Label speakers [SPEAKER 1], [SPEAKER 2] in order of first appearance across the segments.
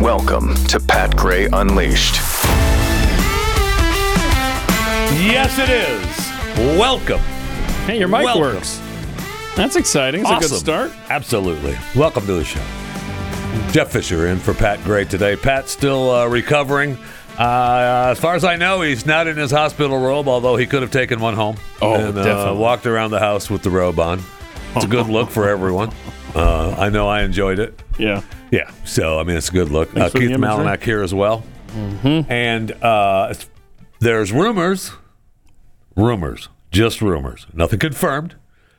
[SPEAKER 1] Welcome to Pat Gray Unleashed.
[SPEAKER 2] Yes, it is. Welcome.
[SPEAKER 3] Hey, your mic
[SPEAKER 2] Welcome.
[SPEAKER 3] works. That's exciting. It's a
[SPEAKER 2] Awesome.
[SPEAKER 3] good start.
[SPEAKER 2] Absolutely. Welcome to the show. Jeff Fisher in for Pat Gray today. Pat's still uh, recovering. Uh, as far as I know, he's not in his hospital robe, although he could have taken one home.
[SPEAKER 3] Oh,
[SPEAKER 2] and, uh,
[SPEAKER 3] definitely.
[SPEAKER 2] walked around the house with the robe on. It's a good look for everyone. Uh, I know I enjoyed it.
[SPEAKER 3] Yeah.
[SPEAKER 2] Yeah. So I mean, it's a good look. Uh,
[SPEAKER 3] for the
[SPEAKER 2] Keith
[SPEAKER 3] imagery.
[SPEAKER 2] Malinak here as well. Mm-hmm. And uh, it's- there's rumors, rumors, just rumors, nothing confirmed.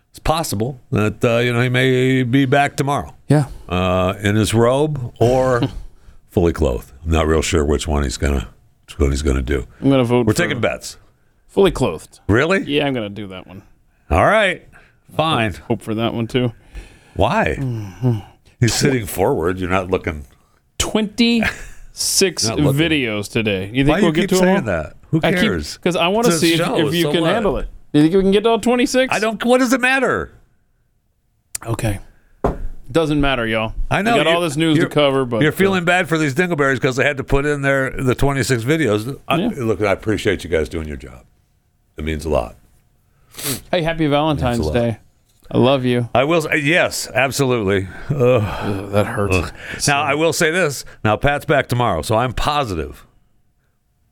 [SPEAKER 2] It's possible that uh, you know he may be back tomorrow
[SPEAKER 3] Yeah.
[SPEAKER 2] uh, in his robe or fully clothed. I'm not real sure which one he's gonna which one he's gonna do.
[SPEAKER 3] I'm gonna vote.
[SPEAKER 2] We're
[SPEAKER 3] for
[SPEAKER 2] taking bets.
[SPEAKER 3] fully clothed.
[SPEAKER 2] Really?
[SPEAKER 3] Yeah, I'm gonna do that one.
[SPEAKER 2] All right. Fine.
[SPEAKER 3] Hope for that one too.
[SPEAKER 2] Why?
[SPEAKER 3] Mm-hmm.
[SPEAKER 2] He's sitting forward. You're not looking.
[SPEAKER 3] Twenty-six
[SPEAKER 2] Not looking.
[SPEAKER 3] videos today. You think
[SPEAKER 2] Why do
[SPEAKER 3] we'll
[SPEAKER 2] you
[SPEAKER 3] get
[SPEAKER 2] keep
[SPEAKER 3] to 'em
[SPEAKER 2] saying
[SPEAKER 3] all?
[SPEAKER 2] that? Who
[SPEAKER 3] I keep
[SPEAKER 2] cares?
[SPEAKER 3] because I want to
[SPEAKER 2] It's a
[SPEAKER 3] see if,
[SPEAKER 2] show,
[SPEAKER 3] if you
[SPEAKER 2] so
[SPEAKER 3] can
[SPEAKER 2] what?
[SPEAKER 3] handle it. Do you think we can get to all twenty-six?
[SPEAKER 2] I don't. What does it matter?
[SPEAKER 3] Okay. Doesn't matter, y'all.
[SPEAKER 2] I know
[SPEAKER 3] We got all
[SPEAKER 2] you-
[SPEAKER 3] this news to
[SPEAKER 2] you're-
[SPEAKER 3] cover, but uh,
[SPEAKER 2] You're feeling bad for these dingleberries because they had to put in their the 26 videos. I,
[SPEAKER 3] Yeah.
[SPEAKER 2] Look, I appreciate you guys doing your job. It means a lot.
[SPEAKER 3] Hey, happy Valentine's
[SPEAKER 2] lot.
[SPEAKER 3] Day. I love you.
[SPEAKER 2] I will. Say, yes, absolutely. Ugh.
[SPEAKER 3] that hurts.
[SPEAKER 2] Now I will say this. Now Pat's back tomorrow, so I'm positive,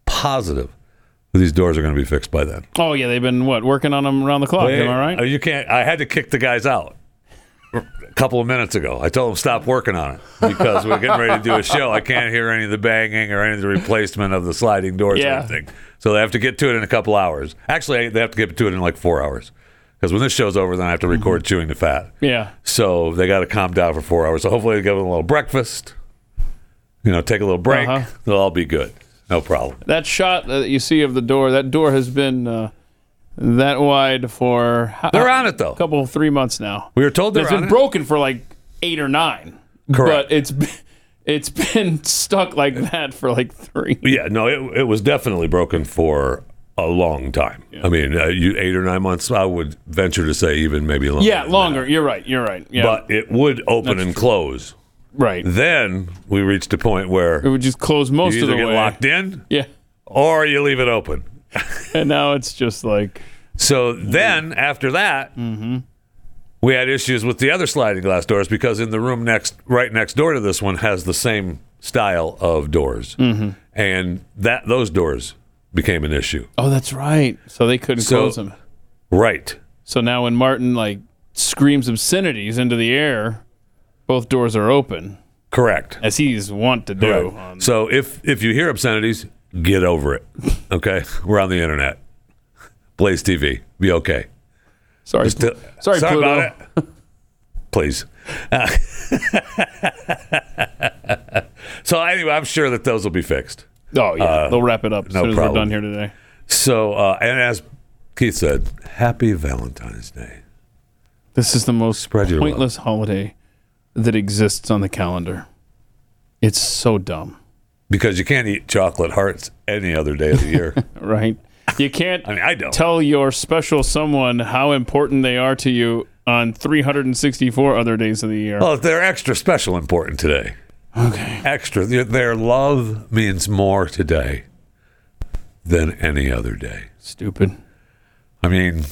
[SPEAKER 2] positive that these doors are going to be fixed by then.
[SPEAKER 3] Oh yeah, they've been what working on them around the clock. am I right?
[SPEAKER 2] oh, You can't. I had to kick the guys out a couple of minutes ago. I told them stop working on it because we're getting ready to do a show. I can't hear any of the banging or any of the replacement of the sliding doors
[SPEAKER 3] Yeah.
[SPEAKER 2] or anything. So they have to get to it in a couple hours. Actually, they have to get to it in like four hours because when this show's over, then I have to record chewing the fat.
[SPEAKER 3] Mm-hmm. yeah.
[SPEAKER 2] So they got to calm down for four hours. So hopefully they give them a little breakfast. You know, take a little break.
[SPEAKER 3] Uh-huh.
[SPEAKER 2] They'll all be good. No problem.
[SPEAKER 3] That shot that you see of the door, that door has been uh, that wide for how,
[SPEAKER 2] They're on it though.
[SPEAKER 3] a couple three months now.
[SPEAKER 2] We were told they're
[SPEAKER 3] It's
[SPEAKER 2] on
[SPEAKER 3] been
[SPEAKER 2] it.
[SPEAKER 3] broken for like eight or nine.
[SPEAKER 2] Correct.
[SPEAKER 3] But it's been, it's been stuck like that for like three.
[SPEAKER 2] Yeah, no, it, it was definitely broken for a long time. I mean, uh, you eight or nine months. I would venture to say even maybe longer.
[SPEAKER 3] Yeah,
[SPEAKER 2] than
[SPEAKER 3] longer. You're right. You're right. Yeah.
[SPEAKER 2] that. But it would open and close.
[SPEAKER 3] right.
[SPEAKER 2] Then we reached a point where
[SPEAKER 3] It would just close most
[SPEAKER 2] you
[SPEAKER 3] of the
[SPEAKER 2] either get
[SPEAKER 3] way.
[SPEAKER 2] locked in
[SPEAKER 3] Yeah.
[SPEAKER 2] or you leave it open.
[SPEAKER 3] And now it's just like
[SPEAKER 2] So then
[SPEAKER 3] Mm-hmm.
[SPEAKER 2] after that, we had issues with the other sliding glass doors because in the room next, right next door to this one, has the same style of doors,
[SPEAKER 3] Mm-hmm.
[SPEAKER 2] and that those doors became an issue.
[SPEAKER 3] oh, that's right. So they couldn't
[SPEAKER 2] So-
[SPEAKER 3] close them.
[SPEAKER 2] Right.
[SPEAKER 3] So now when Martin like screams obscenities into the air, both doors are open
[SPEAKER 2] Correct.
[SPEAKER 3] as he's wont to do.
[SPEAKER 2] Right.
[SPEAKER 3] on-
[SPEAKER 2] So if if you hear obscenities, get over it. Okay, we're on the internet. Blaze TV, be okay.
[SPEAKER 3] Sorry,
[SPEAKER 2] T-
[SPEAKER 3] Sorry, Pluto.
[SPEAKER 2] uh, about it. Please. Uh, so anyway, I'm sure that those will be fixed.
[SPEAKER 3] Oh yeah, they'll wrap it up as
[SPEAKER 2] Uh, no
[SPEAKER 3] soon as
[SPEAKER 2] problem.
[SPEAKER 3] we're done here today.
[SPEAKER 2] So uh, and as Keith said, Happy Valentine's Day.
[SPEAKER 3] This is the most
[SPEAKER 2] Spread your love.
[SPEAKER 3] pointless holiday that exists on the calendar. It's so dumb,
[SPEAKER 2] Because you can't eat chocolate hearts any other day of the year.
[SPEAKER 3] right? You can't
[SPEAKER 2] I mean, I don't.
[SPEAKER 3] tell your special someone how important they are to you on 364 other days of the year.
[SPEAKER 2] Well, Oh, they're extra special important today.
[SPEAKER 3] Okay.
[SPEAKER 2] extra. Their, their love means more today than any other day.
[SPEAKER 3] Stupid.
[SPEAKER 2] I mean,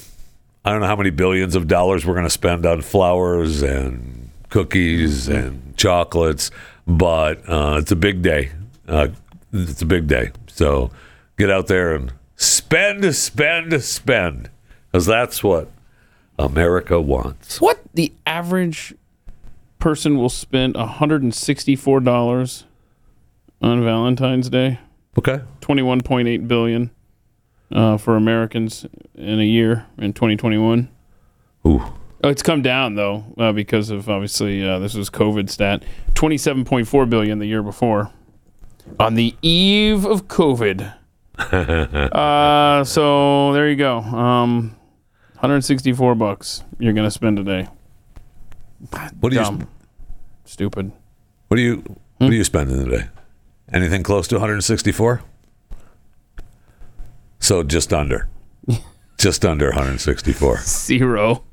[SPEAKER 2] I don't know how many billions of dollars we're going to spend on flowers and cookies and chocolates, but uh, it's a big day. Uh, it's a big day. So get out there and spend, spend, spend, because that's what America wants.
[SPEAKER 3] What the average person will spend $164 on Valentine's Day?
[SPEAKER 2] Okay.
[SPEAKER 3] 21.8 billion uh, for Americans in a year in 2021.
[SPEAKER 2] Ooh.
[SPEAKER 3] Oh, it's come down though uh, because of obviously uh, this was COVID stat. 27.4 billion the year before. On the eve of COVID. uh, so there you go. Um, 164 bucks you're gonna spend today.
[SPEAKER 2] What do you
[SPEAKER 3] Dumb. Stupid.
[SPEAKER 2] what do you what are you spending today? Anything close to 164? So just under. just under 164.
[SPEAKER 3] Zero.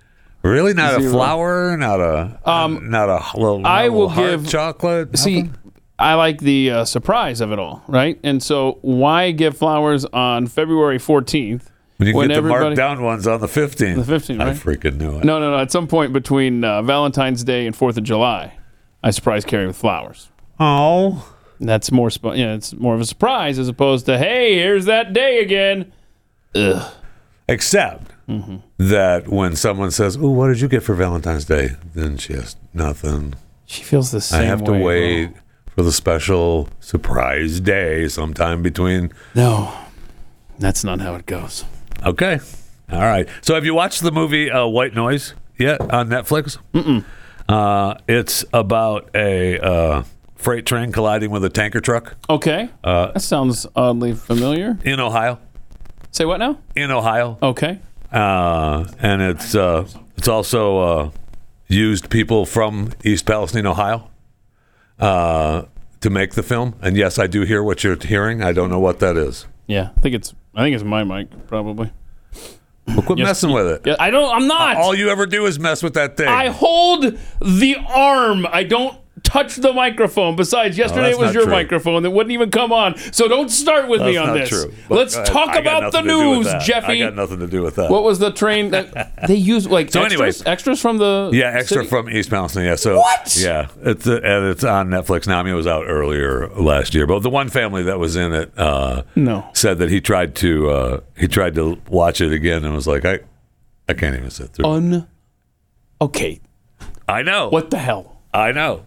[SPEAKER 2] Really? Not
[SPEAKER 3] Zero.
[SPEAKER 2] a flower? Not a um, not a little, not
[SPEAKER 3] I
[SPEAKER 2] a little
[SPEAKER 3] will
[SPEAKER 2] heart
[SPEAKER 3] give-
[SPEAKER 2] chocolate.
[SPEAKER 3] See,
[SPEAKER 2] nothing?
[SPEAKER 3] I like the uh, surprise of it all, right? And so, why get flowers on February 14th?
[SPEAKER 2] When you
[SPEAKER 3] When
[SPEAKER 2] get the
[SPEAKER 3] everybody-
[SPEAKER 2] marked down ones on the 15th.
[SPEAKER 3] The 15th,
[SPEAKER 2] I
[SPEAKER 3] right?
[SPEAKER 2] freaking knew it.
[SPEAKER 3] No, no, no. At some point between uh, Valentine's Day and 4th of July, I surprise Carrie with flowers.
[SPEAKER 2] Oh.
[SPEAKER 3] And that's more, sp- yeah, it's more of a surprise as opposed to, hey, here's that day again.
[SPEAKER 2] Except
[SPEAKER 3] Mm-hmm.
[SPEAKER 2] that when someone says, Oh, what did you get for Valentine's Day? Then she has nothing.
[SPEAKER 3] She feels the same
[SPEAKER 2] I have to
[SPEAKER 3] way, bro.
[SPEAKER 2] wait for the special surprise day sometime between.
[SPEAKER 3] No, that's not how it goes.
[SPEAKER 2] Okay. All right. So have you watched the movie uh, White Noise yet on Netflix? Mm-mm. Uh, it's about a uh, freight train colliding with a tanker truck
[SPEAKER 3] Okay.
[SPEAKER 2] Uh,
[SPEAKER 3] that sounds oddly familiar.
[SPEAKER 2] in Ohio.
[SPEAKER 3] Say what now?
[SPEAKER 2] In Ohio.
[SPEAKER 3] Okay.
[SPEAKER 2] uh, and it's uh, it's also uh, used people from East Palestine, Ohio, uh, to make the film. And yes, I do hear what you're hearing. I don't know what that is.
[SPEAKER 3] Yeah, I think it's I think it's my mic probably.
[SPEAKER 2] Well, quit messing with it.
[SPEAKER 3] Yeah, I don't. I'm not.
[SPEAKER 2] All you ever do is mess with that thing.
[SPEAKER 3] I hold the arm. I don't touch the microphone. Besides, yesterday
[SPEAKER 2] that's
[SPEAKER 3] it was
[SPEAKER 2] not
[SPEAKER 3] your
[SPEAKER 2] true.
[SPEAKER 3] microphone that wouldn't even come on. So don't start with me
[SPEAKER 2] That's
[SPEAKER 3] on
[SPEAKER 2] not
[SPEAKER 3] this.
[SPEAKER 2] true. But
[SPEAKER 3] Let's
[SPEAKER 2] go ahead.
[SPEAKER 3] talk
[SPEAKER 2] I got
[SPEAKER 3] about the
[SPEAKER 2] nothing to do with
[SPEAKER 3] news,
[SPEAKER 2] that.
[SPEAKER 3] Jeffy.
[SPEAKER 2] I got nothing to do with that.
[SPEAKER 3] what was the train that they used? Like
[SPEAKER 2] So
[SPEAKER 3] extras?
[SPEAKER 2] anyways.
[SPEAKER 3] extras from the
[SPEAKER 2] yeah, extra
[SPEAKER 3] city?
[SPEAKER 2] from East Palestine. Yeah, so
[SPEAKER 3] What?
[SPEAKER 2] Yeah, it's uh, and it's on Netflix now. I mean, it was out earlier last year, but the one family that was in it, uh,
[SPEAKER 3] No.
[SPEAKER 2] said that he tried to uh, he tried to watch it again and was like, I I can't even sit through. it."
[SPEAKER 3] Un. Okay.
[SPEAKER 2] I know.
[SPEAKER 3] What the hell?
[SPEAKER 2] I know.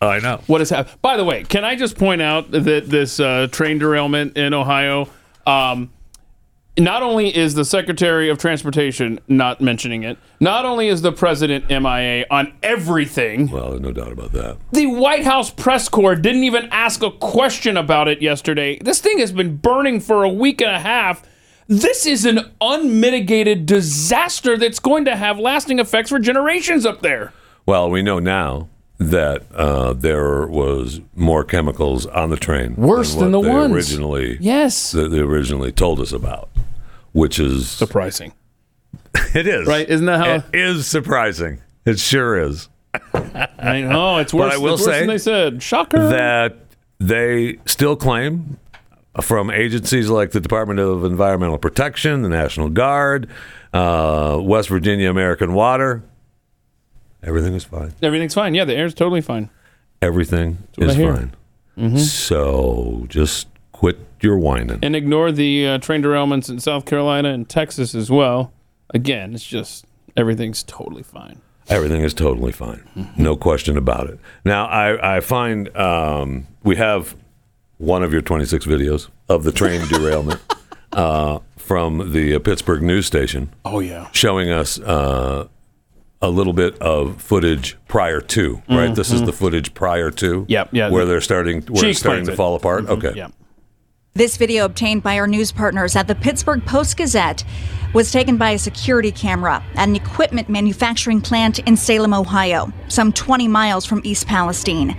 [SPEAKER 2] I know.
[SPEAKER 3] what has happened. By the way, can I just point out that this uh, train derailment in Ohio, um, not only is the Secretary of Transportation not mentioning it, not only is the President MIA on everything,
[SPEAKER 2] Well, no doubt about that.
[SPEAKER 3] the White House press corps didn't even ask a question about it yesterday. This thing has been burning for a week and a half. This is an unmitigated disaster that's going to have lasting effects for generations up there.
[SPEAKER 2] Well, we know now that uh, there was more chemicals on the train.
[SPEAKER 3] Worse than
[SPEAKER 2] what
[SPEAKER 3] the
[SPEAKER 2] they
[SPEAKER 3] ones.
[SPEAKER 2] originally
[SPEAKER 3] Yes.
[SPEAKER 2] that they originally told us about, which is
[SPEAKER 3] Surprising.
[SPEAKER 2] it is
[SPEAKER 3] Right? Isn't that how.
[SPEAKER 2] It is surprising. It sure is.
[SPEAKER 3] I know it's worse.
[SPEAKER 2] I will
[SPEAKER 3] it's worse
[SPEAKER 2] say
[SPEAKER 3] than they said. Shocker.
[SPEAKER 2] that they still claim from agencies like the Department of Environmental Protection, the National Guard, uh, West Virginia American Water. Everything is fine.
[SPEAKER 3] Everything's fine. Yeah, the air's totally fine.
[SPEAKER 2] Everything
[SPEAKER 3] what
[SPEAKER 2] is
[SPEAKER 3] I hear. Mm-hmm.
[SPEAKER 2] fine. So just quit your whining.
[SPEAKER 3] And ignore the uh, train derailments in South Carolina and Texas as well. Again, it's just everything's totally fine.
[SPEAKER 2] Everything is totally fine. No question about it. Now, I, I find um, we have one of your 26 videos of the train derailment uh, from the uh, Pittsburgh news station.
[SPEAKER 3] Oh yeah.
[SPEAKER 2] showing us uh, a little bit of footage prior to, right? This is the footage prior to,
[SPEAKER 3] Mm-hmm. Yep, yeah.
[SPEAKER 2] where they're starting, where
[SPEAKER 3] She
[SPEAKER 2] it's starting
[SPEAKER 3] explains
[SPEAKER 2] to
[SPEAKER 3] it.
[SPEAKER 2] fall apart. Okay,
[SPEAKER 3] Mm-hmm. Yeah.
[SPEAKER 4] This video, obtained by our news partners at the Pittsburgh Post Gazette, was taken by a security camera at an equipment manufacturing plant in Salem, Ohio, some 20 miles from East Palestine.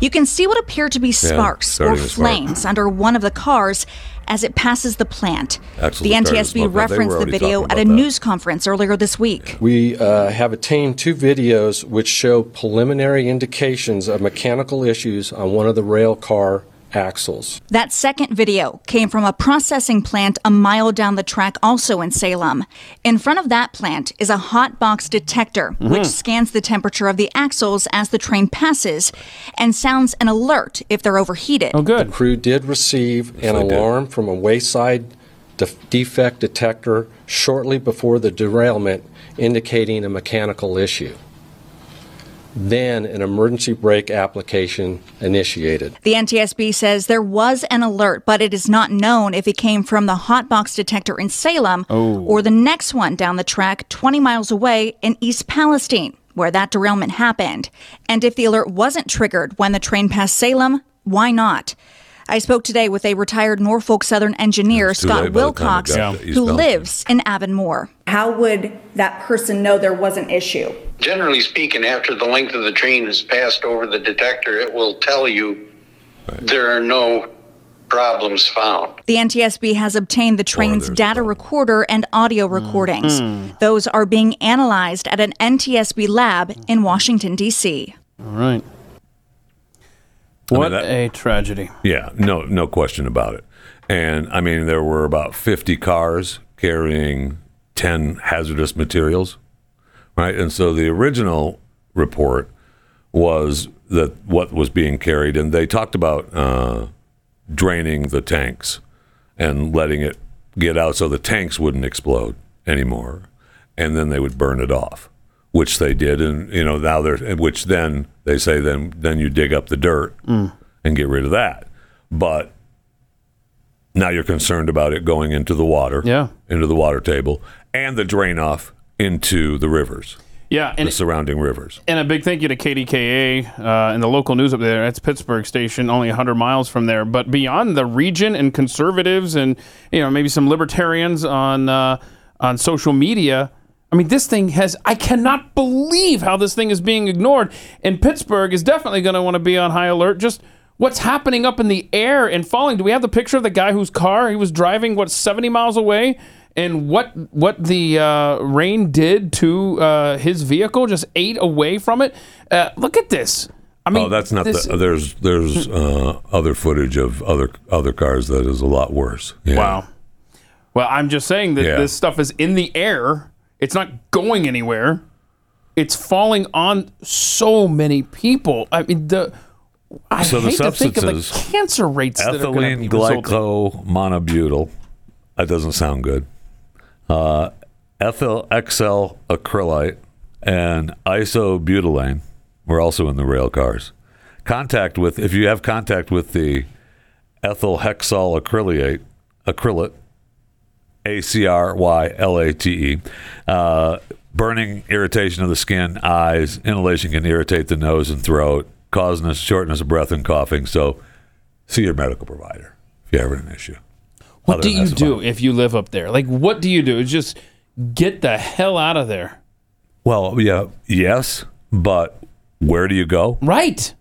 [SPEAKER 4] You can see what appear to be sparks or
[SPEAKER 2] starting to spark.
[SPEAKER 4] flames under one of the cars as it passes the plant.
[SPEAKER 2] Absolutely
[SPEAKER 4] the NTSB
[SPEAKER 2] starting to smoke. They were
[SPEAKER 4] referenced the
[SPEAKER 2] already
[SPEAKER 4] video
[SPEAKER 2] talking
[SPEAKER 4] at a
[SPEAKER 2] about that.
[SPEAKER 4] news conference earlier this week.
[SPEAKER 5] We uh, have attained two videos which show preliminary indications of mechanical issues on one of the rail car axles.
[SPEAKER 4] That second video came from a processing plant a mile down the track, also in Salem. In front of that plant is a hot box detector, which scans the temperature of the axles as the train passes and sounds an alert if they're overheated.
[SPEAKER 3] Oh good.
[SPEAKER 5] Crew did receive an
[SPEAKER 2] they did.
[SPEAKER 5] alarm from a wayside def- defect detector shortly before the derailment indicating a mechanical issue. Then an emergency brake application initiated.
[SPEAKER 4] The NTSB says there was an alert, but it is not known if it came from the hot box detector in Salem
[SPEAKER 2] Oh.
[SPEAKER 4] or the next one down the track 20 miles away in East Palestine, where that derailment happened. And if the alert wasn't triggered when the train passed Salem, why not? I spoke today with a retired Norfolk Southern engineer,
[SPEAKER 2] It's too
[SPEAKER 4] Scott
[SPEAKER 2] late by the time it
[SPEAKER 4] Wilcox,
[SPEAKER 2] got to East
[SPEAKER 4] who
[SPEAKER 2] Palestine.
[SPEAKER 4] lives in Avonmore.
[SPEAKER 6] how would that person know there was an issue?
[SPEAKER 7] generally speaking, after the length of the train has passed over the detector, it will tell you there are no problems found.
[SPEAKER 4] The NTSB has obtained the train's data recorder and audio
[SPEAKER 8] Hmm.
[SPEAKER 4] recordings. Those are being analyzed at an NTSB lab in Washington, D.C.
[SPEAKER 3] All right.
[SPEAKER 2] mean,
[SPEAKER 3] What
[SPEAKER 2] that-
[SPEAKER 3] a tragedy.
[SPEAKER 2] Yeah, no, no question about it. And I mean, there were about 50 cars carrying 10 hazardous materials, right? And so the original report was that what was being carried, and they talked about uh, draining the tanks and letting it get out so the tanks wouldn't explode anymore, and then they would burn it off, which they did, and you know now they're and which then they say then then you dig up the dirt
[SPEAKER 3] Mm.
[SPEAKER 2] and get rid of that, but now you're concerned about it going into the water,
[SPEAKER 3] Yeah.
[SPEAKER 2] into the water table, and the drain off into the rivers,
[SPEAKER 3] Yeah,
[SPEAKER 2] the
[SPEAKER 3] and,
[SPEAKER 2] surrounding rivers.
[SPEAKER 3] and a big thank you to KDKA uh, and the local news up there. That's Pittsburgh station, only 100 miles from there. But beyond the region and conservatives and you know maybe some libertarians on uh, on social media, I mean this thing has I cannot believe how this thing is being ignored. And Pittsburgh is definitely going to want to be on high alert. Just what's happening up in the air and falling? Do we have the picture of the guy whose car he was driving what 70 miles away? and what what the uh, rain did to uh, his vehicle just ate away from it. Uh, look at this. I mean,
[SPEAKER 2] Oh, that's not
[SPEAKER 3] this,
[SPEAKER 2] the. There's there's uh, other footage of other other cars that is a lot worse. Yeah.
[SPEAKER 3] wow. Well, I'm just saying that
[SPEAKER 2] Yeah.
[SPEAKER 3] this stuff is in the air. It's not going anywhere. It's falling on so many people. I mean, the I
[SPEAKER 2] So the
[SPEAKER 3] hate to think of the
[SPEAKER 2] substances-
[SPEAKER 3] cancer rates that are going to be
[SPEAKER 2] Ethylene
[SPEAKER 3] resulting.
[SPEAKER 2] glycomonobutyl. That doesn't sound good. Uh, ethyl XL acrylite and isobutylane were also in the rail cars. Contact with if you have contact with the ethyl hexyl acrylate acrylate A C R Y L A T E. Uh, burning, irritation of the skin, eyes, inhalation can irritate the nose and throat, causing us shortness of breath and coughing. So, see your medical provider if you have an issue.
[SPEAKER 3] What
[SPEAKER 2] Other
[SPEAKER 3] do
[SPEAKER 2] than
[SPEAKER 3] you
[SPEAKER 2] that's
[SPEAKER 3] do if you live up there? Like, what do you do? It's just get the hell out of there,
[SPEAKER 2] Well, yeah, yes, but where do you go?
[SPEAKER 3] right?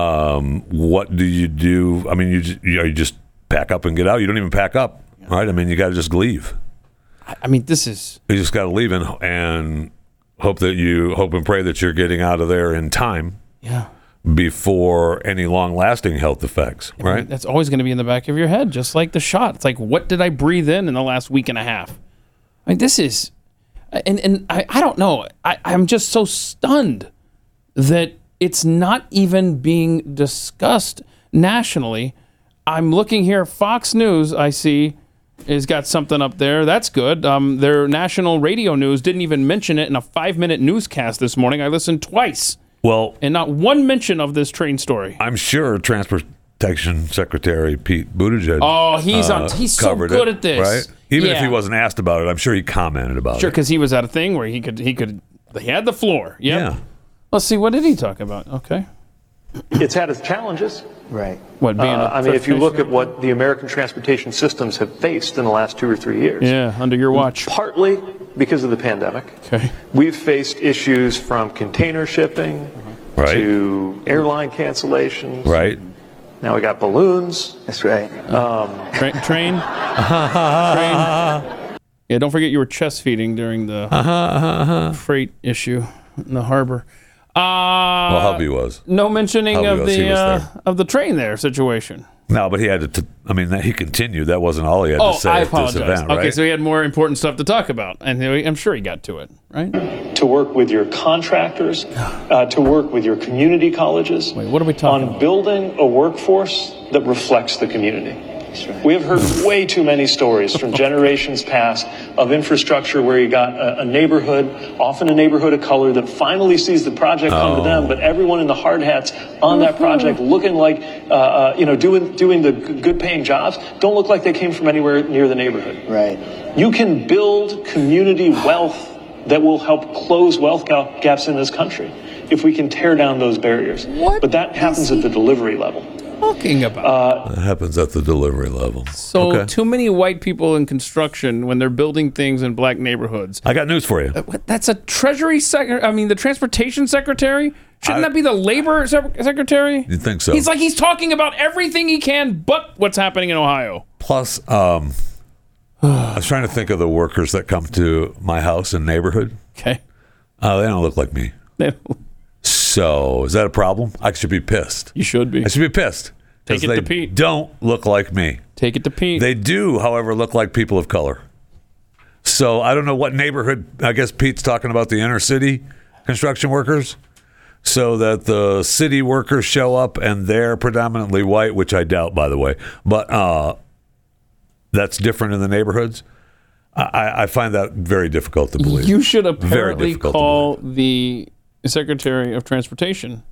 [SPEAKER 2] What do you do? I mean, you just, you, you just pack up and get out. You don't even pack up, right? I mean, you got to just leave.
[SPEAKER 3] I mean, this is
[SPEAKER 2] you just got to leave and and hope that you hope and pray that you're getting out of there in time
[SPEAKER 3] yeah.
[SPEAKER 2] before any long lasting health effects right
[SPEAKER 3] That's always going to be in the back of your head, just like the shot. It's like, what did I breathe in in the last week and a half? I mean, this is, and and I, I don't know. I, I'm just so stunned that it's not even being discussed nationally. I'm looking here. Fox News, I see, has got something up there. That's good. Um, their national radio news didn't even mention it in a five minute newscast this morning. I listened twice,
[SPEAKER 2] well
[SPEAKER 3] and not one mention of this train story.
[SPEAKER 2] i'm sure transportation secretary pete buttigieg
[SPEAKER 3] Oh, he's on.
[SPEAKER 2] uh,
[SPEAKER 3] He's so
[SPEAKER 2] covered
[SPEAKER 3] good
[SPEAKER 2] it,
[SPEAKER 3] at this.
[SPEAKER 2] right even if he
[SPEAKER 3] Yeah.
[SPEAKER 2] wasn't asked about it i'm sure he commented about
[SPEAKER 3] sure,
[SPEAKER 2] it
[SPEAKER 3] because he was at a thing where he could he could he had the floor. Yep.
[SPEAKER 2] yeah
[SPEAKER 3] Let's see. What did he talk about? Okay.
[SPEAKER 9] It's had its challenges.
[SPEAKER 10] Right.
[SPEAKER 3] What being?
[SPEAKER 9] Uh,
[SPEAKER 3] a
[SPEAKER 9] I mean, if you look
[SPEAKER 3] transportation-
[SPEAKER 9] at what the American transportation systems have faced in the last two or three years,
[SPEAKER 3] yeah, under your watch.
[SPEAKER 9] partly because of the pandemic,
[SPEAKER 3] Okay.
[SPEAKER 9] we've faced issues from container shipping
[SPEAKER 2] Right.
[SPEAKER 9] to airline cancellations.
[SPEAKER 2] right
[SPEAKER 9] Now we got balloons. Um,
[SPEAKER 10] That's right.
[SPEAKER 3] Tra- train. train. Yeah. Don't forget you were chest feeding during the
[SPEAKER 2] Uh-huh,
[SPEAKER 3] freight issue in the harbor. Uh,
[SPEAKER 2] well hubby was
[SPEAKER 3] no mentioning
[SPEAKER 2] Hubby
[SPEAKER 3] of
[SPEAKER 2] was- he
[SPEAKER 3] the
[SPEAKER 2] was
[SPEAKER 3] uh,
[SPEAKER 2] there.
[SPEAKER 3] of the train there situation.
[SPEAKER 2] no but he had to t- i mean that he continued that wasn't all he had to
[SPEAKER 3] Oh,
[SPEAKER 2] say
[SPEAKER 3] I
[SPEAKER 2] at this
[SPEAKER 3] apologize.
[SPEAKER 2] event
[SPEAKER 3] Okay,
[SPEAKER 2] right
[SPEAKER 3] so he had more important stuff to talk about, and he- I'm sure he got to it, right?
[SPEAKER 9] to work with your contractors, uh, to work with your community colleges.
[SPEAKER 3] Wait, what are we talking
[SPEAKER 9] on
[SPEAKER 3] about?
[SPEAKER 9] building a workforce that reflects the community. We have heard way too many stories from generations past of infrastructure where you got a, a neighborhood, often a neighborhood of color, that finally sees the project come to them, but everyone in the hard hats on that project looking like, uh, uh, you know, doing doing the good paying jobs don't look like they came from anywhere near the neighborhood.
[SPEAKER 10] Right.
[SPEAKER 9] You can build community wealth that will help close wealth ga- gaps in this country if we can tear down those barriers.
[SPEAKER 3] What
[SPEAKER 9] But that happens at the delivery level.
[SPEAKER 3] Talking about.
[SPEAKER 9] Uh,
[SPEAKER 2] that happens at the delivery level
[SPEAKER 3] So
[SPEAKER 2] Okay.
[SPEAKER 3] too many white people in construction when they're building things in black neighborhoods.
[SPEAKER 2] i got news for you
[SPEAKER 3] What, that's a Treasury secretary. I mean, the Transportation Secretary. Shouldn't
[SPEAKER 2] I-
[SPEAKER 3] that be the Labor sec- Secretary?
[SPEAKER 2] you'd think so
[SPEAKER 3] He's like he's talking about everything he can, but what's happening in Ohio.
[SPEAKER 2] Plus, um, I was trying to think of the workers that come to my house and neighborhood.
[SPEAKER 3] Okay.
[SPEAKER 2] Uh, they don't look like me. So is that a problem? I should be pissed.
[SPEAKER 3] You should be.
[SPEAKER 2] I should be pissed. 'Cause
[SPEAKER 3] Take it
[SPEAKER 2] they
[SPEAKER 3] to Pete.
[SPEAKER 2] Don't look like me.
[SPEAKER 3] Take it to Pete.
[SPEAKER 2] They do, however, look like people of color. So I don't know what neighborhood. I guess Pete's talking about the inner city construction workers, so that the city workers show up and they're predominantly white, which I doubt, by the way. But uh, that's different in the neighborhoods. I- I, I find that very difficult to believe.
[SPEAKER 3] you should apparently
[SPEAKER 2] difficult to
[SPEAKER 3] call the Secretary of Transportation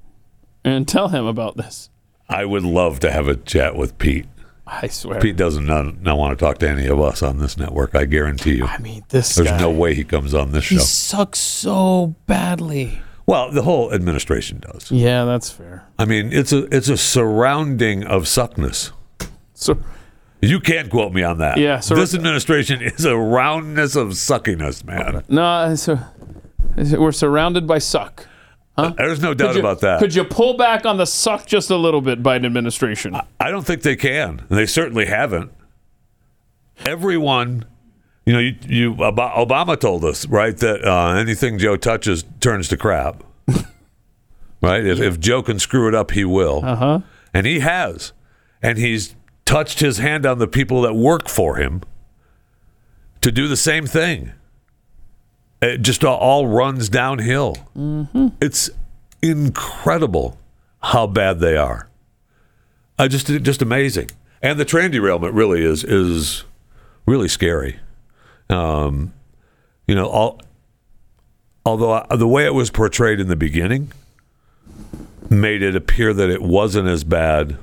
[SPEAKER 3] and tell him about this.
[SPEAKER 2] I would love to have a chat with Pete.
[SPEAKER 3] I swear.
[SPEAKER 2] Pete doesn't not, not want to talk to any of us on this network. I guarantee you.
[SPEAKER 3] I mean, this
[SPEAKER 2] There's
[SPEAKER 3] guy.
[SPEAKER 2] no way he comes on this
[SPEAKER 3] he
[SPEAKER 2] show.
[SPEAKER 3] sucks so badly.
[SPEAKER 2] Well, the whole administration does.
[SPEAKER 3] Yeah, that's fair.
[SPEAKER 2] I mean, it's a it's a surrounding of suckness.
[SPEAKER 3] So
[SPEAKER 2] You can't quote me on that.
[SPEAKER 3] Yeah, sur-
[SPEAKER 2] this administration is a roundness of suckiness, man.
[SPEAKER 3] no, so we're surrounded by suck.
[SPEAKER 2] There's no doubt
[SPEAKER 3] Could you-
[SPEAKER 2] about that.
[SPEAKER 3] Could you pull back on the suck just a little bit, Biden administration?
[SPEAKER 2] I don't think they can. And They certainly haven't. Everyone, you know, you, you Ob- Obama told us right that uh, anything Joe touches turns to crap. right? If, if Joe can screw it up, he will. Uh-huh. And he has, and he's touched his hand on the people that work for him to do the same thing. It just all, all runs downhill. It's incredible how bad they are uh, just just amazing. And the train derailment really is is really scary. Um, you know, all, although I, the way it was portrayed in the beginning made it appear that it wasn't as bad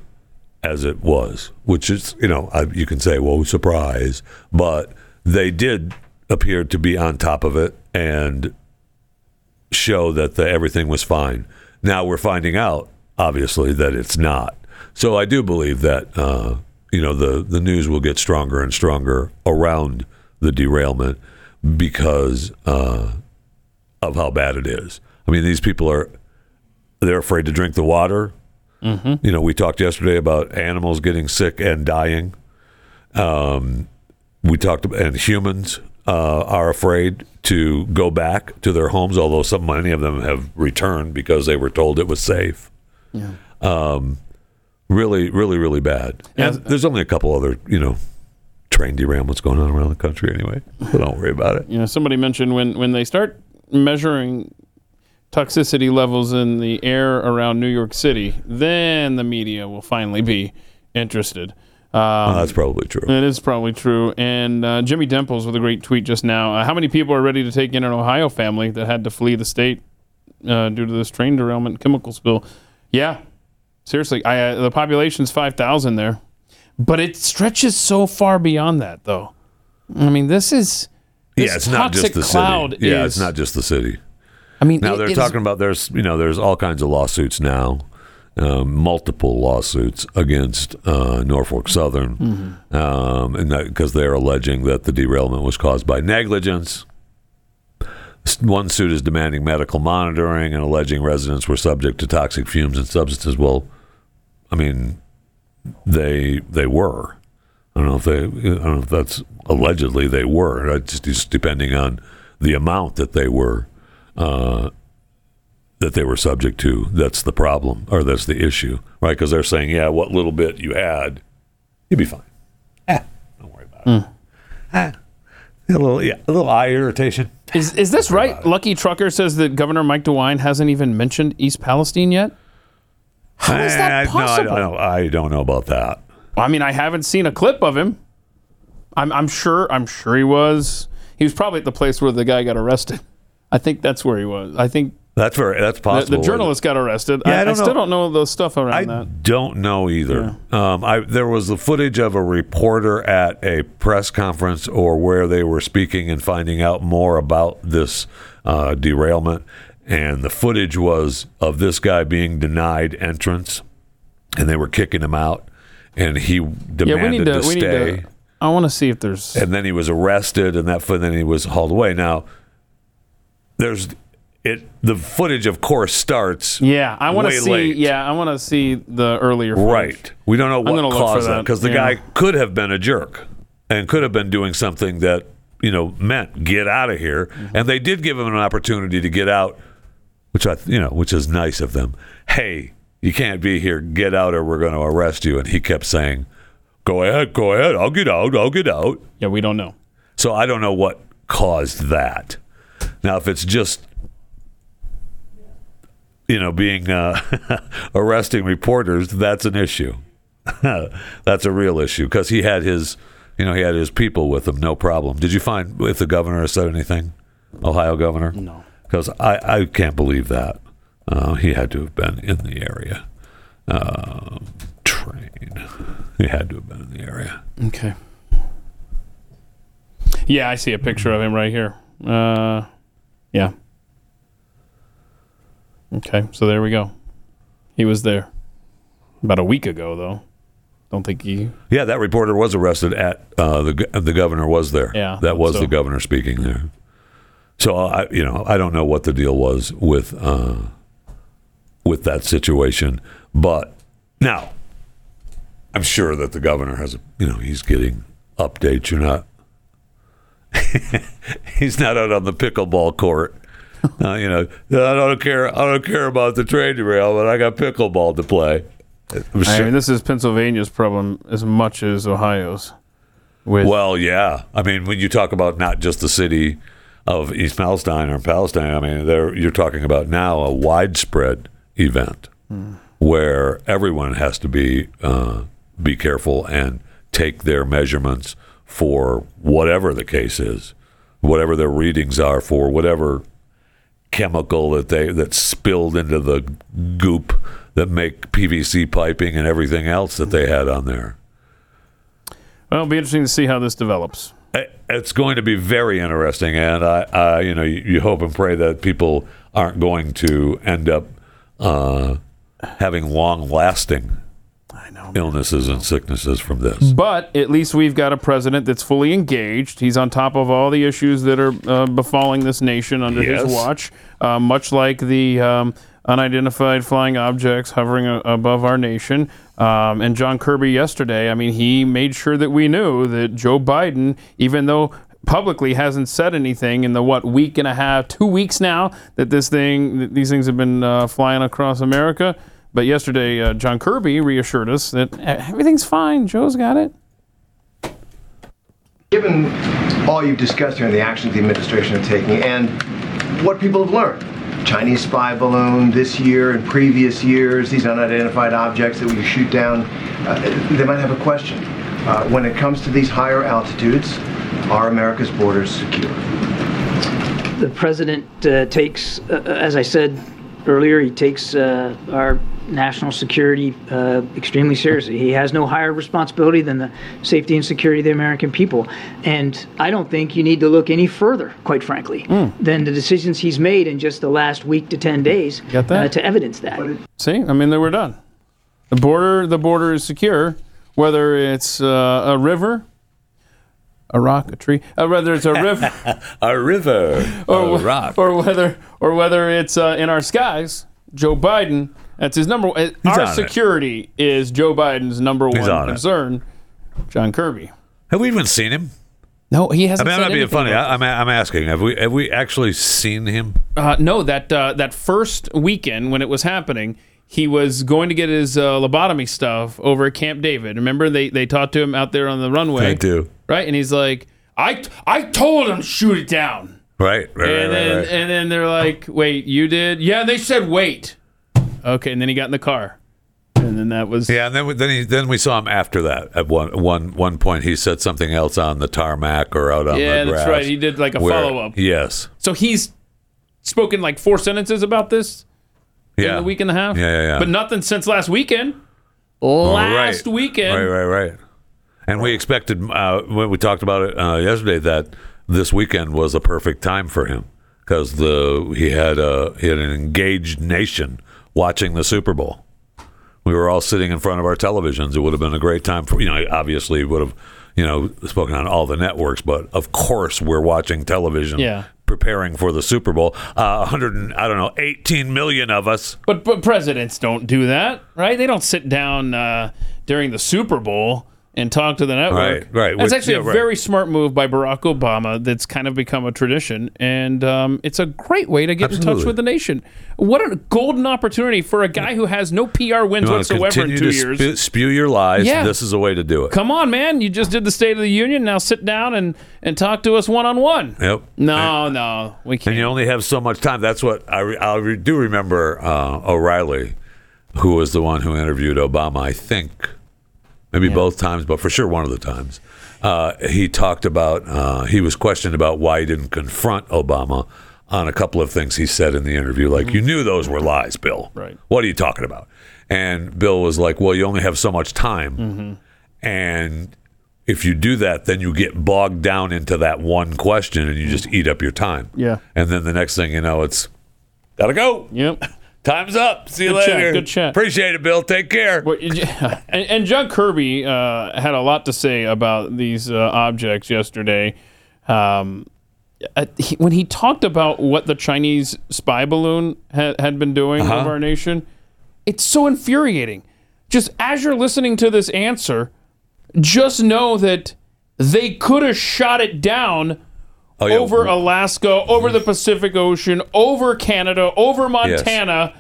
[SPEAKER 2] as it was, which is you know I, you can say whoa surprise, but they did appear to be on top of it and show that the, everything was fine. Now we're finding out, obviously, that it's not. So I do believe that uh, you know the the news will get stronger and stronger around the derailment because uh, of how bad it is. I mean, these people are they're afraid to drink the water. You know, we talked yesterday about animals getting sick and dying. Um, we talked about, and humans uh, are afraid to go back to their homes, although some many of them have returned because they were told it was safe. Um, really, really, really bad. And there's only a couple other, you know, train derailments going on around the country anyway. So don't worry about it.
[SPEAKER 3] You know, somebody mentioned when when they start measuring toxicity levels in the air around New York City, then the media will finally be interested. Um,
[SPEAKER 2] Uh, that's probably true.
[SPEAKER 3] It is probably true. And uh, Jimmy Demples with a great tweet just now. Uh, how many people are ready to take in an Ohio family that had to flee the state uh, due to this train derailment and chemical spill? Yeah, seriously. I, uh, the population's 5,000 there. But it stretches so far beyond that, though. I mean, this is. This
[SPEAKER 2] Yeah, it's not just
[SPEAKER 3] toxic
[SPEAKER 2] the
[SPEAKER 3] cloud
[SPEAKER 2] city. Yeah,
[SPEAKER 3] is-
[SPEAKER 2] it's not just the city.
[SPEAKER 3] I mean,
[SPEAKER 2] Now
[SPEAKER 3] it-
[SPEAKER 2] they're
[SPEAKER 3] it is-
[SPEAKER 2] talking about there's you know there's all kinds of lawsuits now, um, multiple lawsuits against uh, Norfolk Southern,
[SPEAKER 3] Mm-hmm.
[SPEAKER 2] um, and because they're alleging that the derailment was caused by negligence. S- One suit is demanding medical monitoring and alleging residents were subject to toxic fumes and substances. Well, I mean, they they were. I don't know if they. I don't know if that's allegedly they were. That's Just, just depending on the amount that they were uh, that they were subject to. That's the problem, or that's the issue, right? Because they're saying, yeah, what little bit you had, you'd be fine. Ah, don't worry about
[SPEAKER 3] Hmm.
[SPEAKER 2] it. Ah, a little, yeah, a little eye irritation.
[SPEAKER 3] Is, is this right? Lucky Trucker says that Governor Mike DeWine hasn't even mentioned East Palestine yet. How is that
[SPEAKER 2] Eh, no, I,
[SPEAKER 3] possible?
[SPEAKER 2] don't- I don't, I don't know about that.
[SPEAKER 3] I mean, I haven't seen a clip of him. I'm, I'm sure. I'm sure he was. He was probably at the place where the guy got arrested. I think that's where he was. I think
[SPEAKER 2] That's very, that's
[SPEAKER 3] the,
[SPEAKER 2] possible.
[SPEAKER 3] the journalist got arrested.
[SPEAKER 2] Yeah, I
[SPEAKER 3] I
[SPEAKER 2] don't
[SPEAKER 3] still
[SPEAKER 2] know.
[SPEAKER 3] don't know the stuff around
[SPEAKER 2] I
[SPEAKER 3] that.
[SPEAKER 2] don't know either. Um, I there was the footage of a reporter at a press conference or where they were speaking and finding out more about this uh, derailment, and the footage was of this guy being denied entrance, and they were kicking him out, and he demanded
[SPEAKER 3] Yeah, we need to.
[SPEAKER 2] to
[SPEAKER 3] we need
[SPEAKER 2] stay
[SPEAKER 3] to. I want to see if there's.
[SPEAKER 2] and then he was arrested, and that and then he was hauled away. Now, there's it. The footage, of course, starts.
[SPEAKER 3] Yeah, I want
[SPEAKER 2] way
[SPEAKER 3] to see.
[SPEAKER 2] late.
[SPEAKER 3] Yeah, I want to see the earlier. footage.
[SPEAKER 2] Right. We don't know what
[SPEAKER 3] gonna look
[SPEAKER 2] caused
[SPEAKER 3] for
[SPEAKER 2] that
[SPEAKER 3] that,
[SPEAKER 2] because the
[SPEAKER 3] yeah.
[SPEAKER 2] guy could have been a jerk and could have been doing something
[SPEAKER 3] Mm-hmm.
[SPEAKER 2] that you know meant get out of here. And they did give him an opportunity to get out which I you know which is nice of them. Hey, you can't be here. Get out, or we're going to arrest you. And he kept saying, "Go ahead, go ahead. I'll get out. I'll get out."
[SPEAKER 3] Yeah, we don't know.
[SPEAKER 2] So I don't know what caused that. Now, if it's just you know being uh, arresting reporters, that's an issue. that's a real issue because he had his you know he had his people with him, no problem. Did you find if the governor said anything, Ohio governor? No, because I I can't believe that uh, he had to have been in the area. Um train, he had to have been in the area.
[SPEAKER 3] Okay. Yeah, I see a picture of him right here. Uh, yeah. Okay, so there we go. He was there about a week ago, though. Don't think he.
[SPEAKER 2] Yeah, that reporter was arrested at uh, the go- the governor was there.
[SPEAKER 3] Yeah,
[SPEAKER 2] that was
[SPEAKER 3] so-
[SPEAKER 2] the governor speaking there. So I, you know, I don't know what the deal was with uh, with that situation, but now I'm sure that the governor has, a, you know, he's getting updates. You're not. he's not out on the pickleball court. Uh, you know, I don't care. I don't care about the trade derail, but I got pickleball to play. I'm
[SPEAKER 3] I
[SPEAKER 2] sure-
[SPEAKER 3] mean, this is Pennsylvania's problem as much as Ohio's. With
[SPEAKER 2] Well, yeah. I mean, when you talk about not just the city of East Palestine or Palestine, I mean, there you're talking about now a widespread event where everyone has to be uh, be careful and take their measurements for whatever the case is, whatever their readings are for whatever chemical that they that spilled into the goop that make PVC piping and everything else that they had on there.
[SPEAKER 3] well, it'll be interesting to see how this develops.
[SPEAKER 2] it's going to be very interesting, and I, I you know, you, you hope and pray that people aren't going to end up uh, having long-lasting illnesses and sicknesses from this.
[SPEAKER 3] But at least we've got a president that's fully engaged. He's on top of all the issues that are uh, befalling this nation under
[SPEAKER 2] Yes.
[SPEAKER 3] his watch, uh, much like the um, unidentified flying objects hovering a- above our nation. Um, and John Kirby yesterday, I mean, he made sure that we knew that Joe Biden, even though publicly hasn't said anything in the what week and a half, two weeks now that this thing, that these things have been uh, flying across America. But yesterday, uh, John Kirby reassured us that everything's fine. Joe's got it.
[SPEAKER 10] Given all you've discussed here and the actions the administration are taking and what people have learned, Chinese spy balloon this year and previous years, these unidentified objects that we shoot down, uh, they might have a question. Uh, when it comes to these higher altitudes, are America's borders secure?
[SPEAKER 11] The president uh, takes, uh, as I said earlier, he takes uh, our national security uh, extremely seriously. He has no higher responsibility than the safety and security of the American people. And I don't think you need to look any further, quite frankly,
[SPEAKER 2] Hmm.
[SPEAKER 11] than the decisions he's made in just the last week to 10 days
[SPEAKER 3] Got that?
[SPEAKER 11] Uh, to evidence that.
[SPEAKER 3] See, I mean, they were done. The border, the border is secure, whether it's uh, a river, a rock, a tree, uh, whether it's a river
[SPEAKER 2] A river,
[SPEAKER 3] or,
[SPEAKER 2] a
[SPEAKER 3] wh-
[SPEAKER 2] rock.
[SPEAKER 3] or whether or whether it's uh, in our skies. Joe Biden, that's his number. One.
[SPEAKER 2] on
[SPEAKER 3] Our
[SPEAKER 2] it.
[SPEAKER 3] security is Joe Biden's number one
[SPEAKER 2] on it.
[SPEAKER 3] concern. John Kirby.
[SPEAKER 2] Have we even seen him?
[SPEAKER 3] No, he hasn't.
[SPEAKER 2] I mean, I'm
[SPEAKER 3] said
[SPEAKER 2] not being
[SPEAKER 3] anything
[SPEAKER 2] funny.
[SPEAKER 3] about
[SPEAKER 2] I, I'm, I'm asking. Have we have we actually seen him?
[SPEAKER 3] Uh, no, that uh, that first weekend when it was happening, he was going to get his uh, lobotomy stuff over at Camp David. Remember, they they talked to him out there on the runway.
[SPEAKER 2] I do.
[SPEAKER 3] right? And he's like, I I told him to shoot it down,
[SPEAKER 2] Right, right, right,
[SPEAKER 3] and then
[SPEAKER 2] right, right.
[SPEAKER 3] and then they're like, wait, you did? Yeah, they said wait. Okay, and then he got in the car, and then that was
[SPEAKER 2] Yeah, and then we, then, he, then we saw him after that. At one, one, one point, he said something else on the tarmac or out on
[SPEAKER 3] Yeah,
[SPEAKER 2] the grass.
[SPEAKER 3] that's right. He did like a
[SPEAKER 2] where-
[SPEAKER 3] follow-up.
[SPEAKER 2] Yes.
[SPEAKER 3] So he's spoken like four sentences about this in
[SPEAKER 2] Yeah.
[SPEAKER 3] a week and a half.
[SPEAKER 2] Yeah, yeah, yeah.
[SPEAKER 3] But nothing since last weekend.
[SPEAKER 2] Oh,
[SPEAKER 3] Last weekend.
[SPEAKER 2] Right, right, right. And we expected uh, when we talked about it uh, yesterday that this weekend was the perfect time for him because the he had a he had an engaged nation watching the Super Bowl. We were all sitting in front of our televisions. It would have been a great time for you know. Obviously, it would have you know spoken on all the networks, but of course we're watching television.
[SPEAKER 3] Yeah.
[SPEAKER 2] Preparing for the Super Bowl, uh, 100 and, I don't know, 18 million of us.
[SPEAKER 3] But, but presidents don't do that, right? They don't sit down uh, during the Super Bowl and talk to the network.
[SPEAKER 2] Right, right.
[SPEAKER 3] That's
[SPEAKER 2] Which-
[SPEAKER 3] actually
[SPEAKER 2] yeah,
[SPEAKER 3] a
[SPEAKER 2] right.
[SPEAKER 3] very smart move by Barack Obama. That's kind of become a tradition, and um, it's a great way to get in touch
[SPEAKER 2] Absolutely.
[SPEAKER 3] with the nation. What a golden opportunity for a guy who has no PR wins
[SPEAKER 2] You want to
[SPEAKER 3] whatsoever
[SPEAKER 2] continue
[SPEAKER 3] in two
[SPEAKER 2] to
[SPEAKER 3] years.
[SPEAKER 2] Spew, spew your lies.
[SPEAKER 3] Yeah.
[SPEAKER 2] This is a way to do it.
[SPEAKER 3] Come on, man! You just did the State of the Union. Now sit down and and talk to us one on one.
[SPEAKER 2] Yep.
[SPEAKER 3] No, no, we can't.
[SPEAKER 2] And you only have so much time. That's what I, re- I re- do remember uh, O'Reilly, who was the one who interviewed Obama, I think. Maybe both times, but for sure one of the times. Uh, he talked about, uh, he was questioned about why he didn't confront Obama on a couple of things he said in the interview. Like, you knew those were lies, Bill.
[SPEAKER 3] Mm-hmm. Right.
[SPEAKER 2] What are you talking about? And Bill was like, well, you only have so much time.
[SPEAKER 3] Mm-hmm.
[SPEAKER 2] And if you do that, then you get bogged down into that one question and you just eat up your time.
[SPEAKER 3] Yeah.
[SPEAKER 2] And then the next thing you know, it's gotta go.
[SPEAKER 3] Yep.
[SPEAKER 2] Time's up. See you
[SPEAKER 3] Good chat,
[SPEAKER 2] later.
[SPEAKER 3] good chat.
[SPEAKER 2] Appreciate it, Bill. Take care.
[SPEAKER 3] What- and, and John Kirby uh, had a lot to say about these uh, objects yesterday. Um, uh, he, when he talked about what the Chinese spy balloon ha- had been doing
[SPEAKER 2] Uh-huh.
[SPEAKER 3] of our nation, it's so infuriating. Just as you're listening to this answer, just know that they could have shot it down
[SPEAKER 2] Oh, yeah.
[SPEAKER 3] over Alaska, over the Pacific Ocean, over Canada, over Montana.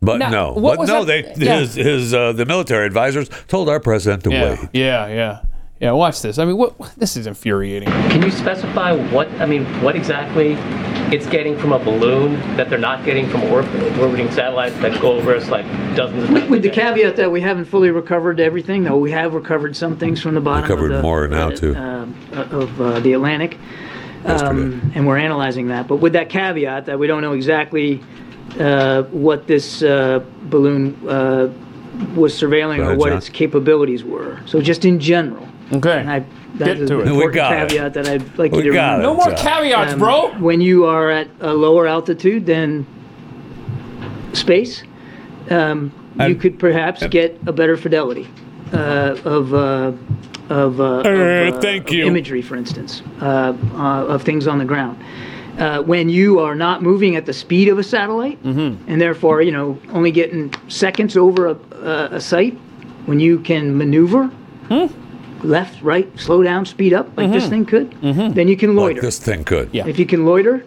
[SPEAKER 2] But
[SPEAKER 3] Now,
[SPEAKER 2] no,
[SPEAKER 3] what
[SPEAKER 2] but
[SPEAKER 3] was
[SPEAKER 2] no.
[SPEAKER 3] that-
[SPEAKER 2] They
[SPEAKER 3] yeah.
[SPEAKER 2] his his uh, the military advisors told our president to
[SPEAKER 3] Yeah,
[SPEAKER 2] wait.
[SPEAKER 3] yeah, yeah, yeah. Watch this. I mean, what? This is infuriating.
[SPEAKER 12] Can you specify what, I mean, what exactly it's getting from a balloon that they're not getting from or- orbiting satellites that go over us like dozens of
[SPEAKER 11] With the caveat that we haven't fully recovered everything, though we have recovered some things from the bottom
[SPEAKER 2] Recovered
[SPEAKER 11] of the,
[SPEAKER 2] more now, too.
[SPEAKER 11] um, of uh, the Atlantic, um, and we're analyzing that. But with that caveat that we don't know exactly uh, what this uh, balloon uh, was surveilling
[SPEAKER 2] Go
[SPEAKER 11] or
[SPEAKER 2] ahead,
[SPEAKER 11] what
[SPEAKER 2] John.
[SPEAKER 11] its capabilities were. So just in general.
[SPEAKER 3] Okay.
[SPEAKER 11] And I, that's
[SPEAKER 3] Get to
[SPEAKER 11] an
[SPEAKER 3] it. We
[SPEAKER 11] important
[SPEAKER 2] got it.
[SPEAKER 11] caveat that I'd like
[SPEAKER 2] We
[SPEAKER 11] you to
[SPEAKER 2] got
[SPEAKER 11] remember.
[SPEAKER 2] it.
[SPEAKER 3] No more
[SPEAKER 2] Uh,
[SPEAKER 3] caveats,
[SPEAKER 11] Um,
[SPEAKER 3] bro.
[SPEAKER 11] When you are at a lower altitude than space, um, you
[SPEAKER 2] I'm-
[SPEAKER 11] could perhaps get a better fidelity uh, of. Uh, of, uh, of, uh,
[SPEAKER 2] thank
[SPEAKER 11] of
[SPEAKER 2] you.
[SPEAKER 11] imagery, for instance, uh, uh, of things on the ground. Uh, when you are not moving at the speed of a satellite,
[SPEAKER 2] Mm-hmm.
[SPEAKER 11] and therefore you know only getting seconds over a, a, a site, when you can maneuver
[SPEAKER 2] Hmm?
[SPEAKER 11] left, right, slow down, speed up like this thing could, then you can loiter.
[SPEAKER 2] Mm-hmm. Like this thing could.
[SPEAKER 3] Yeah.
[SPEAKER 11] If you can loiter,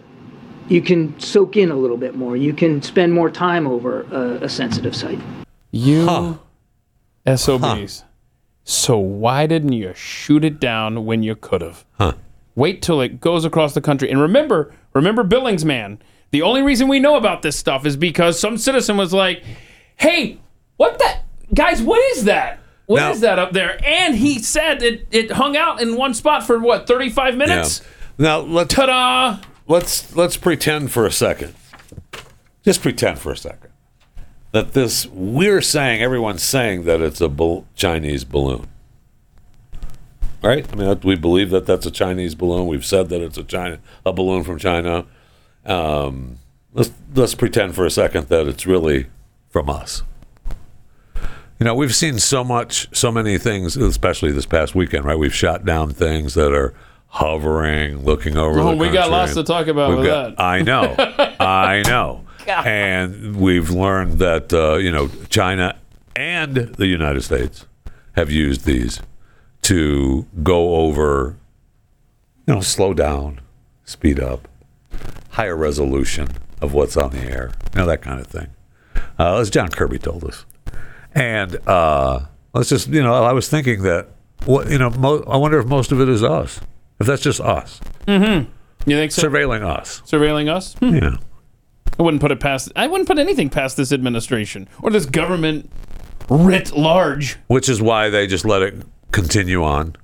[SPEAKER 11] you can soak in a little bit more. You can spend more time over a, a sensitive site.
[SPEAKER 3] You SOBs. So why didn't you shoot it down when you could have? Huh. Wait till it goes across the country. And remember, remember Billings man. The only reason we know about this stuff is because some citizen was like, "Hey, what that guys, what is that? What is
[SPEAKER 2] Now-
[SPEAKER 3] that up there?" And he said it it hung out in one spot for what, 35
[SPEAKER 2] Yeah.
[SPEAKER 3] minutes?
[SPEAKER 2] Now let's
[SPEAKER 3] Ta-da!
[SPEAKER 2] let's let's pretend for a second. Just pretend for a second that this we're saying everyone's saying that it's a bal- Chinese balloon. Right? I mean, that- we believe that that's a Chinese balloon. We've said that it's a China a balloon from China. Um, let's let's pretend for a second that it's really from us. You know, we've seen so much, so many things, especially this past weekend, right? We've shot down things that are hovering, looking over.
[SPEAKER 3] Oh,
[SPEAKER 2] the
[SPEAKER 3] we got
[SPEAKER 2] country.
[SPEAKER 3] lots to talk about
[SPEAKER 2] We've
[SPEAKER 3] with that.
[SPEAKER 2] I know, I know, and we've learned that uh, you know China and the United States have used these to go over, you know, slow down, speed up, higher resolution of what's on the air, you know, that kind of thing. Uh, as John Kirby told us. And uh, let's just, you know, I was thinking that, what you know, mo- I wonder if most of it is us. If that's just us,
[SPEAKER 3] You think so?
[SPEAKER 2] surveilling us.
[SPEAKER 3] Surveilling us? Hmm.
[SPEAKER 2] Yeah.
[SPEAKER 3] I wouldn't put it past. I wouldn't put anything past this administration or this government writ large.
[SPEAKER 2] Which is why they just let it continue on.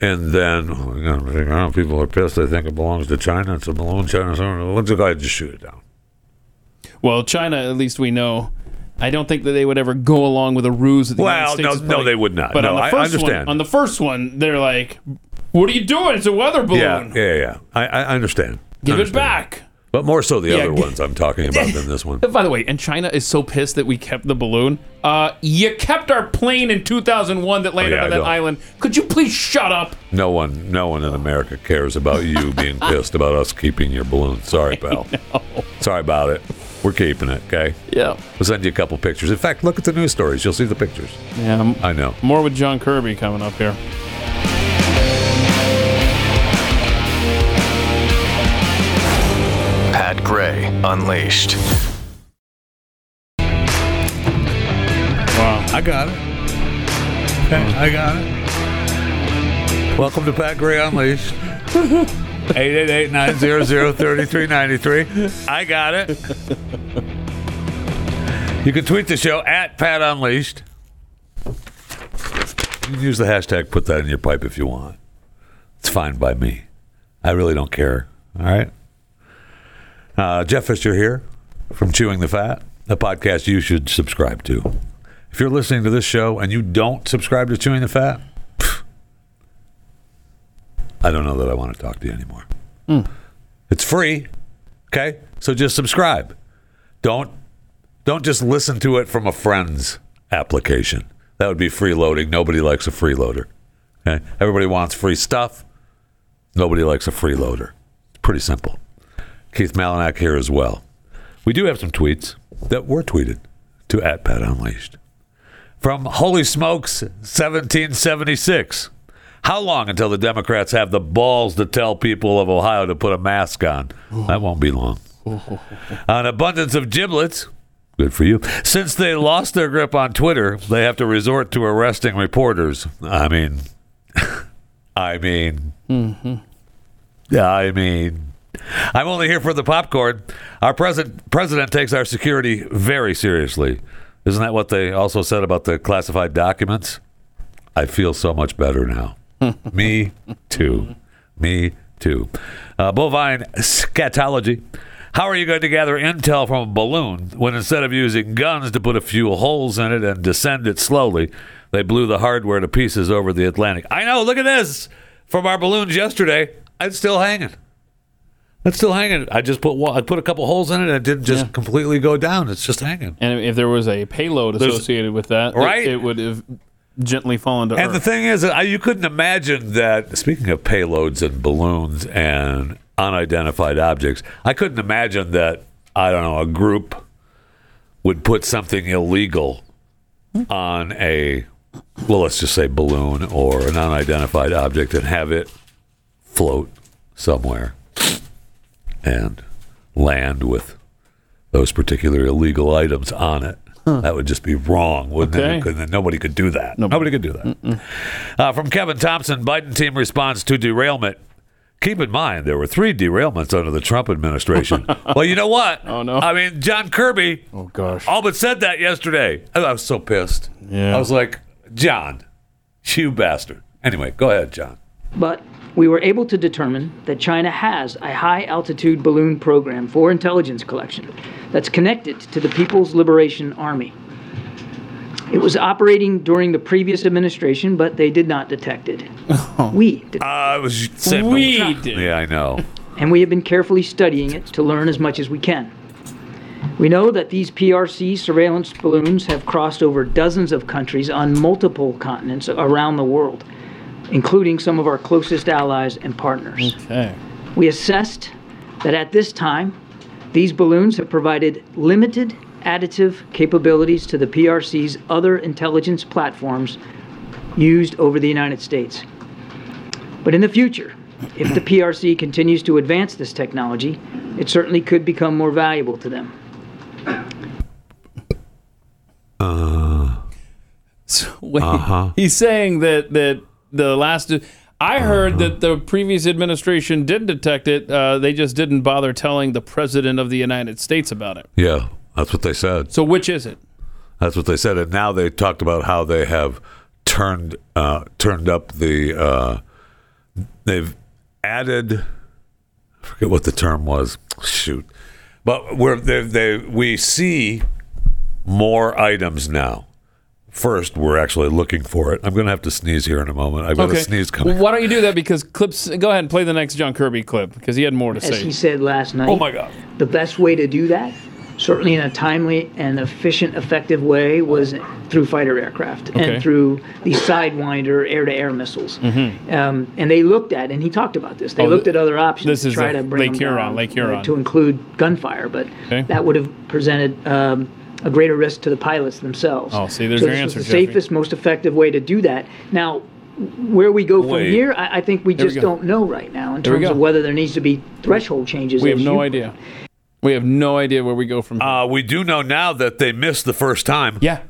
[SPEAKER 2] And then, oh, you know, I don't know, people are pissed. They think it belongs to China. It's a balloon. China. So let's go ahead and just shoot it down.
[SPEAKER 3] Well, China, at least we know. I don't think that they would ever go along with a ruse. That the
[SPEAKER 2] Well,
[SPEAKER 3] United States
[SPEAKER 2] no-
[SPEAKER 3] is
[SPEAKER 2] no,
[SPEAKER 3] putting-
[SPEAKER 2] they would not.
[SPEAKER 3] But
[SPEAKER 2] No,
[SPEAKER 3] on the
[SPEAKER 2] I- I
[SPEAKER 3] first
[SPEAKER 2] understand.
[SPEAKER 3] one, on the first one, they're like, "What are you doing? It's a weather balloon.
[SPEAKER 2] Yeah, yeah, yeah. I, I understand.
[SPEAKER 3] Give it
[SPEAKER 2] Understand.
[SPEAKER 3] back."
[SPEAKER 2] But more so the
[SPEAKER 3] Yeah,
[SPEAKER 2] other
[SPEAKER 3] g-
[SPEAKER 2] ones I'm talking about than this one.
[SPEAKER 3] By the way, and China is so pissed that we kept the balloon. Uh, you kept our plane in 2001 that landed
[SPEAKER 2] Oh, yeah,
[SPEAKER 3] on
[SPEAKER 2] I
[SPEAKER 3] that
[SPEAKER 2] know.
[SPEAKER 3] island. Could you please shut up?
[SPEAKER 2] No one, no one in America cares about you being pissed about us keeping your balloon. Sorry, pal. Sorry about it. We're keeping it, okay?
[SPEAKER 3] Yeah.
[SPEAKER 2] We'll send you a couple pictures. In fact, look at the news stories. You'll see the pictures.
[SPEAKER 3] Yeah. m-
[SPEAKER 2] I know.
[SPEAKER 3] Uh, More with John Kirby coming up here.
[SPEAKER 1] Pat Gray Unleashed.
[SPEAKER 3] Wow.
[SPEAKER 2] I got it. I got it. Mm. Welcome to Pat Gray Unleashed. 888-900-3393. I got it. You can tweet the show at Pat Unleashed. You can use the hashtag put that in your pipe if you want. It's fine by me. I really don't care. All right. Uh, Jeff Fisher here from Chewing the Fat, a podcast you should subscribe to. If you're listening to this show and you don't subscribe to Chewing the Fat, pff, I don't know that I want to talk to you anymore. It's free. Okay? So just subscribe. Don't don't just listen to it from a friend's application. That would be freeloading. Nobody likes a freeloader. Okay? Everybody wants free stuff. Nobody likes a freeloader. It's pretty simple. Keith Malinak here as well. We do have some tweets that were tweeted to at Pat Unleashed. From Holy Smokes 1776. How long until the Democrats have the balls to tell people of Ohio to put a mask on? That won't be long. An abundance of giblets. Good for you. Since they lost their grip on Twitter, they have to resort to arresting reporters. I mean, I mean, yeah, I mean, I'm only here for the popcorn. Our president president takes our security very seriously. Isn't that what they also said about the classified documents? I feel so much better now. Me too. Me too. Uh, bovine scatology. How are you going to gather intel from a balloon when instead of using guns to put a few holes in it and descend it slowly, they blew the hardware to pieces over the Atlantic? I know. Look at this from our balloons yesterday. It's still hanging. It's still hanging. I just put one, I put a couple holes in it and it didn't just completely go down. It's just hanging.
[SPEAKER 3] And if there was a payload
[SPEAKER 2] There's-
[SPEAKER 3] associated with that, it-
[SPEAKER 2] Right?
[SPEAKER 3] it, would have gently fallen to
[SPEAKER 2] And the
[SPEAKER 3] earth.
[SPEAKER 2] thing is, I, you couldn't imagine that. Speaking of payloads and balloons and unidentified objects, I couldn't imagine that. I don't know a group would put something illegal on a well, let's just say balloon or an unidentified object and have it float somewhere and land with those particular illegal items on it. That would just be wrong, wouldn't it?
[SPEAKER 3] Okay.
[SPEAKER 2] You couldn't- Nobody could do that. Nobody could do that. Uh, from Kevin Thompson, Biden team response to derailment. Keep in mind, there were three derailments under the Trump administration. well, you know what? Oh, no. I mean, John Kirby
[SPEAKER 3] oh, gosh.
[SPEAKER 2] all but said that yesterday. I I was so pissed. Yeah. I was like, John, you bastard. Anyway, go ahead, John.
[SPEAKER 11] But we were able to determine that China has a high altitude balloon program for intelligence collection that's connected to the People's Liberation Army. It was operating during the previous administration, but they did not detect it. We did.
[SPEAKER 2] I was saying
[SPEAKER 3] We did.
[SPEAKER 2] Yeah, I know.
[SPEAKER 11] and we have been carefully studying it to learn as much as we can. We know that these PRC surveillance balloons have crossed over dozens of countries on multiple continents around the world, including some of our closest allies and partners.
[SPEAKER 3] Okay.
[SPEAKER 11] We assessed that at this time, these balloons have provided limited additive capabilities to the PRC's other intelligence platforms used over the United States. But in the future, if the PRC continues to advance this technology, it certainly could become more valuable to them.
[SPEAKER 2] Uh,
[SPEAKER 3] So, wait,
[SPEAKER 2] Uh-huh.
[SPEAKER 3] he's saying that that the last. uh, I heard that the previous administration did detect it. Uh, they just didn't bother telling the president of the United States about it.
[SPEAKER 2] Yeah, that's what they said.
[SPEAKER 3] So which is it?
[SPEAKER 2] That's what they said. And now they talked about how they have turned uh, turned up the uh, they've added. I forget what the term was. Shoot, but we're they, they we see more items now. First, we're actually looking for it. I'm going to have to sneeze here in a moment. I've got a sneeze coming.
[SPEAKER 3] Well, why don't you do that? Because clips. Go ahead and play the next John Kirby clip because he had more to
[SPEAKER 11] As
[SPEAKER 3] say.
[SPEAKER 11] he said last night,
[SPEAKER 3] Oh my God.
[SPEAKER 11] the best way to do that certainly in a timely and efficient, effective way was through fighter aircraft
[SPEAKER 13] Okay.
[SPEAKER 11] and through the Sidewinder air-to-air missiles. Um, and they looked at, and he talked about this. They
[SPEAKER 3] Mm-hmm. Oh,
[SPEAKER 11] looked
[SPEAKER 3] th-
[SPEAKER 11] at other options
[SPEAKER 3] this
[SPEAKER 11] to
[SPEAKER 3] is
[SPEAKER 11] try
[SPEAKER 3] the
[SPEAKER 11] to bring
[SPEAKER 3] Lake
[SPEAKER 11] them
[SPEAKER 3] Huron,
[SPEAKER 11] down,
[SPEAKER 3] Lake
[SPEAKER 11] uh,
[SPEAKER 3] Huron.
[SPEAKER 11] to include gunfire, but
[SPEAKER 3] Okay.
[SPEAKER 11] that would have presented um, a greater risk to the pilots themselves.
[SPEAKER 3] Oh, see, there's
[SPEAKER 11] so
[SPEAKER 3] your
[SPEAKER 11] this was
[SPEAKER 3] answer,
[SPEAKER 11] the
[SPEAKER 3] Jeffrey.
[SPEAKER 11] safest, most effective way to do that. Now, where we go
[SPEAKER 3] Wait.
[SPEAKER 11] from here, I, I think we
[SPEAKER 3] There we go.
[SPEAKER 11] just don't know right now in
[SPEAKER 3] There we
[SPEAKER 11] terms of
[SPEAKER 3] go.
[SPEAKER 11] whether there needs to be threshold changes.
[SPEAKER 3] We have
[SPEAKER 11] as
[SPEAKER 3] no
[SPEAKER 11] you-
[SPEAKER 3] idea. We have no idea where we go from here.
[SPEAKER 2] Uh, we do know now that they missed the first time.
[SPEAKER 3] Yeah,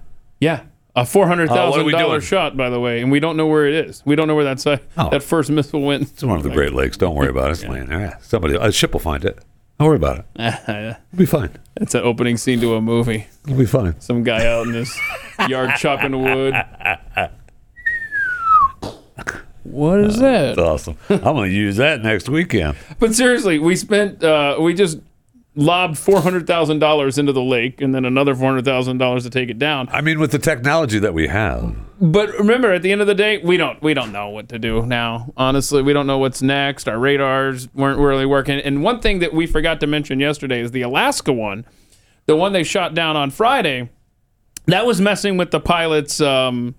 [SPEAKER 3] yeah. A four hundred
[SPEAKER 2] Uh, what are
[SPEAKER 3] thousand
[SPEAKER 2] we
[SPEAKER 3] thousand dollar
[SPEAKER 2] doing? Oh.
[SPEAKER 3] shot, by the way, and we don't know where it is. We don't know where that si- that first missile went. It's
[SPEAKER 2] one of the Great Lakes. Don't worry about it. It's laying there. Somebody, a ship will find it. Don't worry about it.
[SPEAKER 3] It'll
[SPEAKER 2] be fine.
[SPEAKER 3] It's an opening scene to a movie.
[SPEAKER 2] It'll be fine.
[SPEAKER 3] Some guy out in his yard chopping wood. What is that?
[SPEAKER 2] That's awesome. I'm going to use that next weekend.
[SPEAKER 3] But seriously, we spent uh, we just lobbed four hundred thousand dollars into the lake, and then another four hundred thousand dollars to take it down.
[SPEAKER 2] I mean, with the technology that we have,
[SPEAKER 3] But remember, at the end of the day, we don't we don't know what to do now. Honestly, we don't know what's next. Our radars weren't really working. And one thing that we forgot to mention yesterday is the Alaska one, the one they shot down on Friday. That was messing with the pilot's um,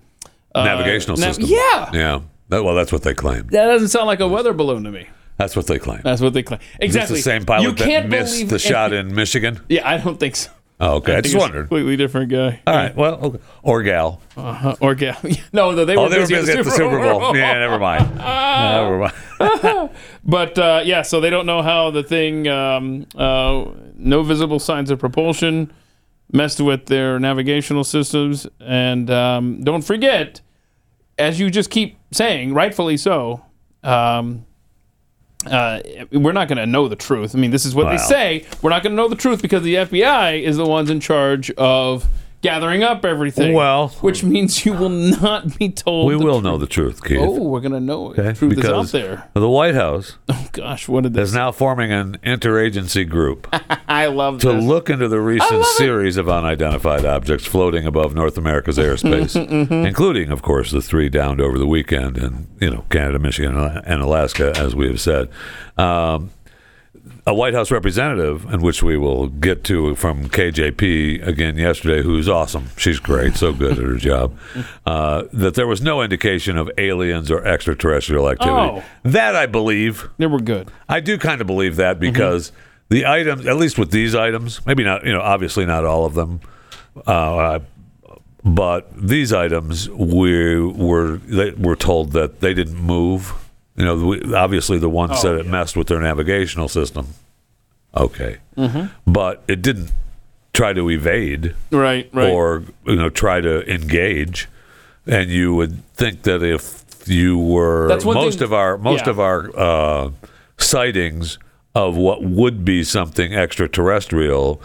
[SPEAKER 3] uh,
[SPEAKER 2] navigational
[SPEAKER 3] nav-
[SPEAKER 2] system.
[SPEAKER 3] Yeah,
[SPEAKER 2] Yeah. That- well, that's what they claim.
[SPEAKER 3] that doesn't sound like a weather balloon to me.
[SPEAKER 2] That's what they claim.
[SPEAKER 3] That's what they claim.
[SPEAKER 2] Is this
[SPEAKER 3] Uh, Exactly.
[SPEAKER 2] the same pilot
[SPEAKER 3] You
[SPEAKER 2] that
[SPEAKER 3] can't
[SPEAKER 2] missed
[SPEAKER 3] believe
[SPEAKER 2] the
[SPEAKER 3] it.
[SPEAKER 2] shot in Michigan?
[SPEAKER 3] Yeah, I don't think so.
[SPEAKER 2] Oh, okay. I,
[SPEAKER 3] think
[SPEAKER 2] just
[SPEAKER 3] it's a
[SPEAKER 2] wondered.
[SPEAKER 3] Completely different guy.
[SPEAKER 2] All right. Well, okay. or gal.
[SPEAKER 3] Uh-huh. Or gal. no, no, they were
[SPEAKER 2] Uh, oh, they
[SPEAKER 3] busy,
[SPEAKER 2] were busy at the Super Bowl. Yeah, never mind. never mind.
[SPEAKER 3] But uh, yeah, so they don't know how the thing, um, uh, no visible signs of propulsion, messed with their navigational systems. And um, don't forget, as you just keep saying, rightfully so, um, uh, we're not going to know the truth. I mean, this is what they
[SPEAKER 2] Wow.
[SPEAKER 3] say. We're not going to know the truth because the FBI is the ones in charge of gathering up everything.
[SPEAKER 2] Well-
[SPEAKER 3] which means you will not be told.
[SPEAKER 2] We
[SPEAKER 3] the
[SPEAKER 2] will
[SPEAKER 3] truth.
[SPEAKER 2] know the truth, Keith.
[SPEAKER 3] Oh, we're going to know it.
[SPEAKER 2] Okay?
[SPEAKER 3] The truth is out
[SPEAKER 2] Because
[SPEAKER 3] there.
[SPEAKER 2] the White House
[SPEAKER 3] Gosh, what did
[SPEAKER 2] is now forming an interagency group
[SPEAKER 3] I love
[SPEAKER 2] to
[SPEAKER 3] this.
[SPEAKER 2] look into the recent series of unidentified objects floating above North America's airspace,
[SPEAKER 3] Mhm.
[SPEAKER 2] including, of course, the three downed over the weekend in you know Canada, Michigan, and Alaska, as we have said. Um, a White House representative, and which we will get to from KJP again yesterday, who's awesome. She's great, so good at her job. Uh, that there was no indication of aliens or extraterrestrial activity.
[SPEAKER 3] Oh.
[SPEAKER 2] That I believe.
[SPEAKER 3] They were good.
[SPEAKER 2] I do kind of believe that because the items, at least with these items, maybe not, you know, obviously not all of them, uh, but these items we were they were told that they didn't move. You know, we, obviously the ones that it messed with their navigational system. Okay,
[SPEAKER 3] Mhm.
[SPEAKER 2] but it didn't try to evade,
[SPEAKER 3] Right, right.
[SPEAKER 2] or you know, try to engage. And you would think that if you were
[SPEAKER 3] That's one
[SPEAKER 2] most
[SPEAKER 3] thing-
[SPEAKER 2] of our most
[SPEAKER 3] Yeah.
[SPEAKER 2] of our uh, sightings of what would be something extraterrestrial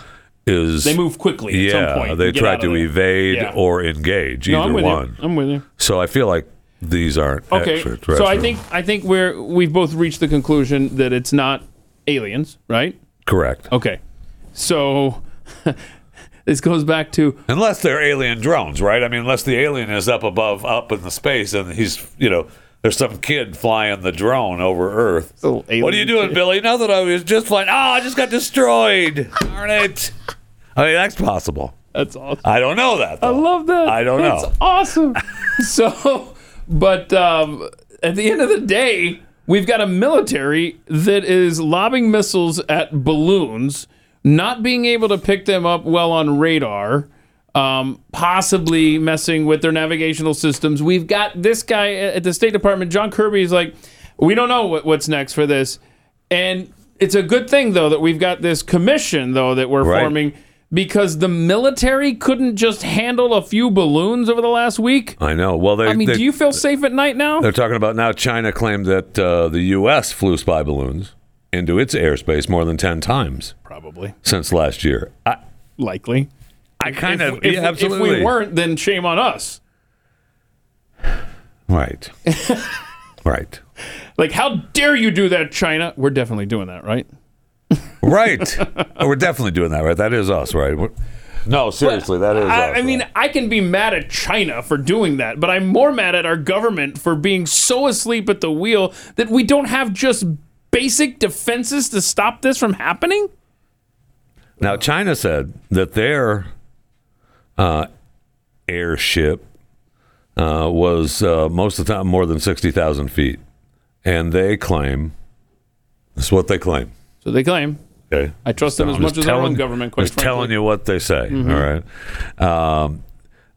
[SPEAKER 2] is
[SPEAKER 3] They move quickly at
[SPEAKER 2] Yeah,
[SPEAKER 3] some point
[SPEAKER 2] they
[SPEAKER 3] and get
[SPEAKER 2] try
[SPEAKER 3] out of
[SPEAKER 2] to
[SPEAKER 3] there.
[SPEAKER 2] evade
[SPEAKER 3] Yeah.
[SPEAKER 2] or engage
[SPEAKER 3] No,
[SPEAKER 2] either
[SPEAKER 3] I'm with
[SPEAKER 2] one.
[SPEAKER 3] you. I'm with you.
[SPEAKER 2] So I feel like these aren't
[SPEAKER 3] Okay,
[SPEAKER 2] extraterrestrial.
[SPEAKER 3] so I think I think we're we've both reached the conclusion that it's not aliens, right?
[SPEAKER 2] correct.
[SPEAKER 3] Okay, so this goes back to
[SPEAKER 2] Unless they're alien drones, right? I mean, unless the alien is up above, up in the space, and he's, you know, there's some kid flying the drone over Earth.
[SPEAKER 3] What
[SPEAKER 2] are you doing, Billy? Now that I was just flying, oh, I just got destroyed. Darn it. I mean, that's possible.
[SPEAKER 3] That's awesome.
[SPEAKER 2] I don't know that.
[SPEAKER 3] I love that.
[SPEAKER 2] I don't
[SPEAKER 3] That's
[SPEAKER 2] know.
[SPEAKER 3] awesome. so, but um, at the end of the day, we've got a military that is lobbing missiles at balloons, not being able to pick them up well on radar, um, possibly messing with their navigational systems. We've got this guy at the State Department, John Kirby, is like, we don't know what, what's next for this. And it's a good thing, though, that we've got this commission, though, that we're
[SPEAKER 2] Right.
[SPEAKER 3] forming because the military couldn't just handle a few balloons over the last week.
[SPEAKER 2] I know. Well, they.
[SPEAKER 3] I mean,
[SPEAKER 2] Uh, they,
[SPEAKER 3] do you feel safe at night now?
[SPEAKER 2] They're talking about now. China claimed that uh, the U.S. flew spy balloons into its airspace more than ten times,
[SPEAKER 3] probably
[SPEAKER 2] since last year. I,
[SPEAKER 3] Likely.
[SPEAKER 2] I kind
[SPEAKER 3] If-
[SPEAKER 2] of
[SPEAKER 3] if,
[SPEAKER 2] yeah, absolutely
[SPEAKER 3] If we weren't, then shame on us.
[SPEAKER 2] right, right,
[SPEAKER 3] Like, how dare you do that, China? We're definitely doing that, right?
[SPEAKER 2] right. Oh, We're definitely doing that, right? That is us, right? We're- no, seriously, that is.
[SPEAKER 3] I,
[SPEAKER 2] us.
[SPEAKER 3] I mean, I can be mad at China for doing that, but I'm more mad at our government for being so asleep at the wheel that we don't have just basic defenses to stop this from happening.
[SPEAKER 2] Now, China said that their uh, airship uh, was uh, most of the time more than 60,000 feet. And they claim, this is what they claim.
[SPEAKER 3] So they claim.
[SPEAKER 2] Okay.
[SPEAKER 3] I trust them as
[SPEAKER 2] I'm
[SPEAKER 3] much
[SPEAKER 2] just
[SPEAKER 3] as our own government, quite
[SPEAKER 2] just
[SPEAKER 3] frankly.
[SPEAKER 2] telling you what they say.
[SPEAKER 3] Mhm.
[SPEAKER 2] All right. Um,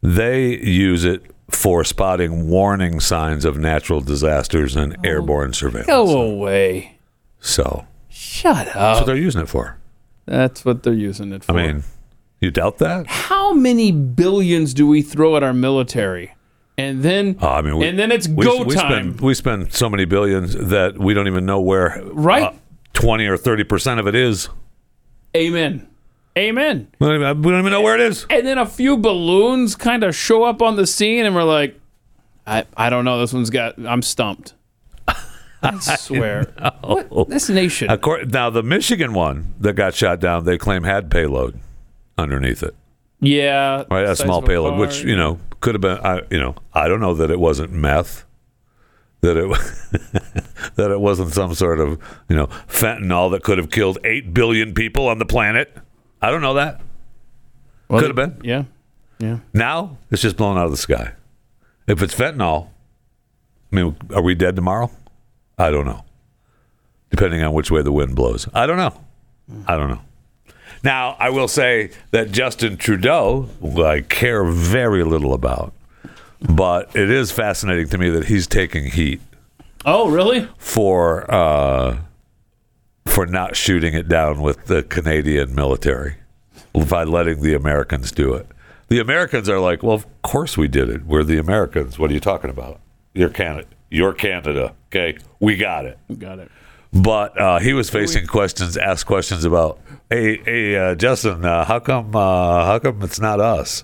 [SPEAKER 2] they use it for spotting warning signs of natural disasters and
[SPEAKER 3] Oh.
[SPEAKER 2] airborne surveillance.
[SPEAKER 3] Go away.
[SPEAKER 2] So
[SPEAKER 3] Shut
[SPEAKER 2] that's what
[SPEAKER 3] up.
[SPEAKER 2] they're using it for.
[SPEAKER 3] That's what they're using it for.
[SPEAKER 2] I mean, you doubt that?
[SPEAKER 3] How many billions do we throw at our military? And then
[SPEAKER 2] Oh, I mean, we,
[SPEAKER 3] and then it's
[SPEAKER 2] we-
[SPEAKER 3] go
[SPEAKER 2] we
[SPEAKER 3] time.
[SPEAKER 2] Spend, we spend so many billions that we don't even know where
[SPEAKER 3] Right.
[SPEAKER 2] twenty or thirty percent of it is.
[SPEAKER 3] Amen. Amen.
[SPEAKER 2] We don't, even, we don't even know where it is.
[SPEAKER 3] And then a few balloons kind of show up on the scene, and we're like, I, I don't know. This one's got, I'm stumped. I swear. What? This nation.
[SPEAKER 2] Accor- now, the Michigan one that got shot down, they claim had payload underneath it.
[SPEAKER 3] Yeah.
[SPEAKER 2] Right, a
[SPEAKER 3] size
[SPEAKER 2] small
[SPEAKER 3] of
[SPEAKER 2] payload,
[SPEAKER 3] car.
[SPEAKER 2] which you know could have been. I, you know, I don't know that it wasn't meth, that it that it wasn't some sort of you know fentanyl that could have killed eight billion people on the planet. I don't know that. could have been.
[SPEAKER 3] Yeah. Yeah.
[SPEAKER 2] Now it's just blown out of the sky. If it's fentanyl, I mean, are we dead tomorrow? I don't know. Depending on which way the wind blows, I don't know. I don't know. Now, I will say that Justin Trudeau, who I care very little about, but it is fascinating to me that he's taking heat
[SPEAKER 3] Oh, really?
[SPEAKER 2] for uh, for not shooting it down with the Canadian military by letting the Americans do it. The Americans are like, well, of course we did it. We're the Americans. What are you talking about? You're Canada. You're Canada. Okay, we got it.
[SPEAKER 3] Got it.
[SPEAKER 2] But uh, he was facing questions, asked questions about, hey, hey, uh, Justin, uh, how come, uh, how come it's not us?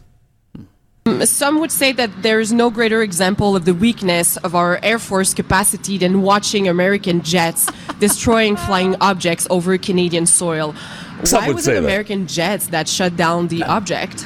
[SPEAKER 13] Um, Some would say that there is no greater example of the weakness of our Air Force capacity than watching American jets destroying flying objects over Canadian soil.
[SPEAKER 14] Some
[SPEAKER 13] Why
[SPEAKER 14] would
[SPEAKER 13] was
[SPEAKER 14] say
[SPEAKER 13] it
[SPEAKER 14] that.
[SPEAKER 13] American jets that shut down the object?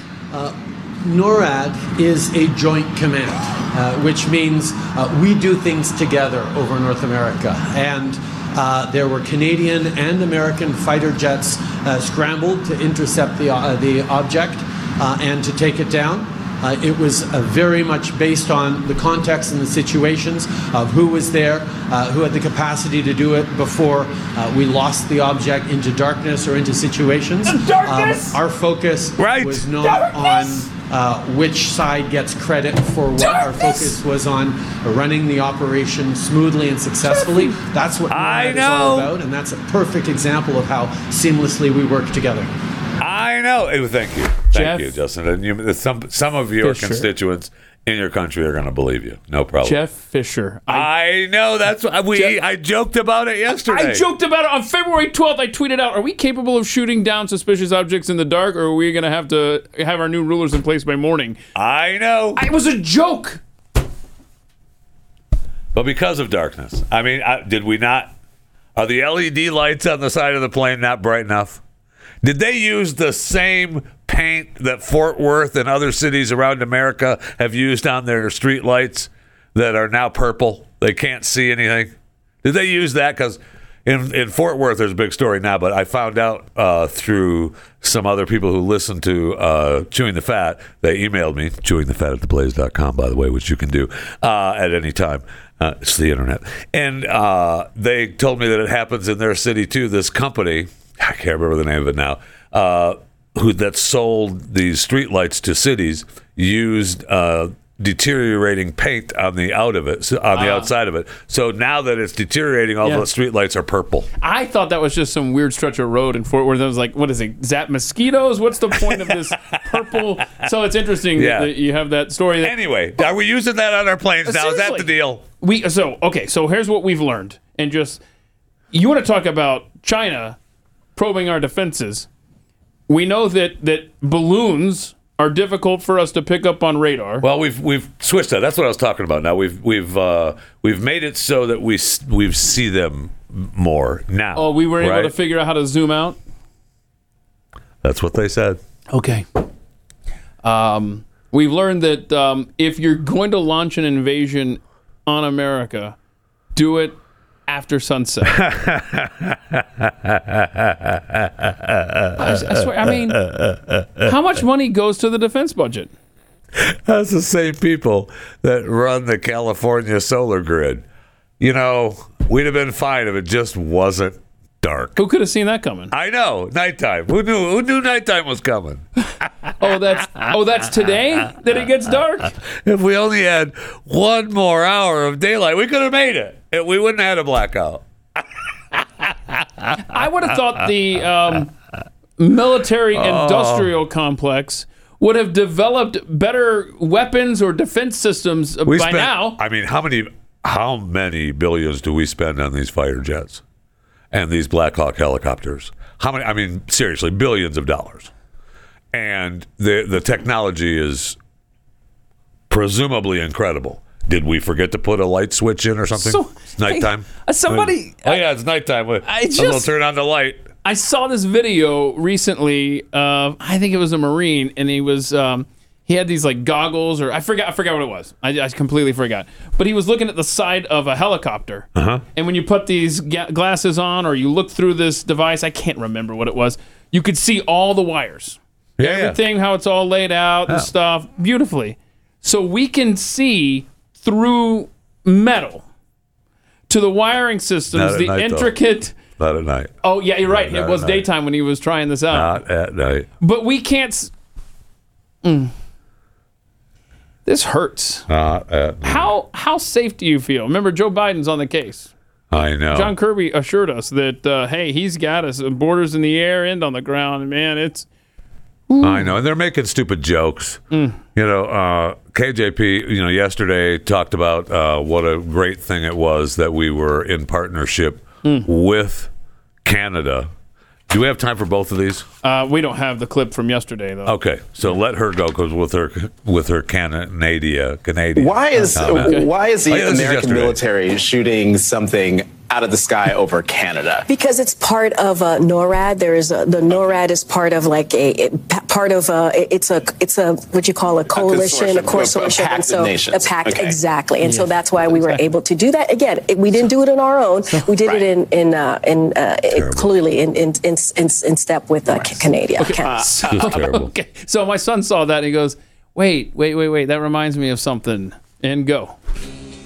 [SPEAKER 14] NORAD is a joint command, uh, which means uh, we do things together over North America. And uh, there were Canadian and American fighter jets uh, scrambled to intercept the, uh, the object uh, and to take it down. Uh, it was uh, very much based on the context and the situations of who was there, uh, who had the capacity to do it before uh, we lost the object into darkness or into situations.
[SPEAKER 15] darkness?
[SPEAKER 14] Um, our focus was not on uh, which side gets credit for what. Our focus was on running the operation smoothly and successfully. That's what I is all about, and that's a perfect example of how seamlessly we work together.
[SPEAKER 2] I know. It- Thank you, thank
[SPEAKER 14] Jeff-
[SPEAKER 2] you, Justin. And you, some some of your
[SPEAKER 3] Fisher.
[SPEAKER 2] constituents in your country are going to believe you. No problem.
[SPEAKER 3] Jeff Fisher.
[SPEAKER 2] I know that's what we. I joked about it yesterday.
[SPEAKER 3] I joked about it on February 12th. I tweeted out, "Are we capable of shooting down suspicious objects in the dark, or are we going to have to have our new rulers in place by morning?"
[SPEAKER 2] I know.
[SPEAKER 3] It was a joke.
[SPEAKER 2] But because of darkness, I mean, I, did we not? Are the LED lights on the side of the plane not bright enough? Did they use the same paint that Fort Worth and other cities around America have used on their street lights that are now purple? They can't see anything. Did they use that? Because in, in Fort Worth, there's a big story now, but I found out uh, through some other people who listen to uh, Chewing the Fat. They emailed me, chewingthefat at theblaze.com, by the way, which you can do uh, at any time. Uh, it's the internet. And uh, they told me that it happens in their city too. This company, I can't remember the name of it now, uh, who that sold these streetlights to cities used. Uh, Deteriorating paint on the out of it, so- on the
[SPEAKER 3] Ah.
[SPEAKER 2] outside of it. So now that it's deteriorating, all
[SPEAKER 3] Yeah.
[SPEAKER 2] the streetlights are purple.
[SPEAKER 3] I thought that was just some weird stretch of road in Fort Worth. I was like, "What is it? Zap mosquitoes? What's the point of this purple?" So it's interesting
[SPEAKER 2] Yeah.
[SPEAKER 3] that you have that story. That,
[SPEAKER 2] anyway, are we using that on our planes now? Is that the deal?
[SPEAKER 3] We so okay. So here's what we've learned, and just you want to talk about China probing our defenses. We know that that balloons are difficult for us to pick up on radar.
[SPEAKER 2] Well, we've we've switched that. That's what I was talking about. Now we've we've uh, we've made it so that we s- we see them more now.
[SPEAKER 3] Oh, we were able
[SPEAKER 2] right?
[SPEAKER 3] to figure out how to zoom out.
[SPEAKER 2] That's what they said.
[SPEAKER 3] Okay. Um, we've learned that um, if you're going to launch an invasion on America, do it after sunset. I swear, I mean, How much money goes to the defense budget?
[SPEAKER 2] That's the same people that run the California solar grid. You know, we'd have been fine if it just wasn't dark.
[SPEAKER 3] Who could have seen that coming?
[SPEAKER 2] I know, nighttime. Who knew? Who knew nighttime was coming?
[SPEAKER 3] Oh, that's oh, that's today that it gets dark.
[SPEAKER 2] If we only had one more hour of daylight, we could have made it. And we wouldn't have had a blackout.
[SPEAKER 3] I would have thought the um, military
[SPEAKER 2] Oh.
[SPEAKER 3] industrial complex would have developed better weapons or defense systems uh,
[SPEAKER 2] We
[SPEAKER 3] by
[SPEAKER 2] spent-
[SPEAKER 3] now.
[SPEAKER 2] I mean, how many how many billions do we spend on these fighter jets and these Black Hawk helicopters? How many? I mean, seriously, billions of dollars. And the the technology is presumably incredible. Did we forget to put a light switch in or something?
[SPEAKER 3] So-
[SPEAKER 2] it's nighttime.
[SPEAKER 3] I- somebody-
[SPEAKER 2] Oh yeah, it's nighttime. I
[SPEAKER 3] just-
[SPEAKER 2] will turn on the light.
[SPEAKER 3] I saw this video recently of I think it was a Marine, and he was um, he had these like goggles or I forgot I forgot what it was. I, I completely forgot. But he was looking at the side of a helicopter, Uh
[SPEAKER 2] Uh-huh.
[SPEAKER 3] huh. and when you put these ga- glasses on or you look through this device, I can't remember what it was. You could see all the wires,
[SPEAKER 2] Yeah, yeah.
[SPEAKER 3] everything, how it's all laid out
[SPEAKER 2] Yeah.
[SPEAKER 3] and stuff beautifully. So we can see through metal to the wiring
[SPEAKER 2] Not
[SPEAKER 3] systems,
[SPEAKER 2] at
[SPEAKER 3] the
[SPEAKER 2] night, though.
[SPEAKER 3] intricate.
[SPEAKER 2] Not at night.
[SPEAKER 3] Oh yeah, you're right.
[SPEAKER 2] No,
[SPEAKER 3] it
[SPEAKER 2] no,
[SPEAKER 3] was
[SPEAKER 2] no.
[SPEAKER 3] daytime when he was trying this out.
[SPEAKER 2] Not at night.
[SPEAKER 3] But we can't. s- Mm. This hurts.
[SPEAKER 2] Not at. Night.
[SPEAKER 3] How how safe do you feel? Remember, Joe Biden's on the case.
[SPEAKER 2] I know.
[SPEAKER 3] John Kirby assured us that uh, hey, he's got us uh, borders in the air and on the ground. And man, it's
[SPEAKER 2] I know, and they're making stupid jokes.
[SPEAKER 3] Mm.
[SPEAKER 2] You know, uh, KJP. You know, yesterday talked about uh, what a great thing it was that we were in partnership
[SPEAKER 3] Mm.
[SPEAKER 2] with Canada. Do we have time for both of these?
[SPEAKER 3] uh, we don't have the clip from yesterday though.
[SPEAKER 2] Okay, so let her go because with her with her Canada, Canadian.
[SPEAKER 15] Why is
[SPEAKER 2] comment.
[SPEAKER 15] why is the
[SPEAKER 2] Oh, yeah, this
[SPEAKER 15] American
[SPEAKER 2] yesterday.
[SPEAKER 15] military shooting something out of the sky over Canada?
[SPEAKER 16] Because it's part of uh, NORAD. There is a, the NORAD is part of like a, a- p- part of a it's a it's a what you call a coalition, a
[SPEAKER 15] consortium, a- a
[SPEAKER 16] consortium,
[SPEAKER 15] pact
[SPEAKER 16] and
[SPEAKER 15] of
[SPEAKER 16] so
[SPEAKER 15] nations.
[SPEAKER 16] a pact
[SPEAKER 15] Okay.
[SPEAKER 16] exactly. And so that's why we were able to do that. Again, it, we didn't do it on our own. We did it in in uh, in uh, it, clearly in in, in in in step with uh, Ca- Canada. Canada.
[SPEAKER 3] okay. So my son saw that and he goes, "Wait, wait, wait, wait. That reminds me of something." And go.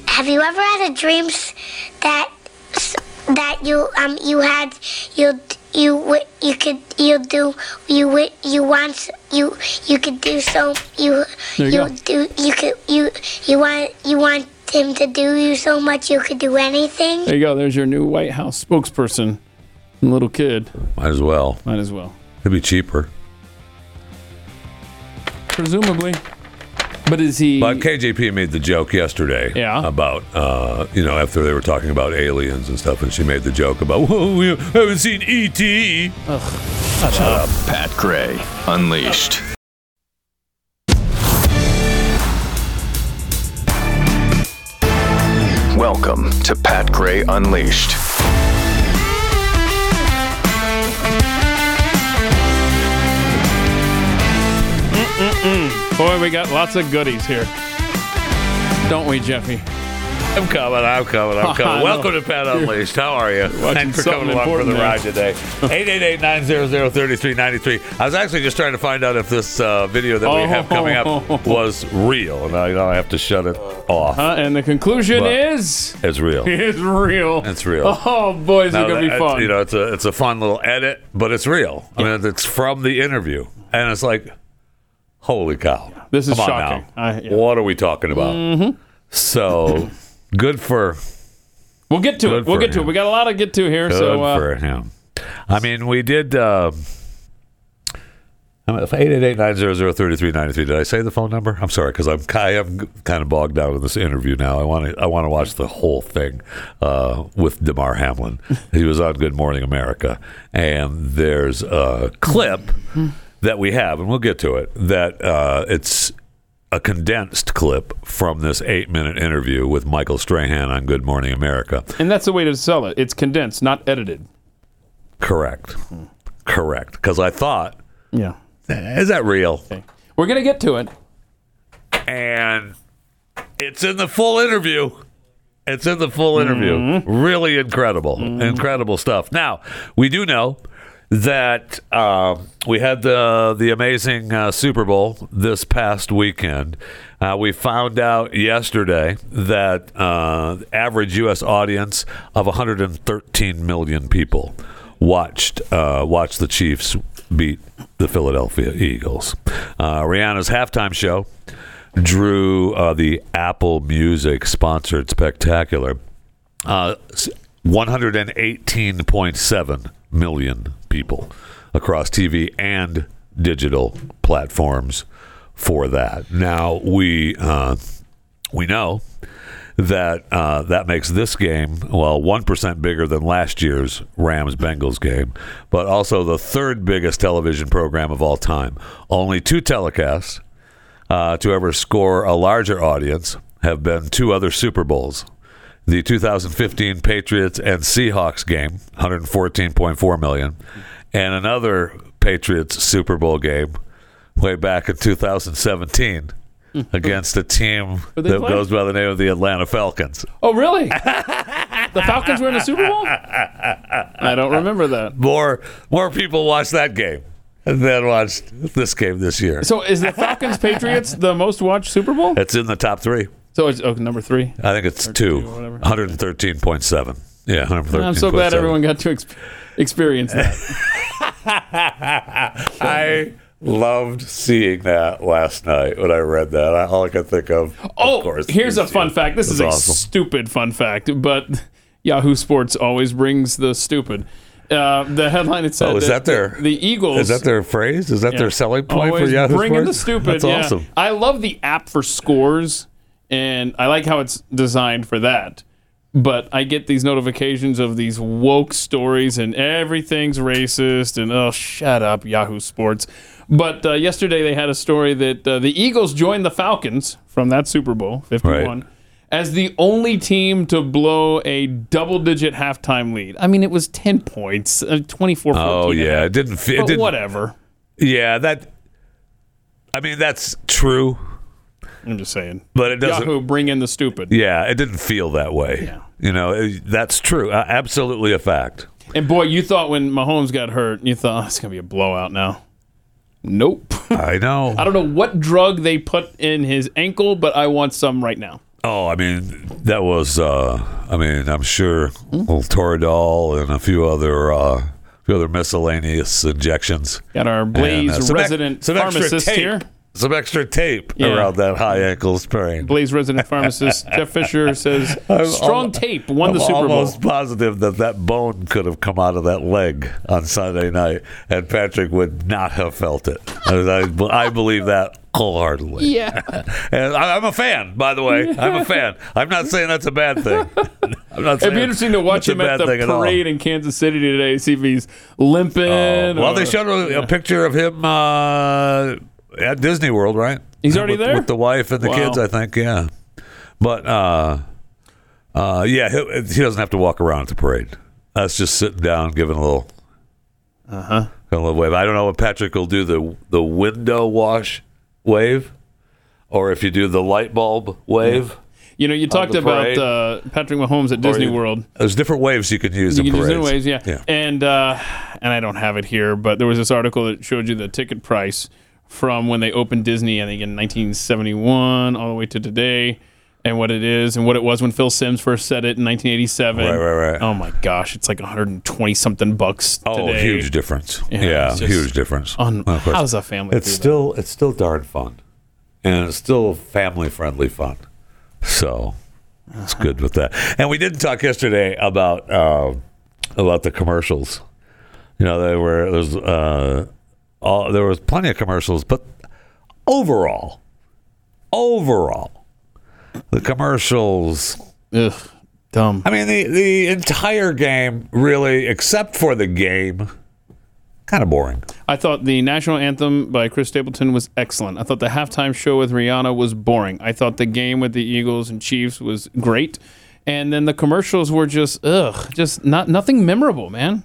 [SPEAKER 17] Have you ever had a dream s- that s- that you um you had you you wi- you could you do you wi- you want s- you you could do so you
[SPEAKER 18] There you go.
[SPEAKER 17] do you could you you want you want him to do you so much you could do anything.
[SPEAKER 3] There you go. There's your new White House spokesperson, and little kid.
[SPEAKER 2] Might as well.
[SPEAKER 3] Might as well.
[SPEAKER 2] It'd be cheaper.
[SPEAKER 3] Presumably. But is he?
[SPEAKER 2] But KJP made the joke yesterday.
[SPEAKER 3] Yeah.
[SPEAKER 2] About uh, you know after they were talking about aliens and stuff, and she made the joke about whoa, we haven't seen E ET. Shut up.
[SPEAKER 1] Pat Gray Unleashed. Welcome to Pat Gray Unleashed.
[SPEAKER 3] Mm-mm-mm. Boy, we got lots of goodies here. Don't we, Jeffy?
[SPEAKER 2] I'm coming. I'm coming. I'm coming. Welcome to Pat Unleashed. How are you?
[SPEAKER 3] watching
[SPEAKER 2] Thanks for
[SPEAKER 3] something
[SPEAKER 2] coming along for
[SPEAKER 3] important
[SPEAKER 2] the
[SPEAKER 3] there.
[SPEAKER 2] ride today. 888-900-3393. I was actually just trying to find out if this uh, video that
[SPEAKER 3] Oh.
[SPEAKER 2] we have coming up was real, and I, I have to shut it off.
[SPEAKER 3] Huh? And the conclusion
[SPEAKER 2] But
[SPEAKER 3] is
[SPEAKER 2] It's real.
[SPEAKER 3] It's real.
[SPEAKER 2] It's real.
[SPEAKER 3] Oh, boy, is
[SPEAKER 2] Now,
[SPEAKER 3] it going to be
[SPEAKER 2] that-
[SPEAKER 3] fun.
[SPEAKER 2] You know, it's a it's a fun little edit, but it's real. I mean, it's from the interview, and it's like, holy cow!
[SPEAKER 3] This is
[SPEAKER 2] Come on
[SPEAKER 3] shocking. Mm-hmm.
[SPEAKER 2] now. What are we talking about? So good for.
[SPEAKER 3] We'll get to it. We'll get to it. We got a lot to get to here.
[SPEAKER 2] Good
[SPEAKER 3] so, uh,
[SPEAKER 2] for him. I mean, we did. Uh, Eight eight eight nine zero zero thirty three ninety three. Did I say the phone number? I'm sorry because I'm I am kind of bogged down in this interview now. I want to I want to watch the whole thing uh, with Demar Hamlin. he was on Good Morning America, and there's a clip that we have, and we'll get to it. That uh, it's a condensed clip from this eight minute interview with Michael Strahan on Good Morning America.
[SPEAKER 3] and that's the way to sell it. It's condensed, not edited.
[SPEAKER 2] Correct. Correct. Because I thought,
[SPEAKER 3] yeah,
[SPEAKER 2] is that real?
[SPEAKER 3] We're going to get to it.
[SPEAKER 2] And it's in the full interview, It's in the full interview. Really incredible, incredible stuff. Now we do know that um we had the the amazing uh, Super Bowl this past weekend. Uh, we found out yesterday that uh, the average U.S. audience of 113 million people watched uh, watched the Chiefs beat the Philadelphia Eagles. Uh, Rihanna's halftime show drew uh, the Apple Music sponsored spectacular. Uh, s- 118.7 million people across TV and digital platforms for that. Now we uh, we know that uh, that makes this game well one percent bigger than last year's Rams Bengals game, but also the third biggest television program of all time. Only two telecasts uh, to ever score a larger audience have been two other Super Bowls. The 2015 Patriots and Seahawks game, 114.4 million, and another Patriots Super Bowl game way back in 2017 against a team that
[SPEAKER 3] they played?
[SPEAKER 2] goes by the name of the Atlanta Falcons.
[SPEAKER 3] Oh, really? the Falcons were in the Super Bowl? I don't remember that.
[SPEAKER 2] More more people watched that game than watched this game this year.
[SPEAKER 3] So is the Falcons Patriots the most watched Super Bowl?
[SPEAKER 2] it's in the top three.
[SPEAKER 3] So it's oh, number three.
[SPEAKER 2] I think it's two. 113.7. Yeah, 113.7.
[SPEAKER 3] I'm so glad everyone got to ex- experience that.
[SPEAKER 2] I loved seeing that last night when I read that. I, all I could think of.
[SPEAKER 3] Oh, here's a fun fact. This
[SPEAKER 2] That's
[SPEAKER 3] is a
[SPEAKER 2] awesome.
[SPEAKER 3] stupid fun fact, but Yahoo Sports always brings the stupid. Uh, the headline it said
[SPEAKER 2] Oh, is that their
[SPEAKER 3] the Eagles
[SPEAKER 2] Is that their phrase? Is that
[SPEAKER 3] Yeah.
[SPEAKER 2] their selling point
[SPEAKER 3] Always
[SPEAKER 2] for Yahoo
[SPEAKER 3] bringing
[SPEAKER 2] Sports?
[SPEAKER 3] the stupid.
[SPEAKER 2] That's
[SPEAKER 3] yeah.
[SPEAKER 2] awesome.
[SPEAKER 3] I love the app for scores, and I like how it's designed for that. But I get these notifications of these woke stories and everything's racist and oh, shut up, Yahoo Sports. But uh, yesterday they had a story that uh, the Eagles joined the Falcons from that Super Bowl 51 as the only team to blow a double digit halftime lead. I mean, it was 10 points, uh, 24
[SPEAKER 2] Oh yeah, it didn't. Fe- it
[SPEAKER 3] But
[SPEAKER 2] didn't-
[SPEAKER 3] whatever.
[SPEAKER 2] Yeah, that. I mean, that's true.
[SPEAKER 3] I'm just saying.
[SPEAKER 2] But it doesn't.
[SPEAKER 3] Yahoo, bring in the stupid.
[SPEAKER 2] Yeah, it didn't feel that way. You know, it- that's true. Uh, absolutely a fact.
[SPEAKER 3] And boy, you thought when Mahomes got hurt, you thought oh, it's gonna be a blowout now. Nope.
[SPEAKER 2] I know.
[SPEAKER 3] I don't know what drug they put in his ankle, but I want some right now.
[SPEAKER 2] Oh, I mean, that was. Uh, I mean, I'm sure little Toradol and a few other, uh, few other miscellaneous injections.
[SPEAKER 3] Got our Blaze resident pharmacist
[SPEAKER 2] extra tape,
[SPEAKER 3] here.
[SPEAKER 2] Some extra tape
[SPEAKER 3] Yeah.
[SPEAKER 2] around that high ankle sprain.
[SPEAKER 3] Blaze resident pharmacist Jeff Fisher says strong
[SPEAKER 2] al-
[SPEAKER 3] tape won the
[SPEAKER 2] I'm
[SPEAKER 3] Super Bowl.
[SPEAKER 2] almost positive that that bone could have come out of that leg on Sunday night, and Patrick would not have felt it. I, I- I believe that wholeheartedly.
[SPEAKER 3] Yeah.
[SPEAKER 2] and I, I'm a fan, by the way. I'm a fan. I'm not saying that's a bad thing. I'm not
[SPEAKER 3] It'd
[SPEAKER 2] saying
[SPEAKER 3] be interesting to watch
[SPEAKER 2] that's a
[SPEAKER 3] him at
[SPEAKER 2] bad
[SPEAKER 3] the
[SPEAKER 2] thing all.
[SPEAKER 3] parade in Kansas City today. See if he's limping.
[SPEAKER 2] Oh, Well,
[SPEAKER 3] or-
[SPEAKER 2] they showed a, a picture of him uh, at Disney World, right?
[SPEAKER 3] He's already
[SPEAKER 2] With-
[SPEAKER 3] there?
[SPEAKER 2] with the wife and the
[SPEAKER 3] Wow.
[SPEAKER 2] kids, I think. Yeah, but uh, uh, yeah, he, he doesn't have to walk around at the parade. That's just sitting down, giving a little, uh huh, a little wave. I don't know if Patrick will do the the window wash wave, or if you do the light bulb wave.
[SPEAKER 3] You know, you
[SPEAKER 2] of
[SPEAKER 3] talked
[SPEAKER 2] the
[SPEAKER 3] about
[SPEAKER 2] parade. Oh,
[SPEAKER 3] uh, Patrick Mahomes at
[SPEAKER 2] Or
[SPEAKER 3] Disney
[SPEAKER 2] you-
[SPEAKER 3] World.
[SPEAKER 2] There's different waves you can use.
[SPEAKER 3] You
[SPEAKER 2] in
[SPEAKER 3] can use
[SPEAKER 2] parades.
[SPEAKER 3] anyways, yeah.
[SPEAKER 2] Yeah.
[SPEAKER 3] And uh, and I don't have it here, but there was this article that showed you the ticket price from when they opened Disney, I think in 1971, all the way to today, and what it is, and what it was when Phil Sims first said it in 1987.
[SPEAKER 2] Right, right, right.
[SPEAKER 3] Oh my gosh, it's like 120 something bucks.
[SPEAKER 2] Oh,
[SPEAKER 3] today.
[SPEAKER 2] huge difference.
[SPEAKER 3] Yeah,
[SPEAKER 2] Yeah,
[SPEAKER 3] it's just
[SPEAKER 2] huge difference.
[SPEAKER 3] un-
[SPEAKER 2] Of course.
[SPEAKER 3] how's a family
[SPEAKER 2] It's
[SPEAKER 3] do that?
[SPEAKER 2] still it's still darn fun, and it's still family friendly fun. So it's good with that. And we didn't talk yesterday about uh, about the commercials. You know, there were there's uh, all, there was plenty of commercials, but overall, overall, the commercials.
[SPEAKER 3] Ugh, dumb.
[SPEAKER 2] I mean, the the entire game really, except for the game, kind of boring.
[SPEAKER 3] I thought the national anthem by Chris Stapleton was excellent. I thought the halftime show with Rihanna was boring. I thought the game with the Eagles and Chiefs was great, and then the commercials were just ugh, just not nothing memorable, man.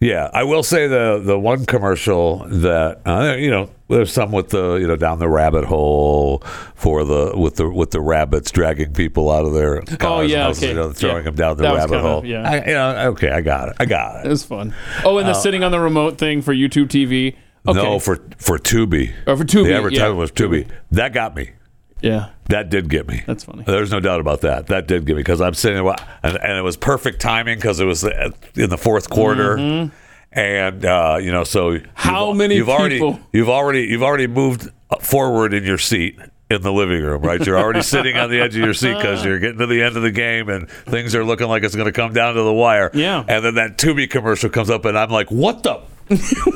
[SPEAKER 2] Yeah, I will say the the one commercial that uh, you know there's some with the you know down the rabbit hole for the with the with the rabbits dragging people out of their cars and
[SPEAKER 3] Oh, yeah,
[SPEAKER 2] houses,
[SPEAKER 3] okay.
[SPEAKER 2] you know, throwing
[SPEAKER 3] Yeah.
[SPEAKER 2] them down the
[SPEAKER 3] That was
[SPEAKER 2] rabbit
[SPEAKER 3] kinda-
[SPEAKER 2] hole.
[SPEAKER 3] yeah.
[SPEAKER 2] I, you know, okay, I got it. I got it. It
[SPEAKER 3] was fun. Oh, and the
[SPEAKER 2] Uh,
[SPEAKER 3] sitting on the remote thing for YouTube TV. Okay.
[SPEAKER 2] No, for for Tubi.
[SPEAKER 3] Oh, for Tubi,
[SPEAKER 2] The
[SPEAKER 3] yeah.
[SPEAKER 2] advertisement was Tubi. That got me.
[SPEAKER 3] Yeah.
[SPEAKER 2] That did get me. That's funny. There's no doubt about that. That did get me because I'm sitting there, wa- and, and it was perfect timing because it was uh, in the fourth quarter,
[SPEAKER 3] Mhm.
[SPEAKER 2] and uh, you know, so Mm-hmm. how
[SPEAKER 3] many
[SPEAKER 2] you've
[SPEAKER 3] people-
[SPEAKER 2] already you've already you've already moved uh, forward in your seat in the living room, right? You're already sitting on the edge of your seat because you're getting to the end of the game and things are looking like it's going to come down to the wire. Yeah. And then that Tubi commercial comes up, and I'm like, what the.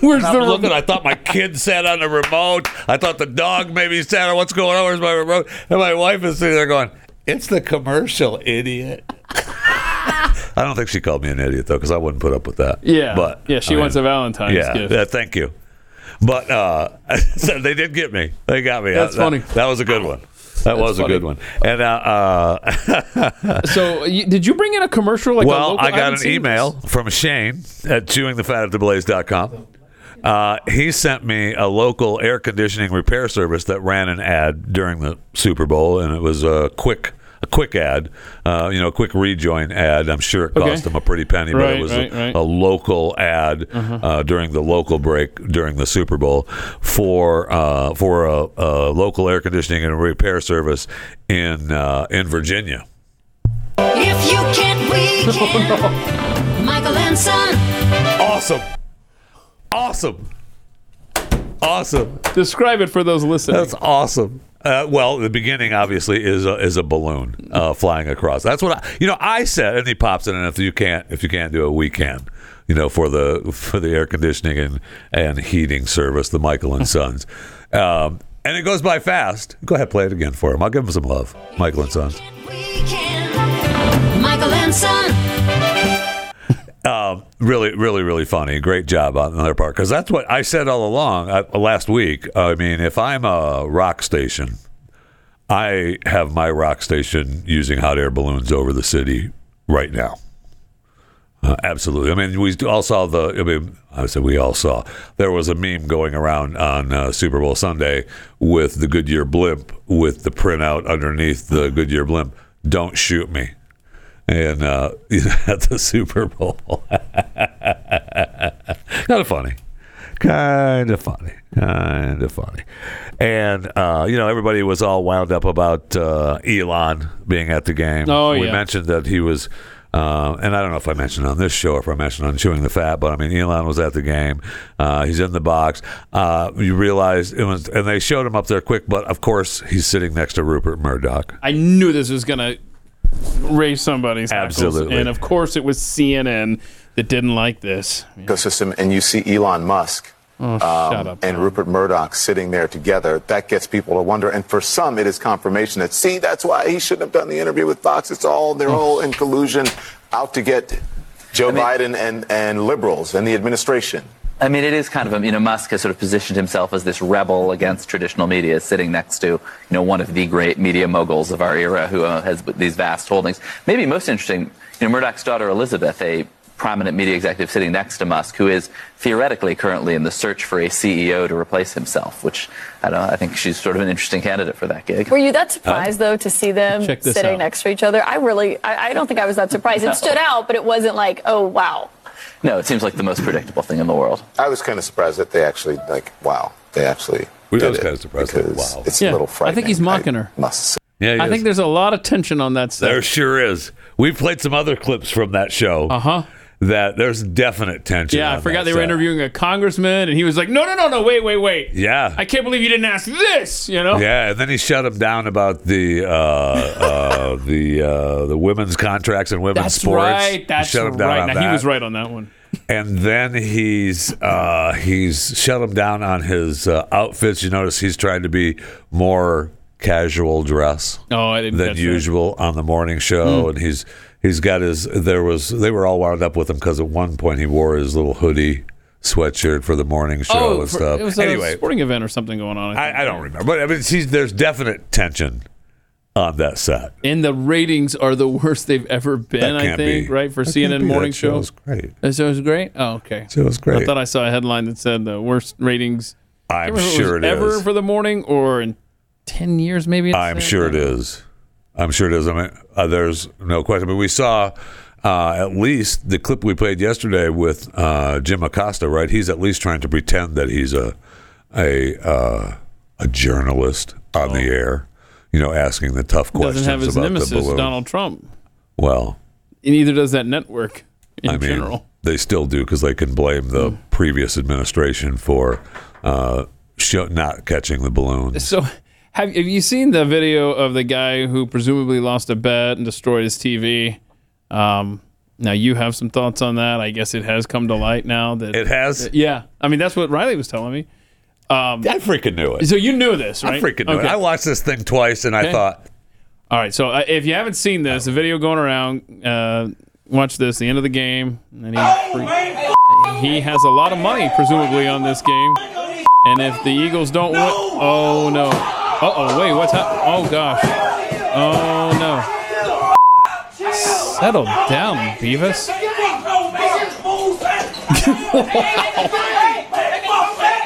[SPEAKER 3] Where's
[SPEAKER 2] I'm looking. I thought my kid sat on the remote. I thought the dog maybe sat on. What's going on? Where's my remote? And my wife is sitting there going, "It's the commercial, idiot." I don't think she called me an idiot though, because I wouldn't put up with that.
[SPEAKER 3] Yeah.
[SPEAKER 2] but
[SPEAKER 3] Yeah, she wants a Valentine's
[SPEAKER 2] yeah,
[SPEAKER 3] gift.
[SPEAKER 2] Yeah, thank you. But uh, so they did get me. They got me.
[SPEAKER 3] That's
[SPEAKER 2] That-
[SPEAKER 3] funny.
[SPEAKER 2] That was a good one. That
[SPEAKER 3] That's
[SPEAKER 2] was a
[SPEAKER 3] funny.
[SPEAKER 2] good one. And uh, uh,
[SPEAKER 3] So, you, did you bring in a commercial? Like a
[SPEAKER 2] well,
[SPEAKER 3] local?
[SPEAKER 2] I got
[SPEAKER 3] haven't
[SPEAKER 2] an
[SPEAKER 3] seen
[SPEAKER 2] email from Shane at chewingthefatoftheblaze.com. Uh, he sent me a local air conditioning repair service that ran an ad during the Super Bowl, and it was a quick, a quick ad, uh, you know, a quick rejoin ad. I'm sure it cost
[SPEAKER 3] Okay.
[SPEAKER 2] him a pretty penny, but
[SPEAKER 3] Right,
[SPEAKER 2] it was
[SPEAKER 3] right,
[SPEAKER 2] a,
[SPEAKER 3] right. Uh-huh.
[SPEAKER 2] a local ad uh during the local break during the Super Bowl for uh, for a, a local air conditioning and repair service in uh, in Virginia.
[SPEAKER 18] If you can't, we
[SPEAKER 8] Oh,
[SPEAKER 18] can. Michael and Son.
[SPEAKER 2] Awesome. Awesome. Awesome.
[SPEAKER 3] Describe it for those listening.
[SPEAKER 2] That's awesome. Uh, well, the beginning obviously is a, is a balloon uh, flying across. That's what I, you know. I said, and he pops in, and if you can't, if you can't do it, we can. You know, for the for the air conditioning and and heating service, the Michael and Sons, um, and it goes by fast. Go ahead, play it again for him. I'll give him some love, Michael and Sons.
[SPEAKER 18] Michael and Son.
[SPEAKER 2] Um, really, really, really funny. Great job on their part because that's what I said all along uh, last week. I mean, if I'm a rock station, I have my rock station using hot air balloons over the city right now. Uh, absolutely. I mean, we all saw the. I mean, I said we all saw. There was a meme going around on uh, Super Bowl Sunday with the Goodyear blimp with the printout underneath the Goodyear blimp. Don't shoot me. And uh, at the Super Bowl, kind of funny, kind of funny, kind of funny, and uh, you know everybody was all wound up about uh, Elon being at the game.
[SPEAKER 3] Oh,
[SPEAKER 2] we
[SPEAKER 3] yeah.
[SPEAKER 2] mentioned that he was, uh, and I don't know if I mentioned on this show or if I mentioned on Chewing the Fat, but I mean, Elon was at the game. Uh, he's in the box. Uh, you realize it was, and they showed him up there quick, but of course, he's sitting next to Rupert Murdoch.
[SPEAKER 3] I knew this was going to raise somebody's hackles.
[SPEAKER 2] Absolutely.
[SPEAKER 3] And of course, it was CNN that didn't like this.
[SPEAKER 19] ecosystem and you see Elon Musk
[SPEAKER 2] Um,
[SPEAKER 3] shut up,
[SPEAKER 19] and Rupert Murdoch sitting there together, that gets people to wonder. And for some, it is confirmation that, see, that's why he shouldn't have done the interview with Fox. It's all, they're all in collusion out to get Joe Biden and, and liberals and the administration.
[SPEAKER 8] I mean, it is kind of, um, you know, Musk has sort of positioned himself as this rebel against traditional media, sitting next to, you know, one of the great media moguls of our era who uh, has these vast holdings. Maybe most interesting, you know, Murdoch's daughter Elizabeth, a prominent media executive sitting next to Musk, who is theoretically currently in the search for a CEO to replace himself, which I don't know, I think she's sort of an interesting candidate for that gig.
[SPEAKER 20] Were you that surprised though to see them
[SPEAKER 8] Check this
[SPEAKER 20] sitting
[SPEAKER 8] out.
[SPEAKER 20] next to each other? I really, I, I don't think I was that surprised.
[SPEAKER 8] No.
[SPEAKER 20] It stood out, but it wasn't like, oh wow.
[SPEAKER 8] No, it seems like the most predictable thing in the world.
[SPEAKER 19] I was kind of surprised that they actually, like, wow, they actually.
[SPEAKER 2] We
[SPEAKER 19] did
[SPEAKER 2] was
[SPEAKER 19] it
[SPEAKER 2] kind of surprised. Like,
[SPEAKER 19] because
[SPEAKER 2] wow.
[SPEAKER 19] It's
[SPEAKER 3] Yeah,
[SPEAKER 19] a little
[SPEAKER 3] I
[SPEAKER 19] frightening.
[SPEAKER 3] think he's mocking her.
[SPEAKER 19] Must say.
[SPEAKER 2] Yeah, he
[SPEAKER 3] I
[SPEAKER 2] is.
[SPEAKER 3] think there's a lot of tension on that stuff.
[SPEAKER 2] There sure is. We played some other clips from that show. Uh huh. That there's definite tension.
[SPEAKER 3] Uh-huh. yeah, I
[SPEAKER 2] on
[SPEAKER 3] forgot
[SPEAKER 2] that
[SPEAKER 3] they were
[SPEAKER 2] set.
[SPEAKER 3] interviewing a congressman, and he was like, no, no, no, no, wait, wait, wait.
[SPEAKER 2] Yeah.
[SPEAKER 3] I can't believe you didn't ask this, you know?
[SPEAKER 2] Yeah, and then he shut him down about the uh, uh, the uh, the women's contracts and women's
[SPEAKER 3] That's
[SPEAKER 2] sports. He
[SPEAKER 3] right. That's
[SPEAKER 2] shut him down
[SPEAKER 3] right.
[SPEAKER 2] on
[SPEAKER 3] Now,
[SPEAKER 2] that.
[SPEAKER 3] he was right on that one.
[SPEAKER 2] And then he's uh, he's shut him down on his uh, outfits. You notice he's trying to be more casual dress.
[SPEAKER 3] Oh, I didn't
[SPEAKER 2] than
[SPEAKER 3] catch that.
[SPEAKER 2] usual on the morning show,
[SPEAKER 3] Mm.
[SPEAKER 2] and he's he's got his. There was they were all wound up with him because at one point he wore his little hoodie sweatshirt for the morning show
[SPEAKER 3] oh,
[SPEAKER 2] and
[SPEAKER 3] for-
[SPEAKER 2] stuff.
[SPEAKER 3] it was a
[SPEAKER 2] anyway,
[SPEAKER 3] sporting event or something going on. I,
[SPEAKER 2] I don't remember, but I mean, she's, there's definite tension on that set.
[SPEAKER 3] And the ratings are the worst they've ever been,
[SPEAKER 2] That
[SPEAKER 3] I
[SPEAKER 2] can't
[SPEAKER 3] think,
[SPEAKER 2] be.
[SPEAKER 3] right? For
[SPEAKER 2] That can't
[SPEAKER 3] CNN
[SPEAKER 2] be.
[SPEAKER 3] morning
[SPEAKER 2] That show
[SPEAKER 3] show.
[SPEAKER 2] was great.
[SPEAKER 3] That show was great? Oh, okay.
[SPEAKER 2] Show was great.
[SPEAKER 3] I thought I saw a headline that said the worst ratings
[SPEAKER 2] I'm
[SPEAKER 3] I can't remember if
[SPEAKER 2] sure
[SPEAKER 3] was
[SPEAKER 2] it
[SPEAKER 3] ever
[SPEAKER 2] is.
[SPEAKER 3] for the morning or in 10 years, maybe. it
[SPEAKER 2] I'm
[SPEAKER 3] said.
[SPEAKER 2] sure it is. I'm sure it is. I mean, uh, there's no question. But we saw uh, at least the clip we played yesterday with uh, Jim Acosta, right? He's at least trying to pretend that he's a a uh, a journalist on the air, you know, asking the tough questions
[SPEAKER 3] Oh. Doesn't have his
[SPEAKER 2] about the
[SPEAKER 3] nemesis,
[SPEAKER 2] balloon.
[SPEAKER 3] Donald Trump.
[SPEAKER 2] well,
[SPEAKER 3] And neither does that network in
[SPEAKER 2] I mean,
[SPEAKER 3] general. Hmm.
[SPEAKER 2] they still do because they can blame the previous administration for uh, show, not catching the balloon.
[SPEAKER 3] So, have, have you seen the video of the guy who presumably lost a bet and destroyed his TV? Um, now, you have some thoughts on that. I guess it has come to light now that
[SPEAKER 2] It has?
[SPEAKER 3] Yeah, I mean that's what Riley was telling me. Um,
[SPEAKER 2] I freaking knew it.
[SPEAKER 3] So you knew this, right?
[SPEAKER 2] I freaking knew it.
[SPEAKER 3] Okay.
[SPEAKER 2] I watched this thing twice and I
[SPEAKER 3] Okay.
[SPEAKER 2] thought,
[SPEAKER 3] All right, so uh, if you haven't seen this, the video going around. Uh, watch this. The end of the game. And he, he has a lot of money, presumably, on this game. And if the Eagles don't win, oh no. Uh oh, wait, what's happening? Oh gosh. Oh no. Settle down, Beavis.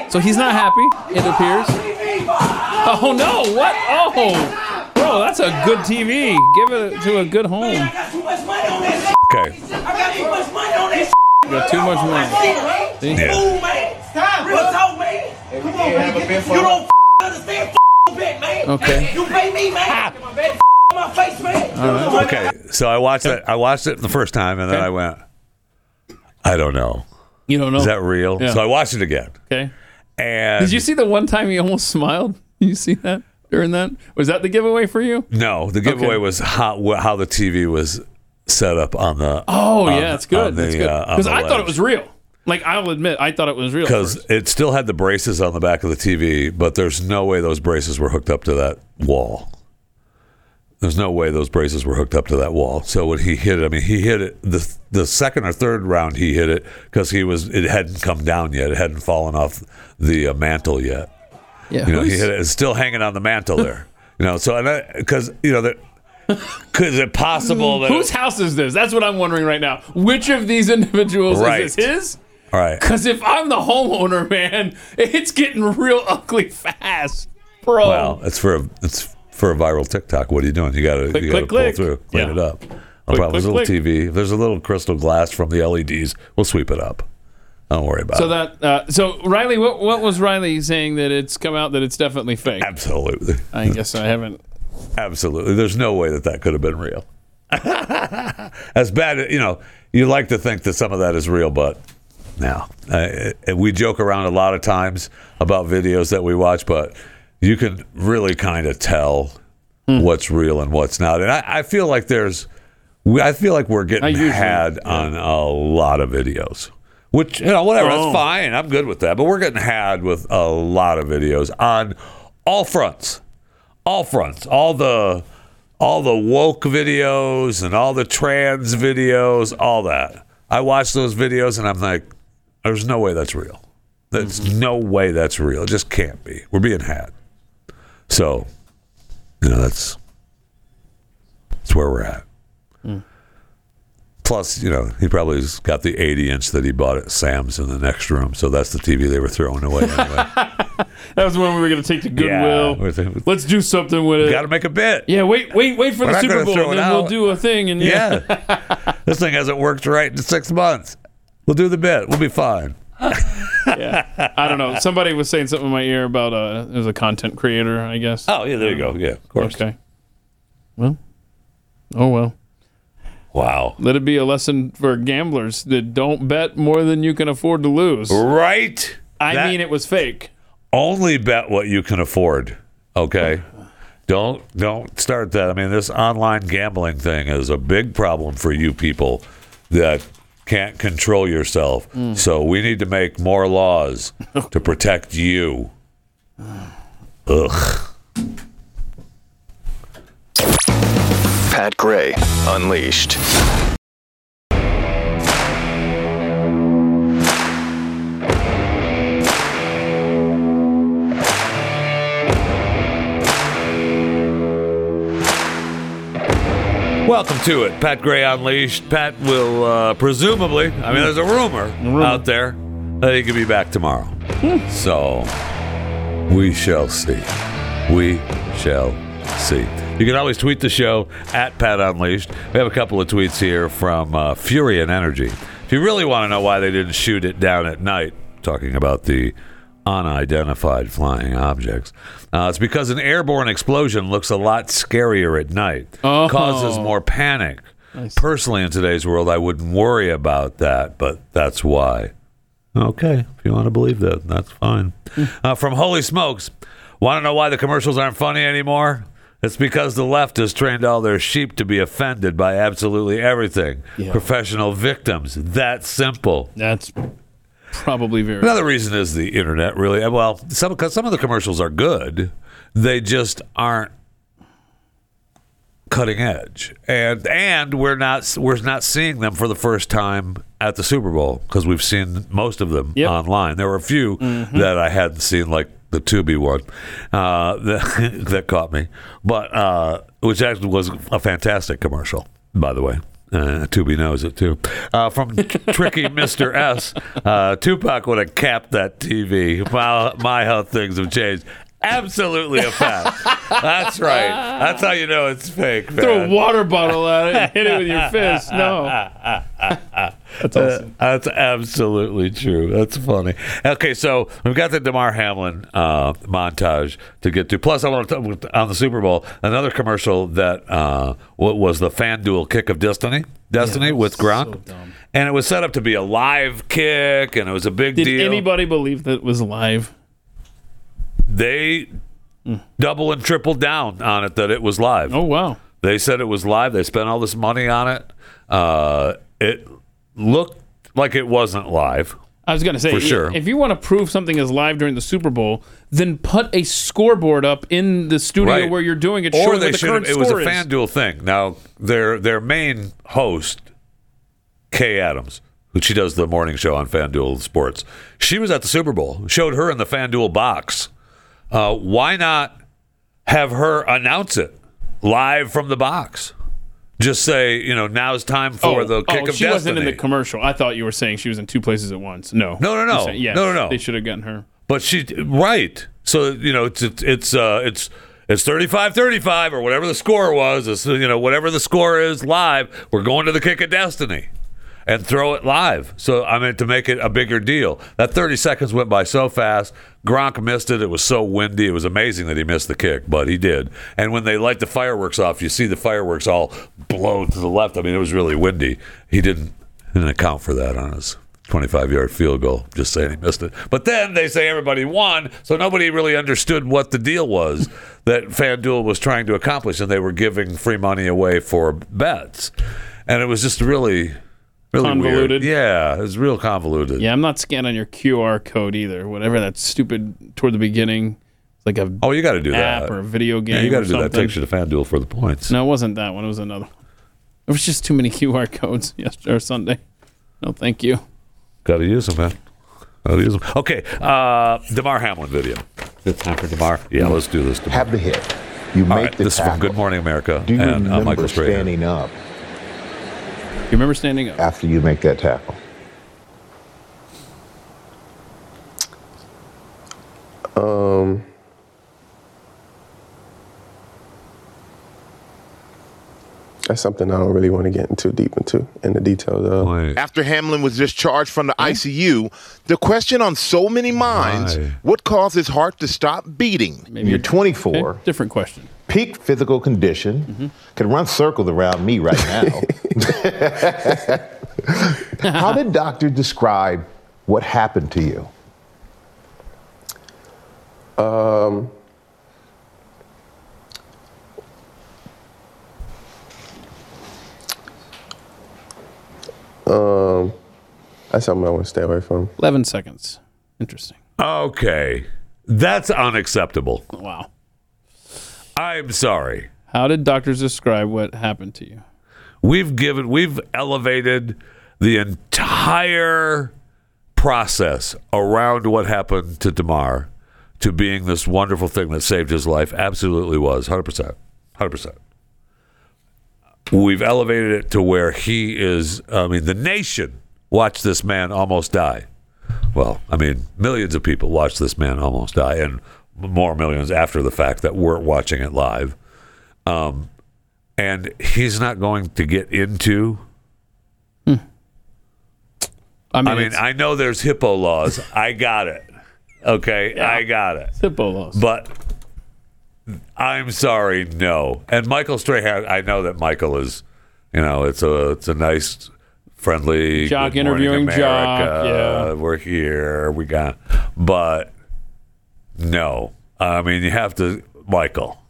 [SPEAKER 3] So he's not happy, it appears. Oh no, what? Oh, bro, that's a good TV. Give it to a good home.
[SPEAKER 2] Okay.
[SPEAKER 3] You got too much money. See?
[SPEAKER 2] Yeah.
[SPEAKER 3] Okay.
[SPEAKER 18] You pay me, man. My face, man.
[SPEAKER 2] Okay. So I watched it. I watched it the first time, and then I went, I don't know.
[SPEAKER 3] You don't know.
[SPEAKER 2] Is that real?
[SPEAKER 3] Oh. Yeah.
[SPEAKER 2] So I watched it again.
[SPEAKER 3] Okay.
[SPEAKER 2] And
[SPEAKER 3] Did you see the one time he almost smiled? Did you see that during that? Was that the giveaway for you?
[SPEAKER 2] no, the giveaway
[SPEAKER 3] Okay.
[SPEAKER 2] was how wh- how the TV was set up on the.
[SPEAKER 3] Oh
[SPEAKER 2] on-
[SPEAKER 3] yeah, that's good.
[SPEAKER 2] on the,
[SPEAKER 3] That's good.
[SPEAKER 2] uh, on
[SPEAKER 3] Because
[SPEAKER 2] the
[SPEAKER 3] I thought it
[SPEAKER 2] ledge.
[SPEAKER 3] was real. Like I'll admit, I thought it was real. at first.
[SPEAKER 2] because it still had the braces on the back of the TV, but there's no way those braces were hooked up to that wall. There's no way those braces were hooked up to that wall. So when he hit it, I mean, he hit it the the second or third round. He hit it because he was it hadn't come down yet. It hadn't fallen off the uh, mantle yet.
[SPEAKER 3] Yeah,
[SPEAKER 2] you know, he
[SPEAKER 3] who's-
[SPEAKER 2] hit it. It's still hanging on the mantle there. you know, so and because you know that. Is it possible that it-
[SPEAKER 3] whose house is this? That's what I'm wondering right now. Which of these individuals
[SPEAKER 2] Right.
[SPEAKER 3] is this? His?
[SPEAKER 2] All right.
[SPEAKER 3] Because if I'm the homeowner, man, it's getting real ugly fast, bro.
[SPEAKER 2] Well, it's for a it's for a viral TikTok. What are you doing? You got to
[SPEAKER 3] Click,
[SPEAKER 2] you got to
[SPEAKER 3] click,
[SPEAKER 2] pull
[SPEAKER 3] click.
[SPEAKER 2] through, clean
[SPEAKER 3] Yeah.
[SPEAKER 2] it up. No
[SPEAKER 3] Click,
[SPEAKER 2] problem. There's a
[SPEAKER 3] click,
[SPEAKER 2] little TV. If there's a little crystal glass from the LEDs, we'll sweep it up. Don't worry about
[SPEAKER 3] so
[SPEAKER 2] it.
[SPEAKER 3] that uh, so Riley, what what was Riley saying that it's come out that it's definitely fake?
[SPEAKER 2] Absolutely.
[SPEAKER 3] I guess I haven't.
[SPEAKER 2] Absolutely. There's no way that that could have been real. As bad, you know, you like to think that some of that is real, but no. Uh, and we joke around a lot of times about videos that we watch, but you can really kind of tell
[SPEAKER 3] Hmm.
[SPEAKER 2] what's real and what's not. And I, I feel like there's, we- I feel like we're
[SPEAKER 3] I
[SPEAKER 2] getting
[SPEAKER 3] usually-
[SPEAKER 2] had on a lot of videos, which, you know, whatever,
[SPEAKER 3] Oh.
[SPEAKER 2] that's fine. I'm good with that. But we're getting had with a lot of videos on all fronts, all fronts, all the, all the woke videos and all the trans videos, all that. I watch those videos and I'm like, there's no way that's real. There's no way that's real. It just can't be. We're being had. So, you know, that's that's where we're at. Hmm. Plus, you know, he probably's got the 80 inch that he bought at Sam's in the next room. So that's the TV they were throwing away anyway.
[SPEAKER 3] That was when we were going to take the
[SPEAKER 2] Yeah.
[SPEAKER 3] goodwill. Let's do something with it.
[SPEAKER 2] Got to make a bit.
[SPEAKER 3] Yeah, wait, wait, wait for
[SPEAKER 2] We're
[SPEAKER 3] the
[SPEAKER 2] not
[SPEAKER 3] Super
[SPEAKER 2] gonna
[SPEAKER 3] Bowl,
[SPEAKER 2] throw
[SPEAKER 3] and
[SPEAKER 2] it
[SPEAKER 3] then we'll
[SPEAKER 2] out.
[SPEAKER 3] do a thing. And
[SPEAKER 2] Yeah. this thing hasn't worked right in six months. We'll do the bit. We'll be fine.
[SPEAKER 3] yeah, I don't know. Somebody was saying something in my ear about uh, it was a content creator, I guess.
[SPEAKER 2] Oh yeah, there you go. Yeah, of course.
[SPEAKER 3] Okay. Well, oh well.
[SPEAKER 2] Wow.
[SPEAKER 3] Let it be a lesson for gamblers that don't bet more than you can afford to lose.
[SPEAKER 2] Right.
[SPEAKER 3] I
[SPEAKER 2] That-
[SPEAKER 3] mean, it was fake.
[SPEAKER 2] only bet what you can afford. Okay. Don't don't start that. I mean, this online gambling thing is a big problem for you people that can't control yourself. So we need to make more laws to protect you. Ugh.
[SPEAKER 1] Pat Gray Unleashed.
[SPEAKER 2] Welcome to it, Pat Gray Unleashed. Pat will uh, presumably, I mean, there's a rumor, Hmm. out there that he could be back tomorrow. so we shall see. We shall see. You can always tweet the show at Pat Unleashed. We have a couple of tweets here from uh, Fury and Energy. If you really want to know why they didn't shoot it down at night, talking about the unidentified flying objects, uh, it's because an airborne explosion looks a lot scarier at night, causes more panic. Personally, in today's world, I wouldn't worry about that, but that's why. Okay, if you want to believe that, that's fine. Uh, from Holy Smokes, want to know why the commercials aren't funny anymore? It's because the left has trained all their sheep to be offended by absolutely everything. Professional victims. That simple.
[SPEAKER 3] That's probably very.
[SPEAKER 2] Another reason is the internet, really. Well, some 'cause some of the commercials are good, they just aren't cutting edge, and and we're not we're not seeing them for the first time at the Super Bowl because we've seen most of them online. There were a few that I hadn't seen, like the Tubi one uh, that, that caught me, but uh, which actually was a fantastic commercial, by the way. Uh, Tubi knows it too. Uh, from Tricky Mr. S, uh, Tupac would have capped that TV. Wow, my how things have changed. Absolutely a fact. That's right. That's how you know it's fake.
[SPEAKER 3] Throw a
[SPEAKER 2] man. Ah,
[SPEAKER 3] water bottle at it and hit it with your fist. No.
[SPEAKER 2] That's awesome. ah. Uh, that's absolutely true. That's funny. Okay, so we've got the Damar Hamlin uh, montage to get to. Plus, I want to talk on the Super Bowl another commercial that uh, what was the FanDuel kick of destiny, destiny with Gronk, and it was set up to be a live kick, and it was a big
[SPEAKER 3] Did
[SPEAKER 2] deal.
[SPEAKER 3] anybody believe that it was live?
[SPEAKER 2] they
[SPEAKER 3] Mm.
[SPEAKER 2] double and triple down on it that it was live. Oh
[SPEAKER 3] wow!
[SPEAKER 2] They said it was live. They spent all this money on it. Uh, it looked like it wasn't live.
[SPEAKER 3] I was going to say,
[SPEAKER 2] for sure.
[SPEAKER 3] if you want to prove something is live during the Super Bowl, then put a scoreboard up in the studio
[SPEAKER 2] Right.
[SPEAKER 3] where you're doing it.
[SPEAKER 2] or
[SPEAKER 3] showing
[SPEAKER 2] they
[SPEAKER 3] what the
[SPEAKER 2] should have-
[SPEAKER 3] current
[SPEAKER 2] It was a
[SPEAKER 3] score is.
[SPEAKER 2] FanDuel thing. Now their their main host, Kay Adams, who she does the morning show on FanDuel Sports, she was at the Super Bowl. Showed her in the FanDuel box. Uh, why not have her announce it live from the box? Just say, you know, now's time for
[SPEAKER 3] oh,
[SPEAKER 2] the kick
[SPEAKER 3] oh,
[SPEAKER 2] of
[SPEAKER 3] she
[SPEAKER 2] destiny.
[SPEAKER 3] wasn't in the commercial. I thought you were saying she was in two places at once. No,
[SPEAKER 2] No, no, no.
[SPEAKER 3] You're saying- yes,
[SPEAKER 2] No, no, no.
[SPEAKER 3] They should have gotten her.
[SPEAKER 2] But she right. So you know it's it's uh, it's it's 35-35 or whatever the score was. It's, you know whatever the score is live. We're going to the kick of destiny, and throw it live. So I mean to make it a bigger deal. That thirty seconds went by so fast. Gronk missed it. It was so windy. It was amazing that he missed the kick, but he did. And when they light the fireworks off, you see the fireworks all blow to the left. I mean it was really windy. He didn't didn't account for that on his 25 yard field goal. Just saying he missed it. But then they say everybody won, so nobody really understood what the deal was that FanDuel was trying to accomplish, and they were giving free money away for bets. And it was just really, really
[SPEAKER 3] Convoluted.
[SPEAKER 2] Weird. Yeah, it was real convoluted.
[SPEAKER 3] Yeah, I'm not scanning your QR code either. Whatever that stupid toward the beginning, like a
[SPEAKER 2] oh you got to do
[SPEAKER 3] app
[SPEAKER 2] that.
[SPEAKER 3] or a video game.
[SPEAKER 2] Yeah, you
[SPEAKER 3] got
[SPEAKER 2] gotta do that picture to FanDuel for the points.
[SPEAKER 3] No, it wasn't that one. It was another. one. It was just too many QR codes yesterday or Sunday. No, thank you.
[SPEAKER 2] Got to use them, man. Got to use them. Okay, uh, Demar Hamlin video. It's time for Demar. Yeah, let's do this. Demar.
[SPEAKER 21] Have the hit. You
[SPEAKER 2] All
[SPEAKER 21] make
[SPEAKER 2] right,
[SPEAKER 21] the
[SPEAKER 2] this is from
[SPEAKER 21] tackle.
[SPEAKER 2] Good Morning America
[SPEAKER 21] Do you
[SPEAKER 2] and uh,
[SPEAKER 21] remember
[SPEAKER 2] Michael Strahan.
[SPEAKER 21] standing up?
[SPEAKER 3] You remember standing up
[SPEAKER 21] after you make that tackle?
[SPEAKER 22] Um, that's something I don't really want to get into deep into in the details of.
[SPEAKER 23] After Hamlin was discharged from the ICU, the question on so many minds what caused his heart to stop beating?
[SPEAKER 21] You're 24.
[SPEAKER 3] Different question.
[SPEAKER 21] Peak physical condition. Could run circles around me right now. How did doctor describe what happened to you?
[SPEAKER 22] Um, um, that's something I want to stay away from.
[SPEAKER 3] Eleven seconds. Interesting.
[SPEAKER 2] Okay. That's unacceptable.
[SPEAKER 3] Wow.
[SPEAKER 2] I'm sorry.
[SPEAKER 3] How did doctors describe what happened to you?
[SPEAKER 2] We've given we've elevated the entire process around what happened to Damar to being this wonderful thing that saved his life. Absolutely was. 100%. 100%. We've elevated it to where he is. I mean, the nation watched this man almost die. Well, I mean, millions of people watched this man almost die, and more millions after the fact that weren't watching it live. Um, and he's not going to get into. I mean, I, know there's hippo laws. I got it. Okay, I got it.
[SPEAKER 3] Hippo laws.
[SPEAKER 2] But I'm sorry, no. And Michael Strahan, I know that Michael is, you know, it's a it's a nice, friendly
[SPEAKER 3] Jock
[SPEAKER 2] Good Morning
[SPEAKER 3] interviewing Jock,
[SPEAKER 2] America,
[SPEAKER 3] yeah.
[SPEAKER 2] we're here. We got, but no. I mean, you have to, Michael.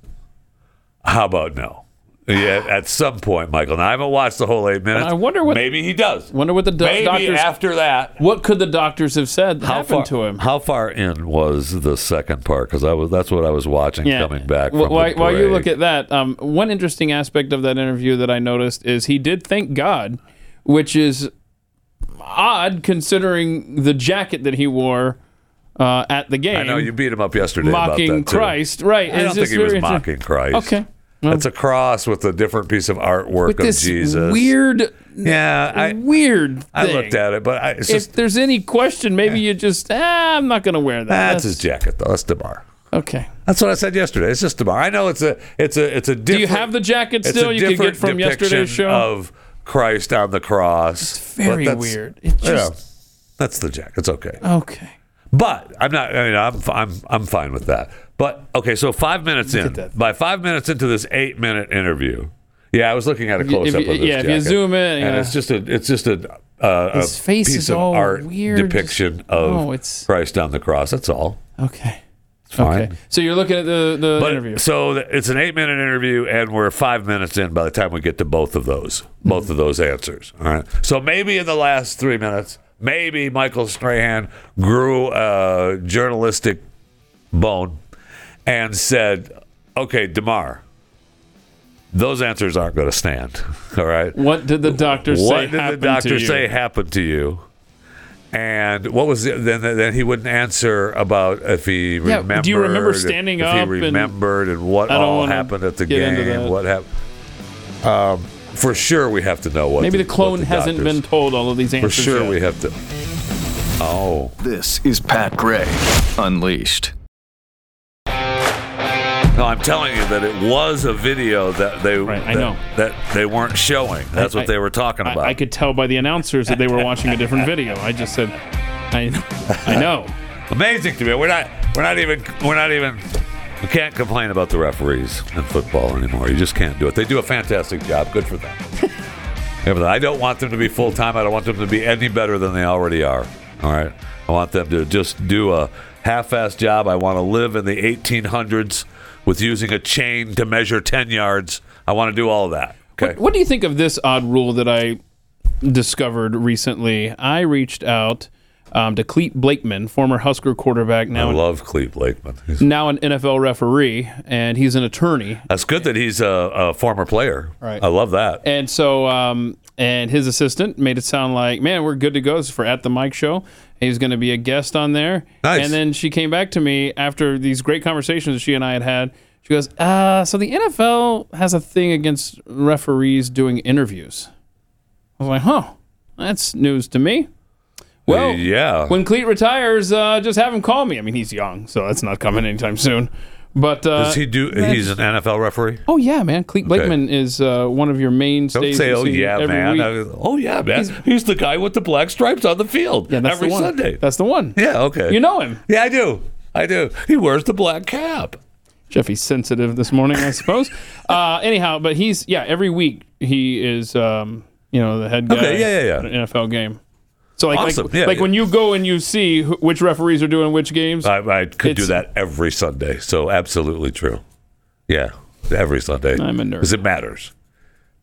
[SPEAKER 2] How about no? Yeah, at some point, Michael. Now I haven't watched the whole eight minutes.
[SPEAKER 3] I wonder what-
[SPEAKER 2] maybe he does.
[SPEAKER 3] Wonder what the do-
[SPEAKER 2] Maybe
[SPEAKER 3] doctors
[SPEAKER 2] after that.
[SPEAKER 3] What could the doctors have said that
[SPEAKER 2] How far
[SPEAKER 3] happened to him?
[SPEAKER 2] How far in was the second part? Because I was that's what I was watching coming back.
[SPEAKER 3] Wh-
[SPEAKER 2] From
[SPEAKER 3] while,
[SPEAKER 2] the
[SPEAKER 3] while you look
[SPEAKER 2] parade.
[SPEAKER 3] at that, um, one interesting aspect of that interview that I noticed is he did thank God, which is odd considering the jacket that he wore uh, at the game.
[SPEAKER 2] I know you beat him up yesterday.
[SPEAKER 3] Mocking
[SPEAKER 2] about that too.
[SPEAKER 3] Christ, right,
[SPEAKER 2] I
[SPEAKER 3] it's
[SPEAKER 2] don't think
[SPEAKER 3] just
[SPEAKER 2] he was
[SPEAKER 3] very inter-
[SPEAKER 2] mocking Christ.
[SPEAKER 3] Okay,
[SPEAKER 2] that's a cross with a different piece of artwork
[SPEAKER 3] With
[SPEAKER 2] of
[SPEAKER 3] this
[SPEAKER 2] Jesus.
[SPEAKER 3] weird,
[SPEAKER 2] yeah, I,
[SPEAKER 3] weird.
[SPEAKER 2] I
[SPEAKER 3] thing.
[SPEAKER 2] looked at it, but I, it's
[SPEAKER 3] if
[SPEAKER 2] just
[SPEAKER 3] there's any question, maybe you just ah, I'm not going to wear that.
[SPEAKER 2] that's, his jacket though. That's Demar.
[SPEAKER 3] Okay.
[SPEAKER 2] That's what I said yesterday. It's just Demar. I know it's a it's a it's a. Different,
[SPEAKER 3] Do you have the jacket
[SPEAKER 2] it's a
[SPEAKER 3] still? You could get
[SPEAKER 2] different
[SPEAKER 3] from yesterday's
[SPEAKER 2] depiction
[SPEAKER 3] show.
[SPEAKER 2] of Christ on the cross. It's
[SPEAKER 3] very weird. It just-
[SPEAKER 2] that's the jacket. It's okay.
[SPEAKER 3] okay.
[SPEAKER 2] But I'm not. I mean, I'm I'm I'm fine with that. But okay, so five minutes
[SPEAKER 3] Look
[SPEAKER 2] in,
[SPEAKER 3] at that.
[SPEAKER 2] by five minutes into this eight-minute interview, yeah, I was looking at a
[SPEAKER 3] If you-
[SPEAKER 2] close-up
[SPEAKER 3] if
[SPEAKER 2] of
[SPEAKER 3] you-
[SPEAKER 2] this
[SPEAKER 3] yeah, if you
[SPEAKER 2] jacket,
[SPEAKER 3] zoom in,
[SPEAKER 2] and
[SPEAKER 3] yeah.
[SPEAKER 2] it's just a it's just a, uh, a
[SPEAKER 3] His face
[SPEAKER 2] piece
[SPEAKER 3] is
[SPEAKER 2] of
[SPEAKER 3] all
[SPEAKER 2] art
[SPEAKER 3] weird.
[SPEAKER 2] depiction of
[SPEAKER 3] Oh, it's-
[SPEAKER 2] Christ on the cross. That's all.
[SPEAKER 3] Okay.
[SPEAKER 2] It's fine.
[SPEAKER 3] So you're looking at the the
[SPEAKER 2] But
[SPEAKER 3] interview.
[SPEAKER 2] so th- it's an eight-minute interview, and we're five minutes in by the time we get to both of those, both of those answers. All right. So maybe in the last three minutes, maybe Michael Strahan grew a journalistic bone and said, "Okay, Demar, those answers aren't going to stand." All right.
[SPEAKER 3] What did the doctor say?
[SPEAKER 2] What did the
[SPEAKER 3] happened to
[SPEAKER 2] doctor
[SPEAKER 3] you?
[SPEAKER 2] say happened to you? And what was the, then? Then he wouldn't answer about if he
[SPEAKER 3] Yeah,
[SPEAKER 2] remembered.
[SPEAKER 3] do you remember standing
[SPEAKER 2] if
[SPEAKER 3] up
[SPEAKER 2] He
[SPEAKER 3] and-
[SPEAKER 2] remembered and, what
[SPEAKER 3] I don't
[SPEAKER 2] all
[SPEAKER 3] wanna
[SPEAKER 2] happened at the
[SPEAKER 3] get into
[SPEAKER 2] game.
[SPEAKER 3] that.
[SPEAKER 2] What happened? Um, for sure, we have to know what.
[SPEAKER 3] Maybe the
[SPEAKER 2] what
[SPEAKER 3] clone hasn't
[SPEAKER 2] doctors-
[SPEAKER 3] been told all of these
[SPEAKER 2] For
[SPEAKER 3] answers.
[SPEAKER 2] sure,
[SPEAKER 3] yet.
[SPEAKER 2] we have to. Oh,
[SPEAKER 1] This is Pat Gray Unleashed.
[SPEAKER 2] No, I'm telling you that it was a video that they
[SPEAKER 3] I
[SPEAKER 2] that,
[SPEAKER 3] know.
[SPEAKER 2] that they weren't showing. That's
[SPEAKER 3] I-
[SPEAKER 2] what they were talking
[SPEAKER 3] I-
[SPEAKER 2] about.
[SPEAKER 3] I, could tell by the announcers that they were watching a different video. I just said, I, I know.
[SPEAKER 2] Amazing to me. We're not. We're not even. We're not even. We can't complain about the referees in football anymore. You just can't do it. They do a fantastic job. Good for them. Yeah, but I don't want them to be full time. I don't want them to be any better than they already are. All right. I want them to just do a half-assed job. I want to live in the 1800s with using a chain to measure 10 yards. I want to do all that. Okay.
[SPEAKER 3] What do you think of this odd rule that I discovered recently? I reached out um, to Cleet Blakeman, former Husker quarterback, now
[SPEAKER 2] I love Cleve Blakeman. He's-
[SPEAKER 3] now an NFL referee, and he's an attorney.
[SPEAKER 2] That's good that he's a, a former player.
[SPEAKER 3] Right.
[SPEAKER 2] I love that.
[SPEAKER 3] And so, um, and his assistant made it sound like, man, we're good to go This is for at the mic show. He was going to be a guest on there.
[SPEAKER 2] Nice.
[SPEAKER 3] And then she came back to me after these great conversations she and I had had. She goes, uh, so the NFL has a thing against referees doing interviews. I was like, huh, that's news to me. Well,
[SPEAKER 2] yeah.
[SPEAKER 3] When Cleet retires, uh, just have him call me. I mean, he's young, so that's not coming anytime soon. But uh,
[SPEAKER 2] Does he do?
[SPEAKER 3] that's-
[SPEAKER 2] He's an NFL referee.
[SPEAKER 3] Oh yeah, man. Cleet Blakeman is uh, one of your
[SPEAKER 2] Don't
[SPEAKER 3] mainstays.
[SPEAKER 2] say,
[SPEAKER 3] you
[SPEAKER 2] oh
[SPEAKER 3] see
[SPEAKER 2] yeah,
[SPEAKER 3] every
[SPEAKER 2] man.
[SPEAKER 3] week.
[SPEAKER 2] I- oh yeah, man. He's, the guy with the black stripes on the field
[SPEAKER 3] Yeah, that's the
[SPEAKER 2] every
[SPEAKER 3] one.
[SPEAKER 2] Sunday.
[SPEAKER 3] That's the one.
[SPEAKER 2] Yeah, okay.
[SPEAKER 3] You know him.
[SPEAKER 2] Yeah, I do. I do. He wears the black cap.
[SPEAKER 3] Jeffy's sensitive this morning, I suppose. uh, anyhow, but he's yeah. Every week he is, um, you know, the head guy.
[SPEAKER 2] Okay, yeah, yeah, yeah.
[SPEAKER 3] at an NFL game. So like,
[SPEAKER 2] Awesome,
[SPEAKER 3] like,
[SPEAKER 2] yeah,
[SPEAKER 3] like
[SPEAKER 2] yeah. Uh,
[SPEAKER 3] when you go and you see wh- which referees are doing which games.
[SPEAKER 2] I, I could do
[SPEAKER 3] It's-
[SPEAKER 2] that every Sunday. So absolutely true. Yeah, every Sunday.
[SPEAKER 3] I'm a nerd.
[SPEAKER 2] Because it matters.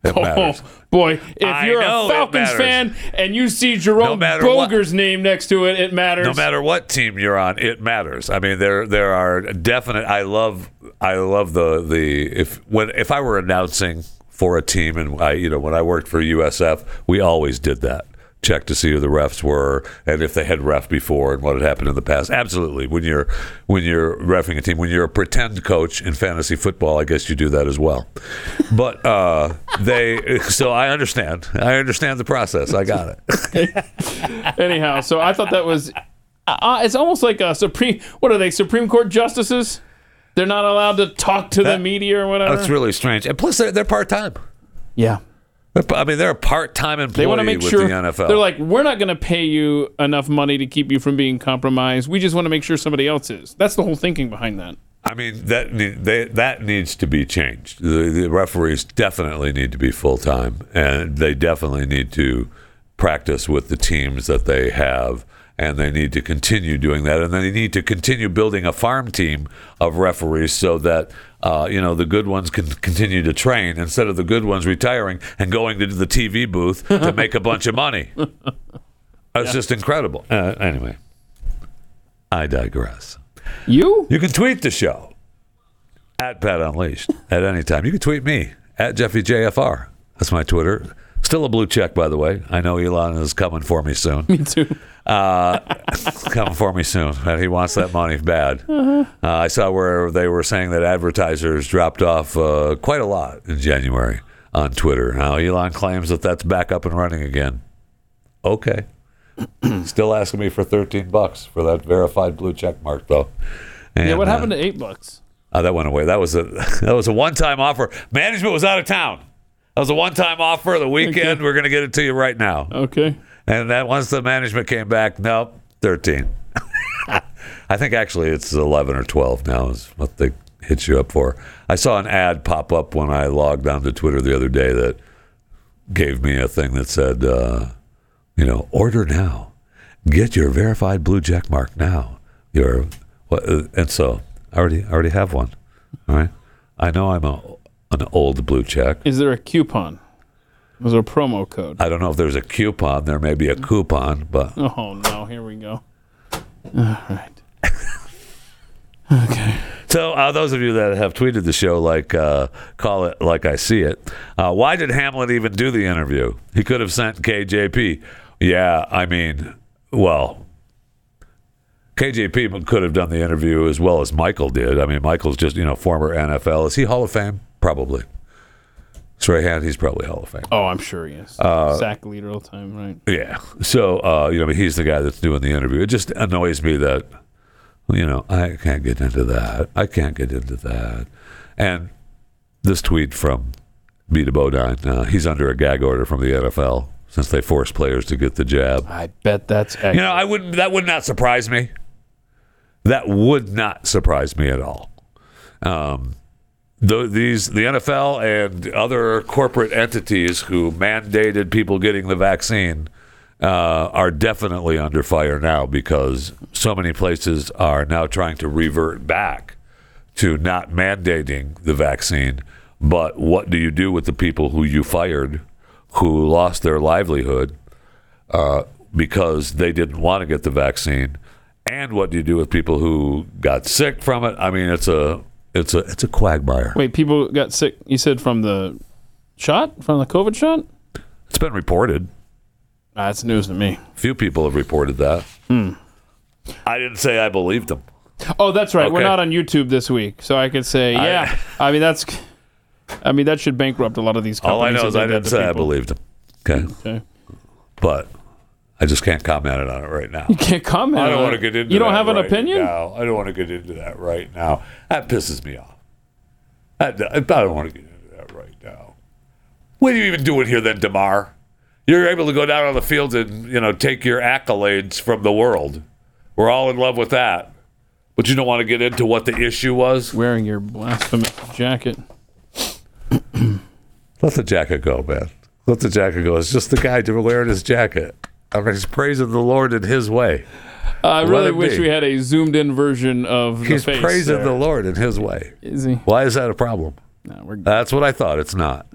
[SPEAKER 2] It
[SPEAKER 3] Oh
[SPEAKER 2] matters.
[SPEAKER 3] boy! If
[SPEAKER 2] I
[SPEAKER 3] you're
[SPEAKER 2] know
[SPEAKER 3] a
[SPEAKER 2] it
[SPEAKER 3] Falcons
[SPEAKER 2] matters.
[SPEAKER 3] fan and you see Jerome
[SPEAKER 2] matter what-
[SPEAKER 3] Boger's name next to it, it matters.
[SPEAKER 2] No matter what team you're on, it matters. I mean, there there are definite. I love I love the the if when if I were announcing for a team and I you know when I worked for USF, we always did that. check to see who the refs were and if they had ref before and what had happened in the past. Absolutely. When you're when you're refing a team, when you're a pretend coach in fantasy football, I guess you do that as well. But uh, they so I understand. I understand the process. I got it.
[SPEAKER 3] Anyhow, so I thought that was. Uh, it's almost like a Supreme. What are they? Supreme Court justices? They're not allowed to talk to the media or whatever.
[SPEAKER 2] That's really strange. And plus they're, they're part-time.
[SPEAKER 3] Yeah.
[SPEAKER 2] I mean, they're a part-time employee
[SPEAKER 3] They want to make
[SPEAKER 2] with
[SPEAKER 3] sure
[SPEAKER 2] the NFL.
[SPEAKER 3] they're like, we're not going to pay you enough money to keep you from being compromised. We just want to make sure somebody else is. That's the whole thinking behind that.
[SPEAKER 2] I mean that ne- they, that needs to be changed. The, the referees definitely need to be full time, and they definitely need to practice with the teams that they have, and they need to continue doing that, and they need to continue building a farm team of referees so that uh, you know the good ones can continue to train instead of the good ones retiring and going to the TV booth to make a bunch of money. That's just incredible. Uh, anyway, I digress.
[SPEAKER 3] You?
[SPEAKER 2] You can tweet the show at Pat Unleashed at any time. You can tweet me at JeffyJFR. That's my Twitter. Still a blue check, by the way. I know Elon is coming for me soon. Me
[SPEAKER 3] too.
[SPEAKER 2] Uh, coming for me soon. He wants that money bad.
[SPEAKER 18] Uh-huh.
[SPEAKER 2] Uh, I saw where they were saying that advertisers dropped off uh, quite a lot in January on Twitter. Now, Elon claims that that's back up and running again. Okay. Still asking me for 13 bucks for that verified blue check mark, though.
[SPEAKER 3] yeah,
[SPEAKER 2] And,
[SPEAKER 3] what
[SPEAKER 2] uh,
[SPEAKER 3] happened to eight bucks?
[SPEAKER 2] Oh, that went away. That was a that was a one time offer. Management was out of town. That was a one time offer. The weekend we're going to get it to you right now.
[SPEAKER 3] Okay.
[SPEAKER 2] And that once the management came back, nope, thirteen. I think actually it's eleven or twelve now is what they hit you up for. I saw an ad pop up when I logged onto Twitter the other day that gave me a thing that said, uh, you know, order now, get your verified blue check mark now. Your what? uh, And so I already I already have one. All right, I know I'm a an old blue check.
[SPEAKER 3] Is there a coupon? Was there a promo code?
[SPEAKER 2] I don't know if there's a coupon. There may be a coupon, but
[SPEAKER 3] Oh no, here we go.
[SPEAKER 2] So, uh, those of you that have tweeted the show, like uh, call it like I see it. Uh, why did Hamlet even do the interview? He could have sent KJP. Yeah, I mean, well, KJP could have done the interview as well as Michael did. I mean, Michael's just you know former NFL. Is he Hall of Fame? Probably. Strahan, he's probably Hall of Fame.
[SPEAKER 3] Oh, I'm sure he is.
[SPEAKER 2] Uh,
[SPEAKER 3] Sack leader all the time, right?
[SPEAKER 2] Yeah. So uh, you know, he's the guy that's doing the interview. It just annoys me that you know I can't get into that. I can't get into that. And this tweet from Beta Bodine, uh, he's under a gag order from the NFL since they force players to get the jab.
[SPEAKER 3] I bet that's accurate.
[SPEAKER 2] You know, I wouldn't. That would not surprise me. That would not surprise me at all. Um, the, these the NFL and other corporate entities who mandated people getting the vaccine uh, are definitely under fire now because so many places are now trying to revert back to not mandating the vaccine. But what do you do with the people who you fired, who lost their livelihood uh, because they didn't want to get the vaccine? And what do you do with people who got sick from it? I mean, it's a it's a it's a quagmire.
[SPEAKER 3] Wait, people got sick. You said from the shot, from the COVID shot.
[SPEAKER 2] It's been reported.
[SPEAKER 3] That's news to me.
[SPEAKER 2] Few people have reported that. I didn't say I believed them.
[SPEAKER 3] Oh, that's right. We're
[SPEAKER 2] Okay.
[SPEAKER 3] not on YouTube this week, so I could say,
[SPEAKER 2] I-
[SPEAKER 3] yeah. I, mean, that's. I mean, that should bankrupt a lot of these. companies.
[SPEAKER 2] All I know
[SPEAKER 3] that
[SPEAKER 2] is
[SPEAKER 3] did
[SPEAKER 2] I
[SPEAKER 3] that
[SPEAKER 2] didn't
[SPEAKER 3] to
[SPEAKER 2] say I
[SPEAKER 3] people.
[SPEAKER 2] believed them. Okay.
[SPEAKER 3] Okay.
[SPEAKER 2] But I just can't comment on it right now.
[SPEAKER 3] You can't comment.
[SPEAKER 2] I don't
[SPEAKER 3] on
[SPEAKER 2] want
[SPEAKER 3] it.
[SPEAKER 2] to get into
[SPEAKER 3] You don't
[SPEAKER 2] that
[SPEAKER 3] have an
[SPEAKER 2] right
[SPEAKER 3] opinion.
[SPEAKER 2] Now. I don't want to get into that right now. That pisses me off. I, I don't want to get into that right now. What are you even doing here then, Damar? You're able to go down on the field and, you know, take your accolades from the world. We're all in love with that. But you don't want to get into what the issue was?
[SPEAKER 3] Wearing your blasphemous jacket.
[SPEAKER 2] Let the jacket go, man. Let the jacket go. It's just the guy to wearing his jacket. I mean, he's praising the Lord in his way.
[SPEAKER 3] I
[SPEAKER 2] Let
[SPEAKER 3] really
[SPEAKER 2] it
[SPEAKER 3] wish
[SPEAKER 2] be.
[SPEAKER 3] we had a zoomed in version of
[SPEAKER 2] He's
[SPEAKER 3] the face.
[SPEAKER 2] praising
[SPEAKER 3] there.
[SPEAKER 2] the Lord in his way.
[SPEAKER 3] Is he?
[SPEAKER 2] Why is that a problem?
[SPEAKER 3] we're
[SPEAKER 2] That's what I thought. It's not.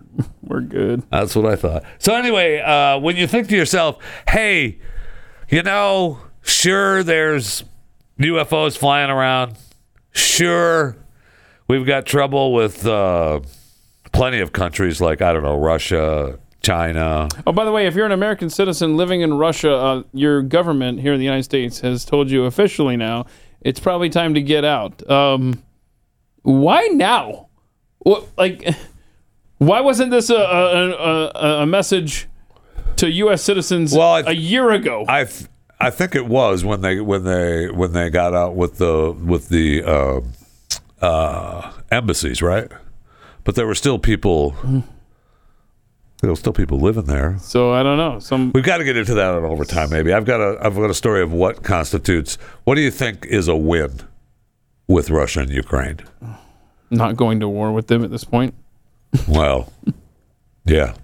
[SPEAKER 3] we're good.
[SPEAKER 2] That's what I thought. So anyway, uh, when you think to yourself, "Hey, you know, sure there's UFOs flying around. Sure, we've got trouble with uh, plenty of countries like I don't know Russia, China.
[SPEAKER 3] Oh, by the way, if you're an American citizen living in Russia, uh, your government here in the United States has told you officially now it's probably time to get out. Um, why now? What, like, why wasn't this a, a, a, a- a message to U.S. citizens a year ago?
[SPEAKER 2] I th- I think it was when they when they when they got out with the with the uh, uh, embassies, right? But there were still people. There were still people living there.
[SPEAKER 3] So I don't know. Some
[SPEAKER 2] we've got to get into that in overtime. Maybe I've got a I've got a story of what constitutes. What do you think is a win with Russia and Ukraine?
[SPEAKER 3] Not going to war with them at this point.
[SPEAKER 2] Well, yeah.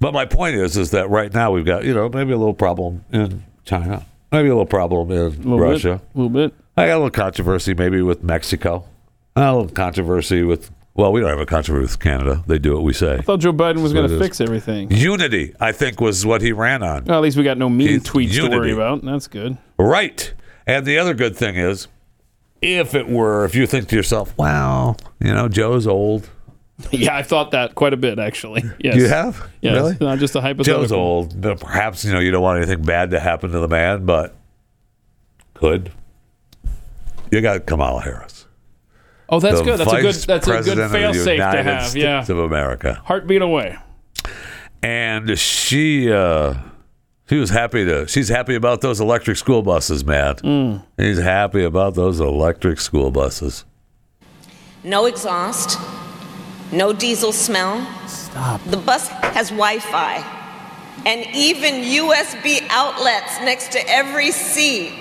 [SPEAKER 2] but my point is, is that right now we've got you know maybe a little problem in China, maybe a little problem in
[SPEAKER 3] little bit,
[SPEAKER 2] Russia,
[SPEAKER 3] a little bit.
[SPEAKER 2] I got a little controversy maybe with Mexico, a little controversy with well, we don't have a controversy with Canada. They do what we say.
[SPEAKER 3] I thought Joe Biden was
[SPEAKER 2] That's
[SPEAKER 3] going
[SPEAKER 2] what
[SPEAKER 3] to
[SPEAKER 2] it is.
[SPEAKER 3] fix everything.
[SPEAKER 2] Unity, I think, was what he ran on.
[SPEAKER 3] Well, at least we got no mean
[SPEAKER 2] It's
[SPEAKER 3] tweets to worry
[SPEAKER 2] unity.
[SPEAKER 3] about. That's good.
[SPEAKER 2] Right. And the other good thing is, if it were, if you think to yourself, wow, you know, Joe's old.
[SPEAKER 3] Yeah, I've thought that quite a bit actually. Yes.
[SPEAKER 2] You have?
[SPEAKER 3] Yes.
[SPEAKER 2] Really?
[SPEAKER 3] Not just a hypothetical.
[SPEAKER 2] Joe's old. but Perhaps, you know, you don't want anything bad to happen to the man, but could. You got Kamala Harris.
[SPEAKER 3] Oh, that's
[SPEAKER 2] the
[SPEAKER 3] good. That's a good.
[SPEAKER 2] Vice
[SPEAKER 3] That's a good
[SPEAKER 2] President
[SPEAKER 3] fail
[SPEAKER 2] of the
[SPEAKER 3] safe to
[SPEAKER 2] United
[SPEAKER 3] have. Yeah.
[SPEAKER 2] States of America.
[SPEAKER 3] Heartbeat away.
[SPEAKER 2] and she uh she was happy to she's happy about those electric school buses matt
[SPEAKER 5] Mm.
[SPEAKER 2] he's happy about those electric school buses
[SPEAKER 5] No exhaust, no diesel smell. Stop. The bus has Wi Fi and even USB outlets next to every seat.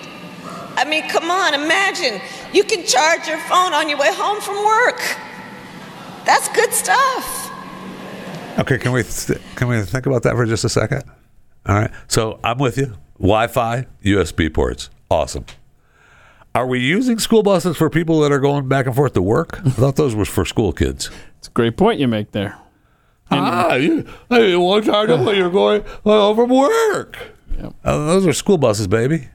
[SPEAKER 5] I mean, come on, imagine. You can charge your phone on your way home from work. That's good stuff.
[SPEAKER 2] okay can we th- can we think about that for just a second all right so i'm with you wi-fi usb ports awesome are we using school buses for people that are going back and forth to work i thought those were for school kids
[SPEAKER 3] it's a great point you make there
[SPEAKER 2] ah, you, hey, one time when you're going well, from work Uh, those are school buses, baby.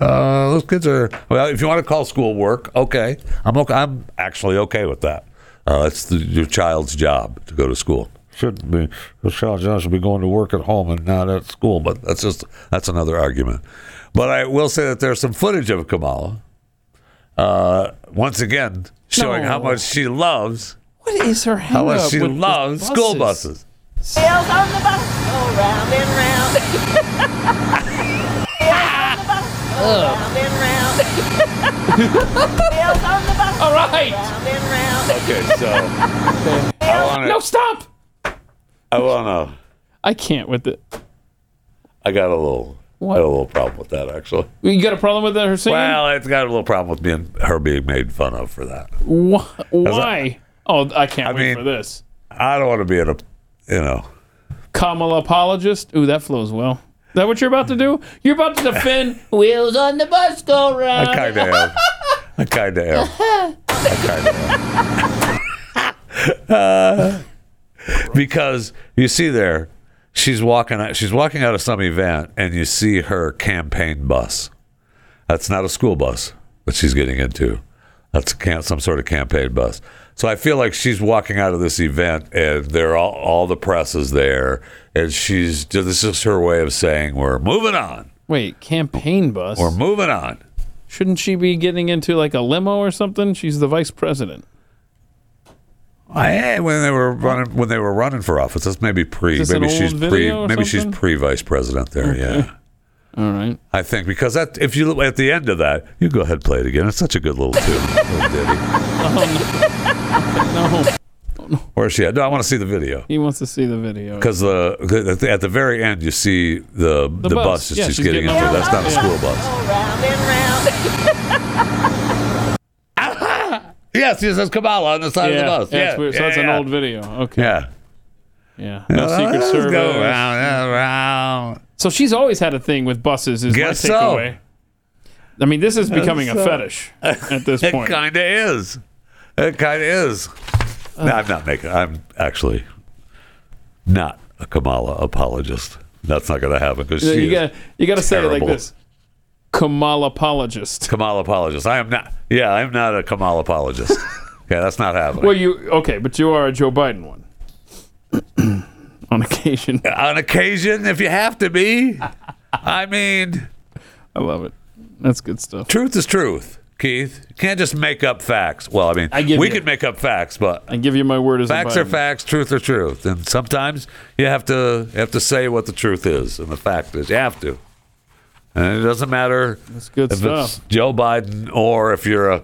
[SPEAKER 2] Uh, those kids are. Well, if you want to call school work, okay. I'm okay. I'm actually okay with that. Uh, that's the, your child's job to go to school. Shouldn't be. Your child should be going to work at home and not at school. But that's just that's another argument. But I will say that there's some footage of Kamala. Uh, once again, showing how much she loves
[SPEAKER 3] What is her
[SPEAKER 2] how
[SPEAKER 3] hang
[SPEAKER 2] much
[SPEAKER 3] up
[SPEAKER 2] she
[SPEAKER 3] with the
[SPEAKER 2] loves school buses.
[SPEAKER 5] Wheels on the bus, go round and round. Wheels on the bus, go round and round. Wheels on the bus,
[SPEAKER 3] All right.
[SPEAKER 5] round and round.
[SPEAKER 2] Okay, so I want
[SPEAKER 3] No, stop.
[SPEAKER 2] I wanna.
[SPEAKER 3] I can't with it.
[SPEAKER 2] I got a little. I got a little problem with that actually.
[SPEAKER 3] You got a problem with that her singing?
[SPEAKER 2] Well, I've got a little problem with being her being made fun of for that.
[SPEAKER 3] Wh- why? oh, I can't wait for this.
[SPEAKER 2] I don't want to be in a, you know.
[SPEAKER 3] Kamala apologist. Ooh, that flows well. Is that what you're about to do? You're about to defend wheels on the bus go round.
[SPEAKER 2] I kind of am. I kind of am. I kind of am. Uh, because you see there, she's walking. Out, she's walking out of some event, and you see her campaign bus. That's not a school bus that she's getting into. That's a cam- some sort of campaign bus. So I feel like she's walking out of this event, and they're all all the press is there, and she's this is her way of saying we're moving on.
[SPEAKER 3] Wait, campaign bus.
[SPEAKER 2] We're moving on.
[SPEAKER 3] Shouldn't she be getting into like a limo or something? She's the vice president.
[SPEAKER 2] I, eh, when they were running when they were running for office, that's maybe pre.
[SPEAKER 3] Is this
[SPEAKER 2] Maybe
[SPEAKER 3] an
[SPEAKER 2] she's
[SPEAKER 3] old
[SPEAKER 2] pre.
[SPEAKER 3] video or
[SPEAKER 2] Maybe she's
[SPEAKER 3] something?
[SPEAKER 2] pre vice president there. Yeah.
[SPEAKER 3] All right.
[SPEAKER 2] I think because that if you look at the end of that, you go ahead and play it again. It's such a good little tune. little ditty.
[SPEAKER 3] No,
[SPEAKER 2] Where's she at? No, I want to see the video
[SPEAKER 3] he wants to see the video.
[SPEAKER 2] because the, the- at the- at the very end you see the the,
[SPEAKER 3] bus.
[SPEAKER 2] bus that
[SPEAKER 3] Yeah,
[SPEAKER 2] she's
[SPEAKER 3] she's
[SPEAKER 2] getting,
[SPEAKER 3] getting
[SPEAKER 2] into.
[SPEAKER 3] on the
[SPEAKER 2] That's not a
[SPEAKER 3] bus.
[SPEAKER 2] school bus.
[SPEAKER 5] Round and round.
[SPEAKER 2] Yes, yes, that's Kabbalah on the side
[SPEAKER 3] yeah,
[SPEAKER 2] of the bus.
[SPEAKER 3] yeah,
[SPEAKER 2] Yeah,
[SPEAKER 3] it's weird. so
[SPEAKER 2] yeah,
[SPEAKER 3] that's an
[SPEAKER 2] yeah.
[SPEAKER 3] old video. Okay.
[SPEAKER 2] Yeah.
[SPEAKER 3] Yeah. No Secret
[SPEAKER 2] Let's
[SPEAKER 3] Service.
[SPEAKER 2] Go round and round.
[SPEAKER 3] So she's always had a thing with buses. Is
[SPEAKER 2] Guess
[SPEAKER 3] my
[SPEAKER 2] so.
[SPEAKER 3] takeaway. I mean, this is becoming a
[SPEAKER 2] so.
[SPEAKER 3] fetish at this
[SPEAKER 2] it
[SPEAKER 3] point.
[SPEAKER 2] kind of is. It kind of is. no, I'm not making. I'm actually not a Kamala apologist. That's not going to happen because
[SPEAKER 3] Yeah,
[SPEAKER 2] she
[SPEAKER 3] you
[SPEAKER 2] is
[SPEAKER 3] gotta- you gotta say it like
[SPEAKER 2] terrible.
[SPEAKER 3] this. Kamala apologist.
[SPEAKER 2] Kamala apologist. I am not. Yeah, I'm not a Kamala apologist. yeah, that's not happening.
[SPEAKER 3] Well, you okay, but you are a Joe Biden one. on occasion.
[SPEAKER 2] On occasion, if you have to be. I mean,
[SPEAKER 3] I love it. That's good stuff.
[SPEAKER 2] Truth is truth, Keith. You can't just make up facts. Well, I mean,
[SPEAKER 3] I give
[SPEAKER 2] we
[SPEAKER 3] you-
[SPEAKER 2] could make up facts, but
[SPEAKER 3] I give you my word as a
[SPEAKER 2] facts are
[SPEAKER 3] Bible.
[SPEAKER 2] facts, truth are truth, and sometimes you have to you have to say what the truth is and the fact is. You have to, and it doesn't matter
[SPEAKER 3] good
[SPEAKER 2] if it's
[SPEAKER 3] stuff.
[SPEAKER 2] Joe Biden or if you're a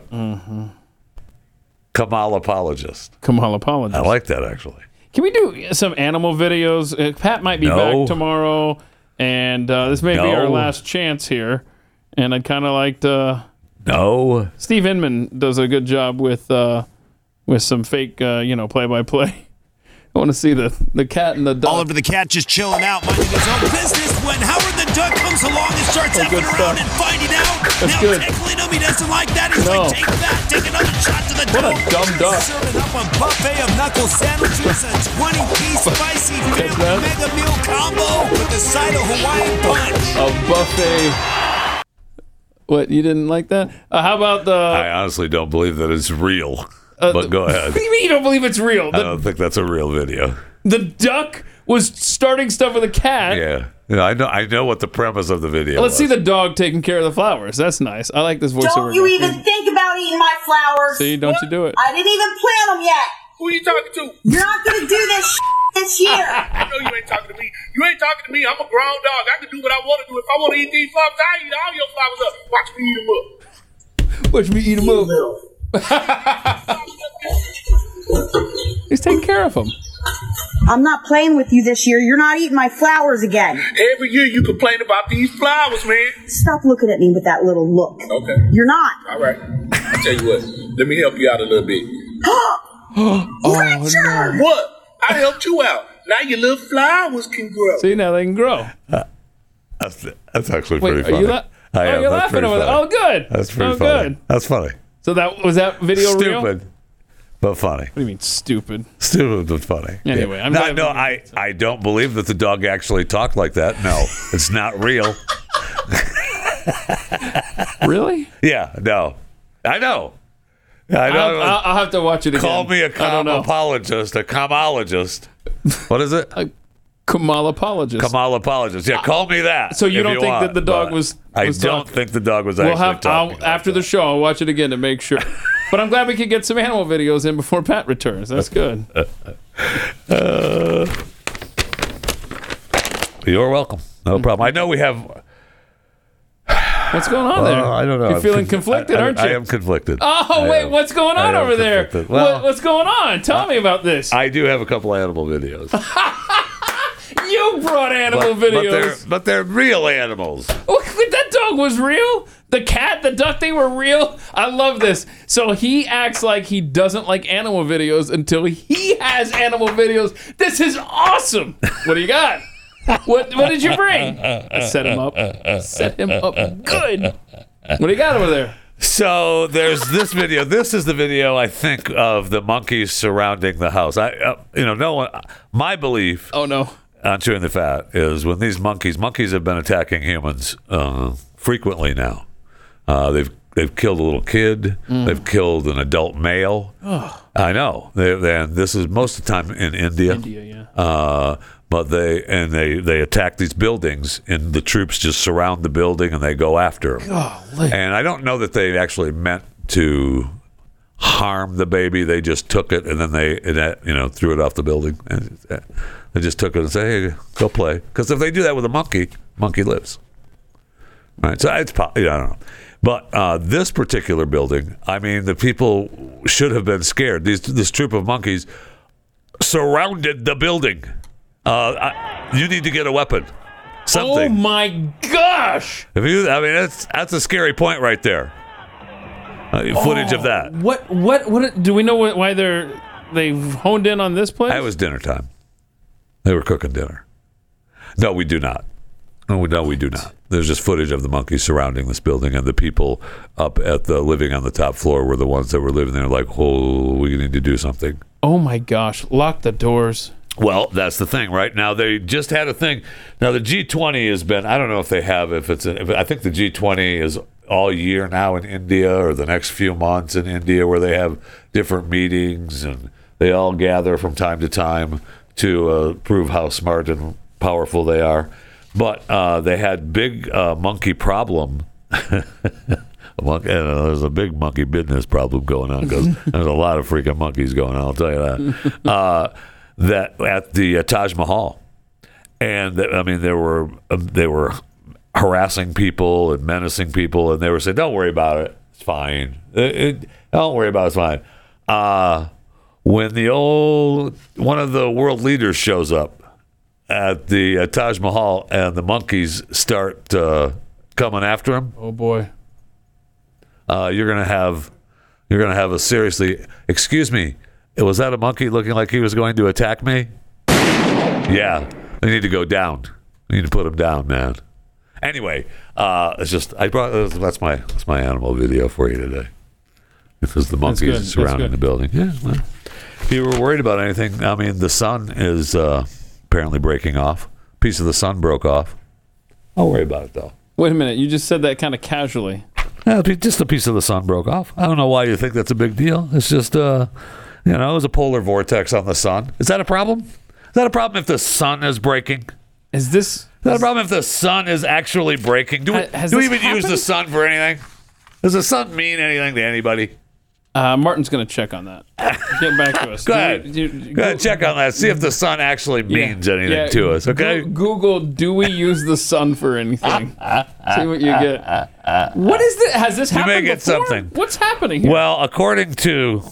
[SPEAKER 2] Kamala apologist.
[SPEAKER 3] Kamala apologist.
[SPEAKER 2] I like that actually.
[SPEAKER 3] Can we do some animal videos? Uh, Pat might be
[SPEAKER 2] No.
[SPEAKER 3] back tomorrow, and uh, this may be our
[SPEAKER 2] No.
[SPEAKER 3] last chance here. And I'd kind of like to.
[SPEAKER 2] No.
[SPEAKER 3] Steve Inman does a good job with uh, with some fake, uh, you know, play by play. I want to see the the cat and the dog. Oliver
[SPEAKER 4] the cat just chilling out, minding his own business when Howard the Duck comes along and
[SPEAKER 3] Oh,
[SPEAKER 4] starts effing around and finding out. now
[SPEAKER 3] That's good.
[SPEAKER 4] tickling him, he doesn't like that. He's like, take that, take another shot to the
[SPEAKER 3] What a
[SPEAKER 4] dog.
[SPEAKER 3] dumb duck.
[SPEAKER 4] Serving up a buffet of knuckle sandwiches, a 20-piece spicy family mega meal combo with a side of Hawaiian punch.
[SPEAKER 3] A buffet. What you didn't like that? Uh, how about the?
[SPEAKER 2] I honestly don't believe that it's real,
[SPEAKER 3] Uh,
[SPEAKER 2] but go
[SPEAKER 3] What
[SPEAKER 2] ahead.
[SPEAKER 3] do you mean you don't believe it's real?
[SPEAKER 2] I
[SPEAKER 3] The,
[SPEAKER 2] don't think that's a real video.
[SPEAKER 3] the duck was starting stuff with a cat.
[SPEAKER 2] Yeah. Yeah, I know. I know what the premise of the video.
[SPEAKER 3] Let's
[SPEAKER 2] was.
[SPEAKER 3] see the dog taking care of the flowers. That's nice. I like this voiceover.
[SPEAKER 6] Don't you
[SPEAKER 3] guy.
[SPEAKER 6] even think about eating my flowers.
[SPEAKER 3] See, don't you do it.
[SPEAKER 6] I didn't even plant them yet. Who are you talking to? You're not going to do this this year.
[SPEAKER 7] I know you ain't talking to me. You ain't talking to me. I'm a grown dog. I can do what I want to do. If I want to eat these flowers, I eat all your flowers up. Watch me eat them up.
[SPEAKER 3] Watch me eat him up. He's taking care of them.
[SPEAKER 6] I'm not playing with you this year. You're not eating my flowers again.
[SPEAKER 7] Every year you complain about these flowers, man.
[SPEAKER 6] Stop looking at me with that little look.
[SPEAKER 7] Okay.
[SPEAKER 6] You're not.
[SPEAKER 7] All right. I tell you what. Let me help you out a little bit.
[SPEAKER 6] oh, no.
[SPEAKER 7] What? I helped you out. Now your little flowers can grow.
[SPEAKER 3] See now they can grow.
[SPEAKER 2] That's, that's actually
[SPEAKER 3] Wait,
[SPEAKER 2] pretty
[SPEAKER 3] are
[SPEAKER 2] funny.
[SPEAKER 3] you la-
[SPEAKER 2] I
[SPEAKER 3] Oh,
[SPEAKER 2] am.
[SPEAKER 3] you're laughing
[SPEAKER 2] That's pretty
[SPEAKER 3] over there.
[SPEAKER 2] funny.
[SPEAKER 3] Oh, good.
[SPEAKER 2] That's pretty
[SPEAKER 3] Oh,
[SPEAKER 2] funny.
[SPEAKER 3] good.
[SPEAKER 2] That's funny.
[SPEAKER 3] So that was that video real?
[SPEAKER 2] stupid, but funny. What
[SPEAKER 3] do you mean stupid?
[SPEAKER 2] Stupid but funny.
[SPEAKER 3] Anyway, I'm
[SPEAKER 2] no,
[SPEAKER 3] glad
[SPEAKER 2] no, I, I don't believe that the dog actually talked like that. No, it's not real.
[SPEAKER 3] really?
[SPEAKER 2] Yeah. No, I know. I know.
[SPEAKER 3] I'll, I'll- I'll have to watch it again.
[SPEAKER 2] Call me a
[SPEAKER 3] I don't know.
[SPEAKER 2] comapologist, a comologist. What is it? a
[SPEAKER 3] Kamalapologist.
[SPEAKER 2] comolapologist. Yeah, call me that.
[SPEAKER 3] So you
[SPEAKER 2] if
[SPEAKER 3] don't think
[SPEAKER 2] want,
[SPEAKER 3] that the dog
[SPEAKER 2] but
[SPEAKER 3] was-
[SPEAKER 2] I
[SPEAKER 3] was
[SPEAKER 2] don't
[SPEAKER 3] talking?
[SPEAKER 2] think the dog was
[SPEAKER 3] We'll
[SPEAKER 2] actually
[SPEAKER 3] have
[SPEAKER 2] talking.
[SPEAKER 3] I'll, after the show. I'll watch it again to make sure. but I'm glad we could get some animal videos in before Pat returns. That's good.
[SPEAKER 2] Uh, you're welcome.
[SPEAKER 3] Hmm.
[SPEAKER 2] No problem. I know we have.
[SPEAKER 3] What's going on there?
[SPEAKER 2] Well, Uh, I don't know.
[SPEAKER 3] You're
[SPEAKER 2] I'm
[SPEAKER 3] feeling
[SPEAKER 2] conf-
[SPEAKER 3] conflicted,
[SPEAKER 2] I- I-
[SPEAKER 3] aren't you?
[SPEAKER 2] I am conflicted.
[SPEAKER 3] Oh
[SPEAKER 2] I
[SPEAKER 3] wait,
[SPEAKER 2] am.
[SPEAKER 3] what's going
[SPEAKER 2] I
[SPEAKER 3] on
[SPEAKER 2] am
[SPEAKER 3] over there?
[SPEAKER 2] conflicted. Well-
[SPEAKER 3] what, what's going on? Tell me about this.
[SPEAKER 2] I do have a couple animal videos.
[SPEAKER 3] You brought animal
[SPEAKER 2] but, But they're,
[SPEAKER 3] videos.
[SPEAKER 2] but they're real animals.
[SPEAKER 3] Wait, that dog was real. The cat, the duck, they were real. I love this. So he acts like he doesn't like animal videos until he has animal videos. This is awesome. What do you got? What What did you bring? I set him up. Set him up good. What do you got over there?
[SPEAKER 2] So there's this video. This is the video I think of the monkeys surrounding the house. I, uh, you know, no one. My belief.
[SPEAKER 3] Oh no.
[SPEAKER 2] On Uh, chewing the fat is when these monkeys. Monkeys have been attacking humans uh, frequently now. Uh, they've they've killed a little kid.
[SPEAKER 1] Mm.
[SPEAKER 2] They've killed an adult male.
[SPEAKER 1] Ugh.
[SPEAKER 2] I know. They, they, and this is most of the time in India. India, yeah. Uh, but they and they they attack these buildings, and the troops just surround the building and they go after them. And I don't know that they actually meant to harm the baby. They just took it and then they and that, you know threw it off the building. And uh, they just took it and said, "Hey, go play." Because if they do that with a monkey, monkey lives. Right. So it's po- yeah, I don't know. But uh, this particular building, I mean, the people should have been scared. These this troop of monkeys surrounded the building. Uh, I, you need to get a weapon. Something.
[SPEAKER 3] Oh my gosh!
[SPEAKER 2] If you, I mean, that's that's a scary point right there. Uh, footage of that.
[SPEAKER 3] What? What? What? Do we know what, why they're they've honed in on this place?
[SPEAKER 2] That was dinner time. They were cooking dinner. No, we do not. No, we, no, we do not. There's just footage of the monkeys surrounding this building, and the people up at the living on the top floor were the ones that were living there. Like, oh, we need to do something.
[SPEAKER 3] Oh my gosh! Lock the doors.
[SPEAKER 2] Well, that's the thing, right? Now they just had a thing. Now the G20 has been. I don't know if they have. If it's. If, I think the G20 is all year now in India, or the next few months in India, where they have different meetings and they all gather from time to time to uh, prove how smart and powerful they are. But uh, they had big uh, monkey problem. A monkey, and, uh, there's a big monkey business problem going on because there's a lot of freaking monkeys going on. I'll tell you that. Uh, that at the uh, Taj Mahal, and th- I mean there were um, they were harassing people and menacing people, and they were saying, "Don't worry about it. It's fine. It- it- don't worry about it. It's fine." Uh, when the old one of the world leaders shows up at the uh, Taj Mahal, and the monkeys start uh, coming after him,
[SPEAKER 3] Oh boy.
[SPEAKER 2] uh, you're gonna have you're gonna have a seriously excuse me was that a monkey looking like he was going to attack me yeah they need to go down they need to put him down man anyway uh it's just i brought that's my that's my animal video for you today because the
[SPEAKER 3] That's good,
[SPEAKER 2] monkeys
[SPEAKER 3] that's
[SPEAKER 2] surrounding
[SPEAKER 3] good.
[SPEAKER 2] the building yeah well if you were worried about anything i mean the sun is uh apparently breaking off piece of the sun broke off don't worry about it though
[SPEAKER 3] Wait a minute. You just said that kind of casually.
[SPEAKER 2] yeah, it'd be just a piece of the sun broke off. I don't know why you think that's a big deal. It's just, uh, you know, it was a polar vortex on the sun. Is that a problem? Is that a problem if the sun is breaking?
[SPEAKER 3] Is this is
[SPEAKER 2] that a problem if the sun is actually breaking? Do we,
[SPEAKER 3] Ha- has
[SPEAKER 2] do we
[SPEAKER 3] this
[SPEAKER 2] even use the
[SPEAKER 3] happened?
[SPEAKER 2] sun for anything? Does the sun mean anything to anybody?
[SPEAKER 3] Uh, Martin's going to check on that. Get back to us.
[SPEAKER 2] Go ahead.
[SPEAKER 3] You-
[SPEAKER 2] Go ahead, check on that. See if the sun actually means anything
[SPEAKER 3] Yeah,
[SPEAKER 2] to us. Okay.
[SPEAKER 3] Goo- Google, do we use the sun for anything? See what you get. What is this? Has this
[SPEAKER 2] You may
[SPEAKER 3] happened
[SPEAKER 2] get
[SPEAKER 3] before?
[SPEAKER 2] something.
[SPEAKER 3] What's happening here?
[SPEAKER 2] Well, according to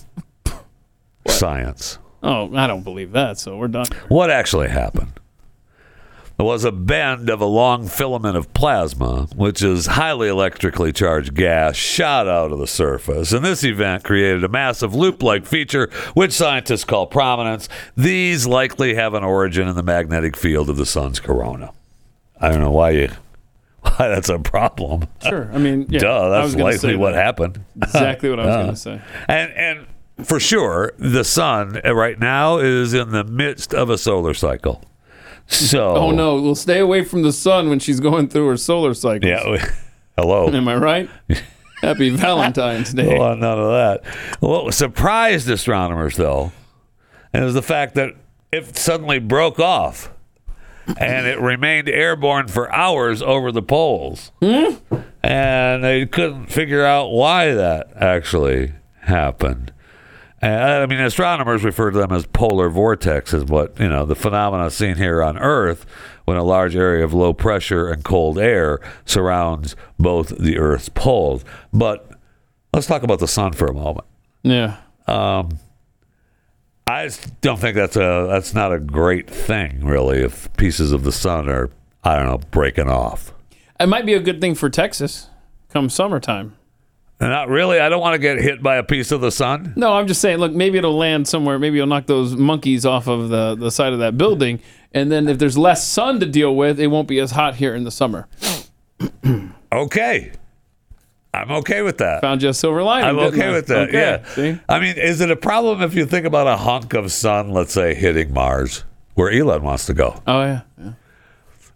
[SPEAKER 2] science.
[SPEAKER 3] oh, I don't believe that, so we're done.
[SPEAKER 2] What actually happened was a bend of a long filament of plasma, which is highly electrically charged gas, shot out of the surface. And this event created a massive loop like feature, which scientists call prominence. These likely have an origin in the magnetic field of the sun's corona. I don't know why you. Why that's a problem.
[SPEAKER 3] Sure. I mean, yeah,
[SPEAKER 2] Uh, Duh,
[SPEAKER 3] I
[SPEAKER 2] that's
[SPEAKER 3] was gonna say
[SPEAKER 2] likely what
[SPEAKER 3] that.
[SPEAKER 2] happened.
[SPEAKER 3] Exactly what I was
[SPEAKER 2] Uh,
[SPEAKER 3] going to say.
[SPEAKER 2] And and for sure, the sun uh, right now is in the midst of a solar cycle. So
[SPEAKER 3] Oh, no. We'll stay away from the sun when she's going through her solar cycle.
[SPEAKER 2] Yeah. Hello.
[SPEAKER 3] Am I right? Happy Valentine's Day.
[SPEAKER 2] Well, none of that. What surprised astronomers though is the fact that it suddenly broke off and it remained airborne for hours over the poles. And they couldn't figure out why that actually happened. And, I mean, astronomers refer to them as polar vortexes, but you know the phenomena seen here on Earth when a large area of low pressure and cold air surrounds both the Earth's poles. But let's talk about the sun for a moment.
[SPEAKER 3] Yeah.
[SPEAKER 2] Um, I just don't think that's a that's not a great thing, really. If pieces of the sun are, I don't know, breaking off.
[SPEAKER 3] It might be a good thing for Texas come summertime.
[SPEAKER 2] Not really. I don't want to get hit by a piece of the sun.
[SPEAKER 3] No, I'm just saying, look, maybe it'll land somewhere. Maybe it'll knock those monkeys off of the, the side of that building. And then if there's less sun to deal with, it won't be as hot here in the summer.
[SPEAKER 2] Okay, I'm okay with that.
[SPEAKER 3] Found you a silver lining.
[SPEAKER 2] I'm
[SPEAKER 3] didn't
[SPEAKER 2] okay
[SPEAKER 3] I?
[SPEAKER 2] with that.
[SPEAKER 3] Okay,
[SPEAKER 2] Yeah.
[SPEAKER 3] see?
[SPEAKER 2] I mean, is it a problem if you think about a hunk of sun, let's say, hitting Mars, where Elon wants to go?
[SPEAKER 3] Oh, yeah.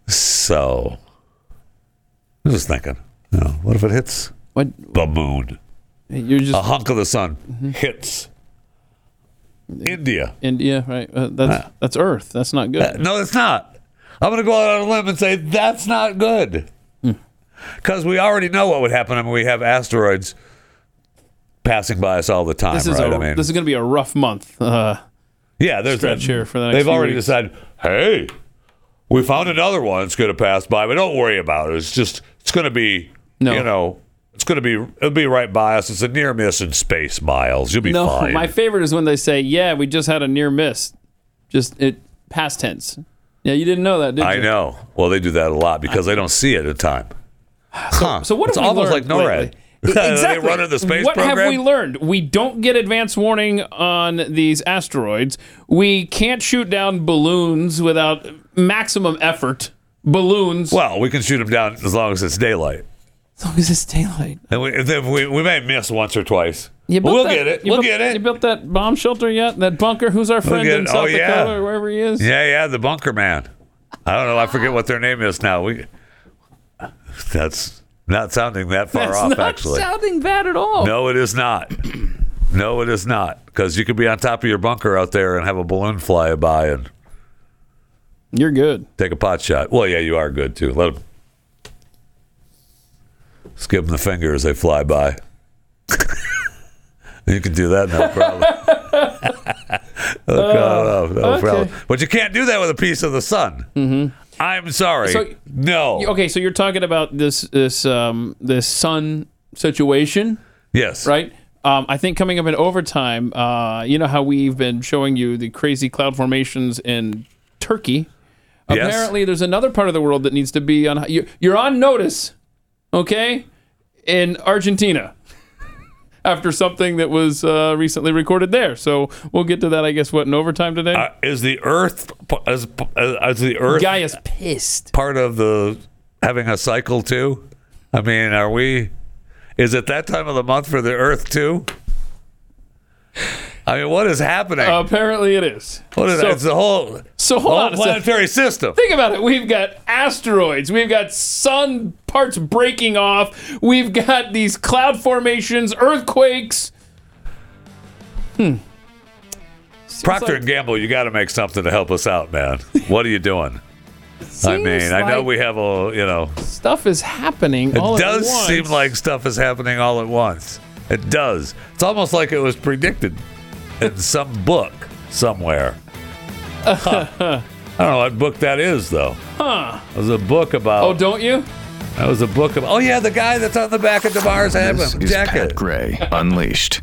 [SPEAKER 2] So, I was just thinking, you know, what if it hits
[SPEAKER 3] what?
[SPEAKER 2] the moon?
[SPEAKER 3] You're just
[SPEAKER 2] a hunk of the sun hits India.
[SPEAKER 3] India, right? Uh, that's
[SPEAKER 2] Ah.
[SPEAKER 3] that's Earth. That's not good.
[SPEAKER 2] Uh, no, it's not. I'm going to go out on a limb and say that's not good.
[SPEAKER 3] Hmm.
[SPEAKER 2] Because we already know what would happen. I mean, we have asteroids passing by us all the time,
[SPEAKER 3] this is
[SPEAKER 2] right?
[SPEAKER 3] a,
[SPEAKER 2] I mean,
[SPEAKER 3] this is going to be a rough month. Uh,
[SPEAKER 2] Yeah, there's
[SPEAKER 3] stretch here for the next
[SPEAKER 2] They've
[SPEAKER 3] few
[SPEAKER 2] already
[SPEAKER 3] weeks.
[SPEAKER 2] decided. Hey, we found another one. that's going to pass by, but don't worry about it. It's just it's going to be
[SPEAKER 3] No.
[SPEAKER 2] you know it's going to be it'll be right by us. It's a near miss in space miles. You'll be
[SPEAKER 3] no,
[SPEAKER 2] fine.
[SPEAKER 3] my favorite is when they say, "Yeah, we just had a near miss." Just it past tense. Yeah, you didn't know that, did you?
[SPEAKER 2] I know. Well, they do that a lot because they don't see it at time. huh.
[SPEAKER 3] So what
[SPEAKER 2] it's
[SPEAKER 3] have we
[SPEAKER 2] almost like
[SPEAKER 3] learned
[SPEAKER 2] NORAD.
[SPEAKER 3] lately? E,
[SPEAKER 2] they run in the space
[SPEAKER 3] what
[SPEAKER 2] program.
[SPEAKER 3] have we learned? We don't get advance warning on these asteroids. We can't shoot down balloons without maximum effort. Balloons.
[SPEAKER 2] Well, we can shoot them down as long as it's daylight.
[SPEAKER 3] As long as it's daylight.
[SPEAKER 2] And we, if we, we may miss once or twice.
[SPEAKER 3] You built
[SPEAKER 2] we'll
[SPEAKER 3] that-
[SPEAKER 2] get it.
[SPEAKER 3] you
[SPEAKER 2] We'll
[SPEAKER 3] built-
[SPEAKER 2] get it.
[SPEAKER 3] You built that bomb shelter yet? That bunker? Who's our friend
[SPEAKER 2] get
[SPEAKER 3] in
[SPEAKER 2] it.
[SPEAKER 3] South
[SPEAKER 2] Oh, yeah.
[SPEAKER 3] Dakota or wherever he is?
[SPEAKER 2] Yeah, yeah, the bunker man. I don't know. I forget what their name is now. We that's not sounding that far
[SPEAKER 3] That's
[SPEAKER 2] off,
[SPEAKER 3] not
[SPEAKER 2] actually.
[SPEAKER 3] sounding bad at all.
[SPEAKER 2] no, it is not. No, it is not. Because you could be on top of your bunker out there and have a balloon fly by, and
[SPEAKER 3] You're good.
[SPEAKER 2] Take a pot shot. Well, yeah, you are good too. Let them skip them the finger as they fly by. you can do that, no problem. no, problem, no
[SPEAKER 3] Oh, okay.
[SPEAKER 2] problem. But you can't do that with a piece of the sun. Mm-hmm. I'm sorry.
[SPEAKER 3] So-
[SPEAKER 2] no.
[SPEAKER 3] You- Okay, so you're talking about this this um, this sun situation.
[SPEAKER 2] Yes.
[SPEAKER 3] Right. Um, I think coming up in overtime, uh, you know how we've been showing you the crazy cloud formations in Turkey.
[SPEAKER 2] Yes.
[SPEAKER 3] Apparently, there's another part of the world that needs to be on. you- You're on notice, okay? In Argentina, after something that was uh, recently recorded there. So we'll get to that, I guess. What in overtime today?
[SPEAKER 2] Is the Earth is, is the Earth
[SPEAKER 3] Guy is pissed.
[SPEAKER 2] part of the having a cycle too? I mean, are we? Is it that time of the month for the Earth too? I mean, what is happening?
[SPEAKER 3] Apparently, it is.
[SPEAKER 2] What is
[SPEAKER 3] Um, So-
[SPEAKER 2] it's the whole
[SPEAKER 3] So hold
[SPEAKER 2] whole
[SPEAKER 3] on a sec.
[SPEAKER 2] planetary system?
[SPEAKER 3] Think about it. We've got asteroids. We've got sun parts breaking off. We've got these cloud formations, earthquakes. Hmm.
[SPEAKER 2] Procter
[SPEAKER 3] like-
[SPEAKER 2] and Gamble, you got to make something to help us out, man. What are you doing? I
[SPEAKER 3] Seems
[SPEAKER 2] mean, I know
[SPEAKER 3] like-
[SPEAKER 2] we have a you know.
[SPEAKER 3] Stuff is happening. all
[SPEAKER 2] It
[SPEAKER 3] at
[SPEAKER 2] does
[SPEAKER 3] once.
[SPEAKER 2] seem like stuff is happening all at once. It does. It's almost like it was predicted in some book somewhere. Huh. I don't know what book that is though.
[SPEAKER 3] Huh.
[SPEAKER 2] It was a book about.
[SPEAKER 3] Oh, don't you?
[SPEAKER 2] That was a book about. Oh yeah, the guy that's on the back of DeMar's
[SPEAKER 1] This
[SPEAKER 2] heaven
[SPEAKER 1] is
[SPEAKER 2] jacket.
[SPEAKER 1] Pat Gray Unleashed.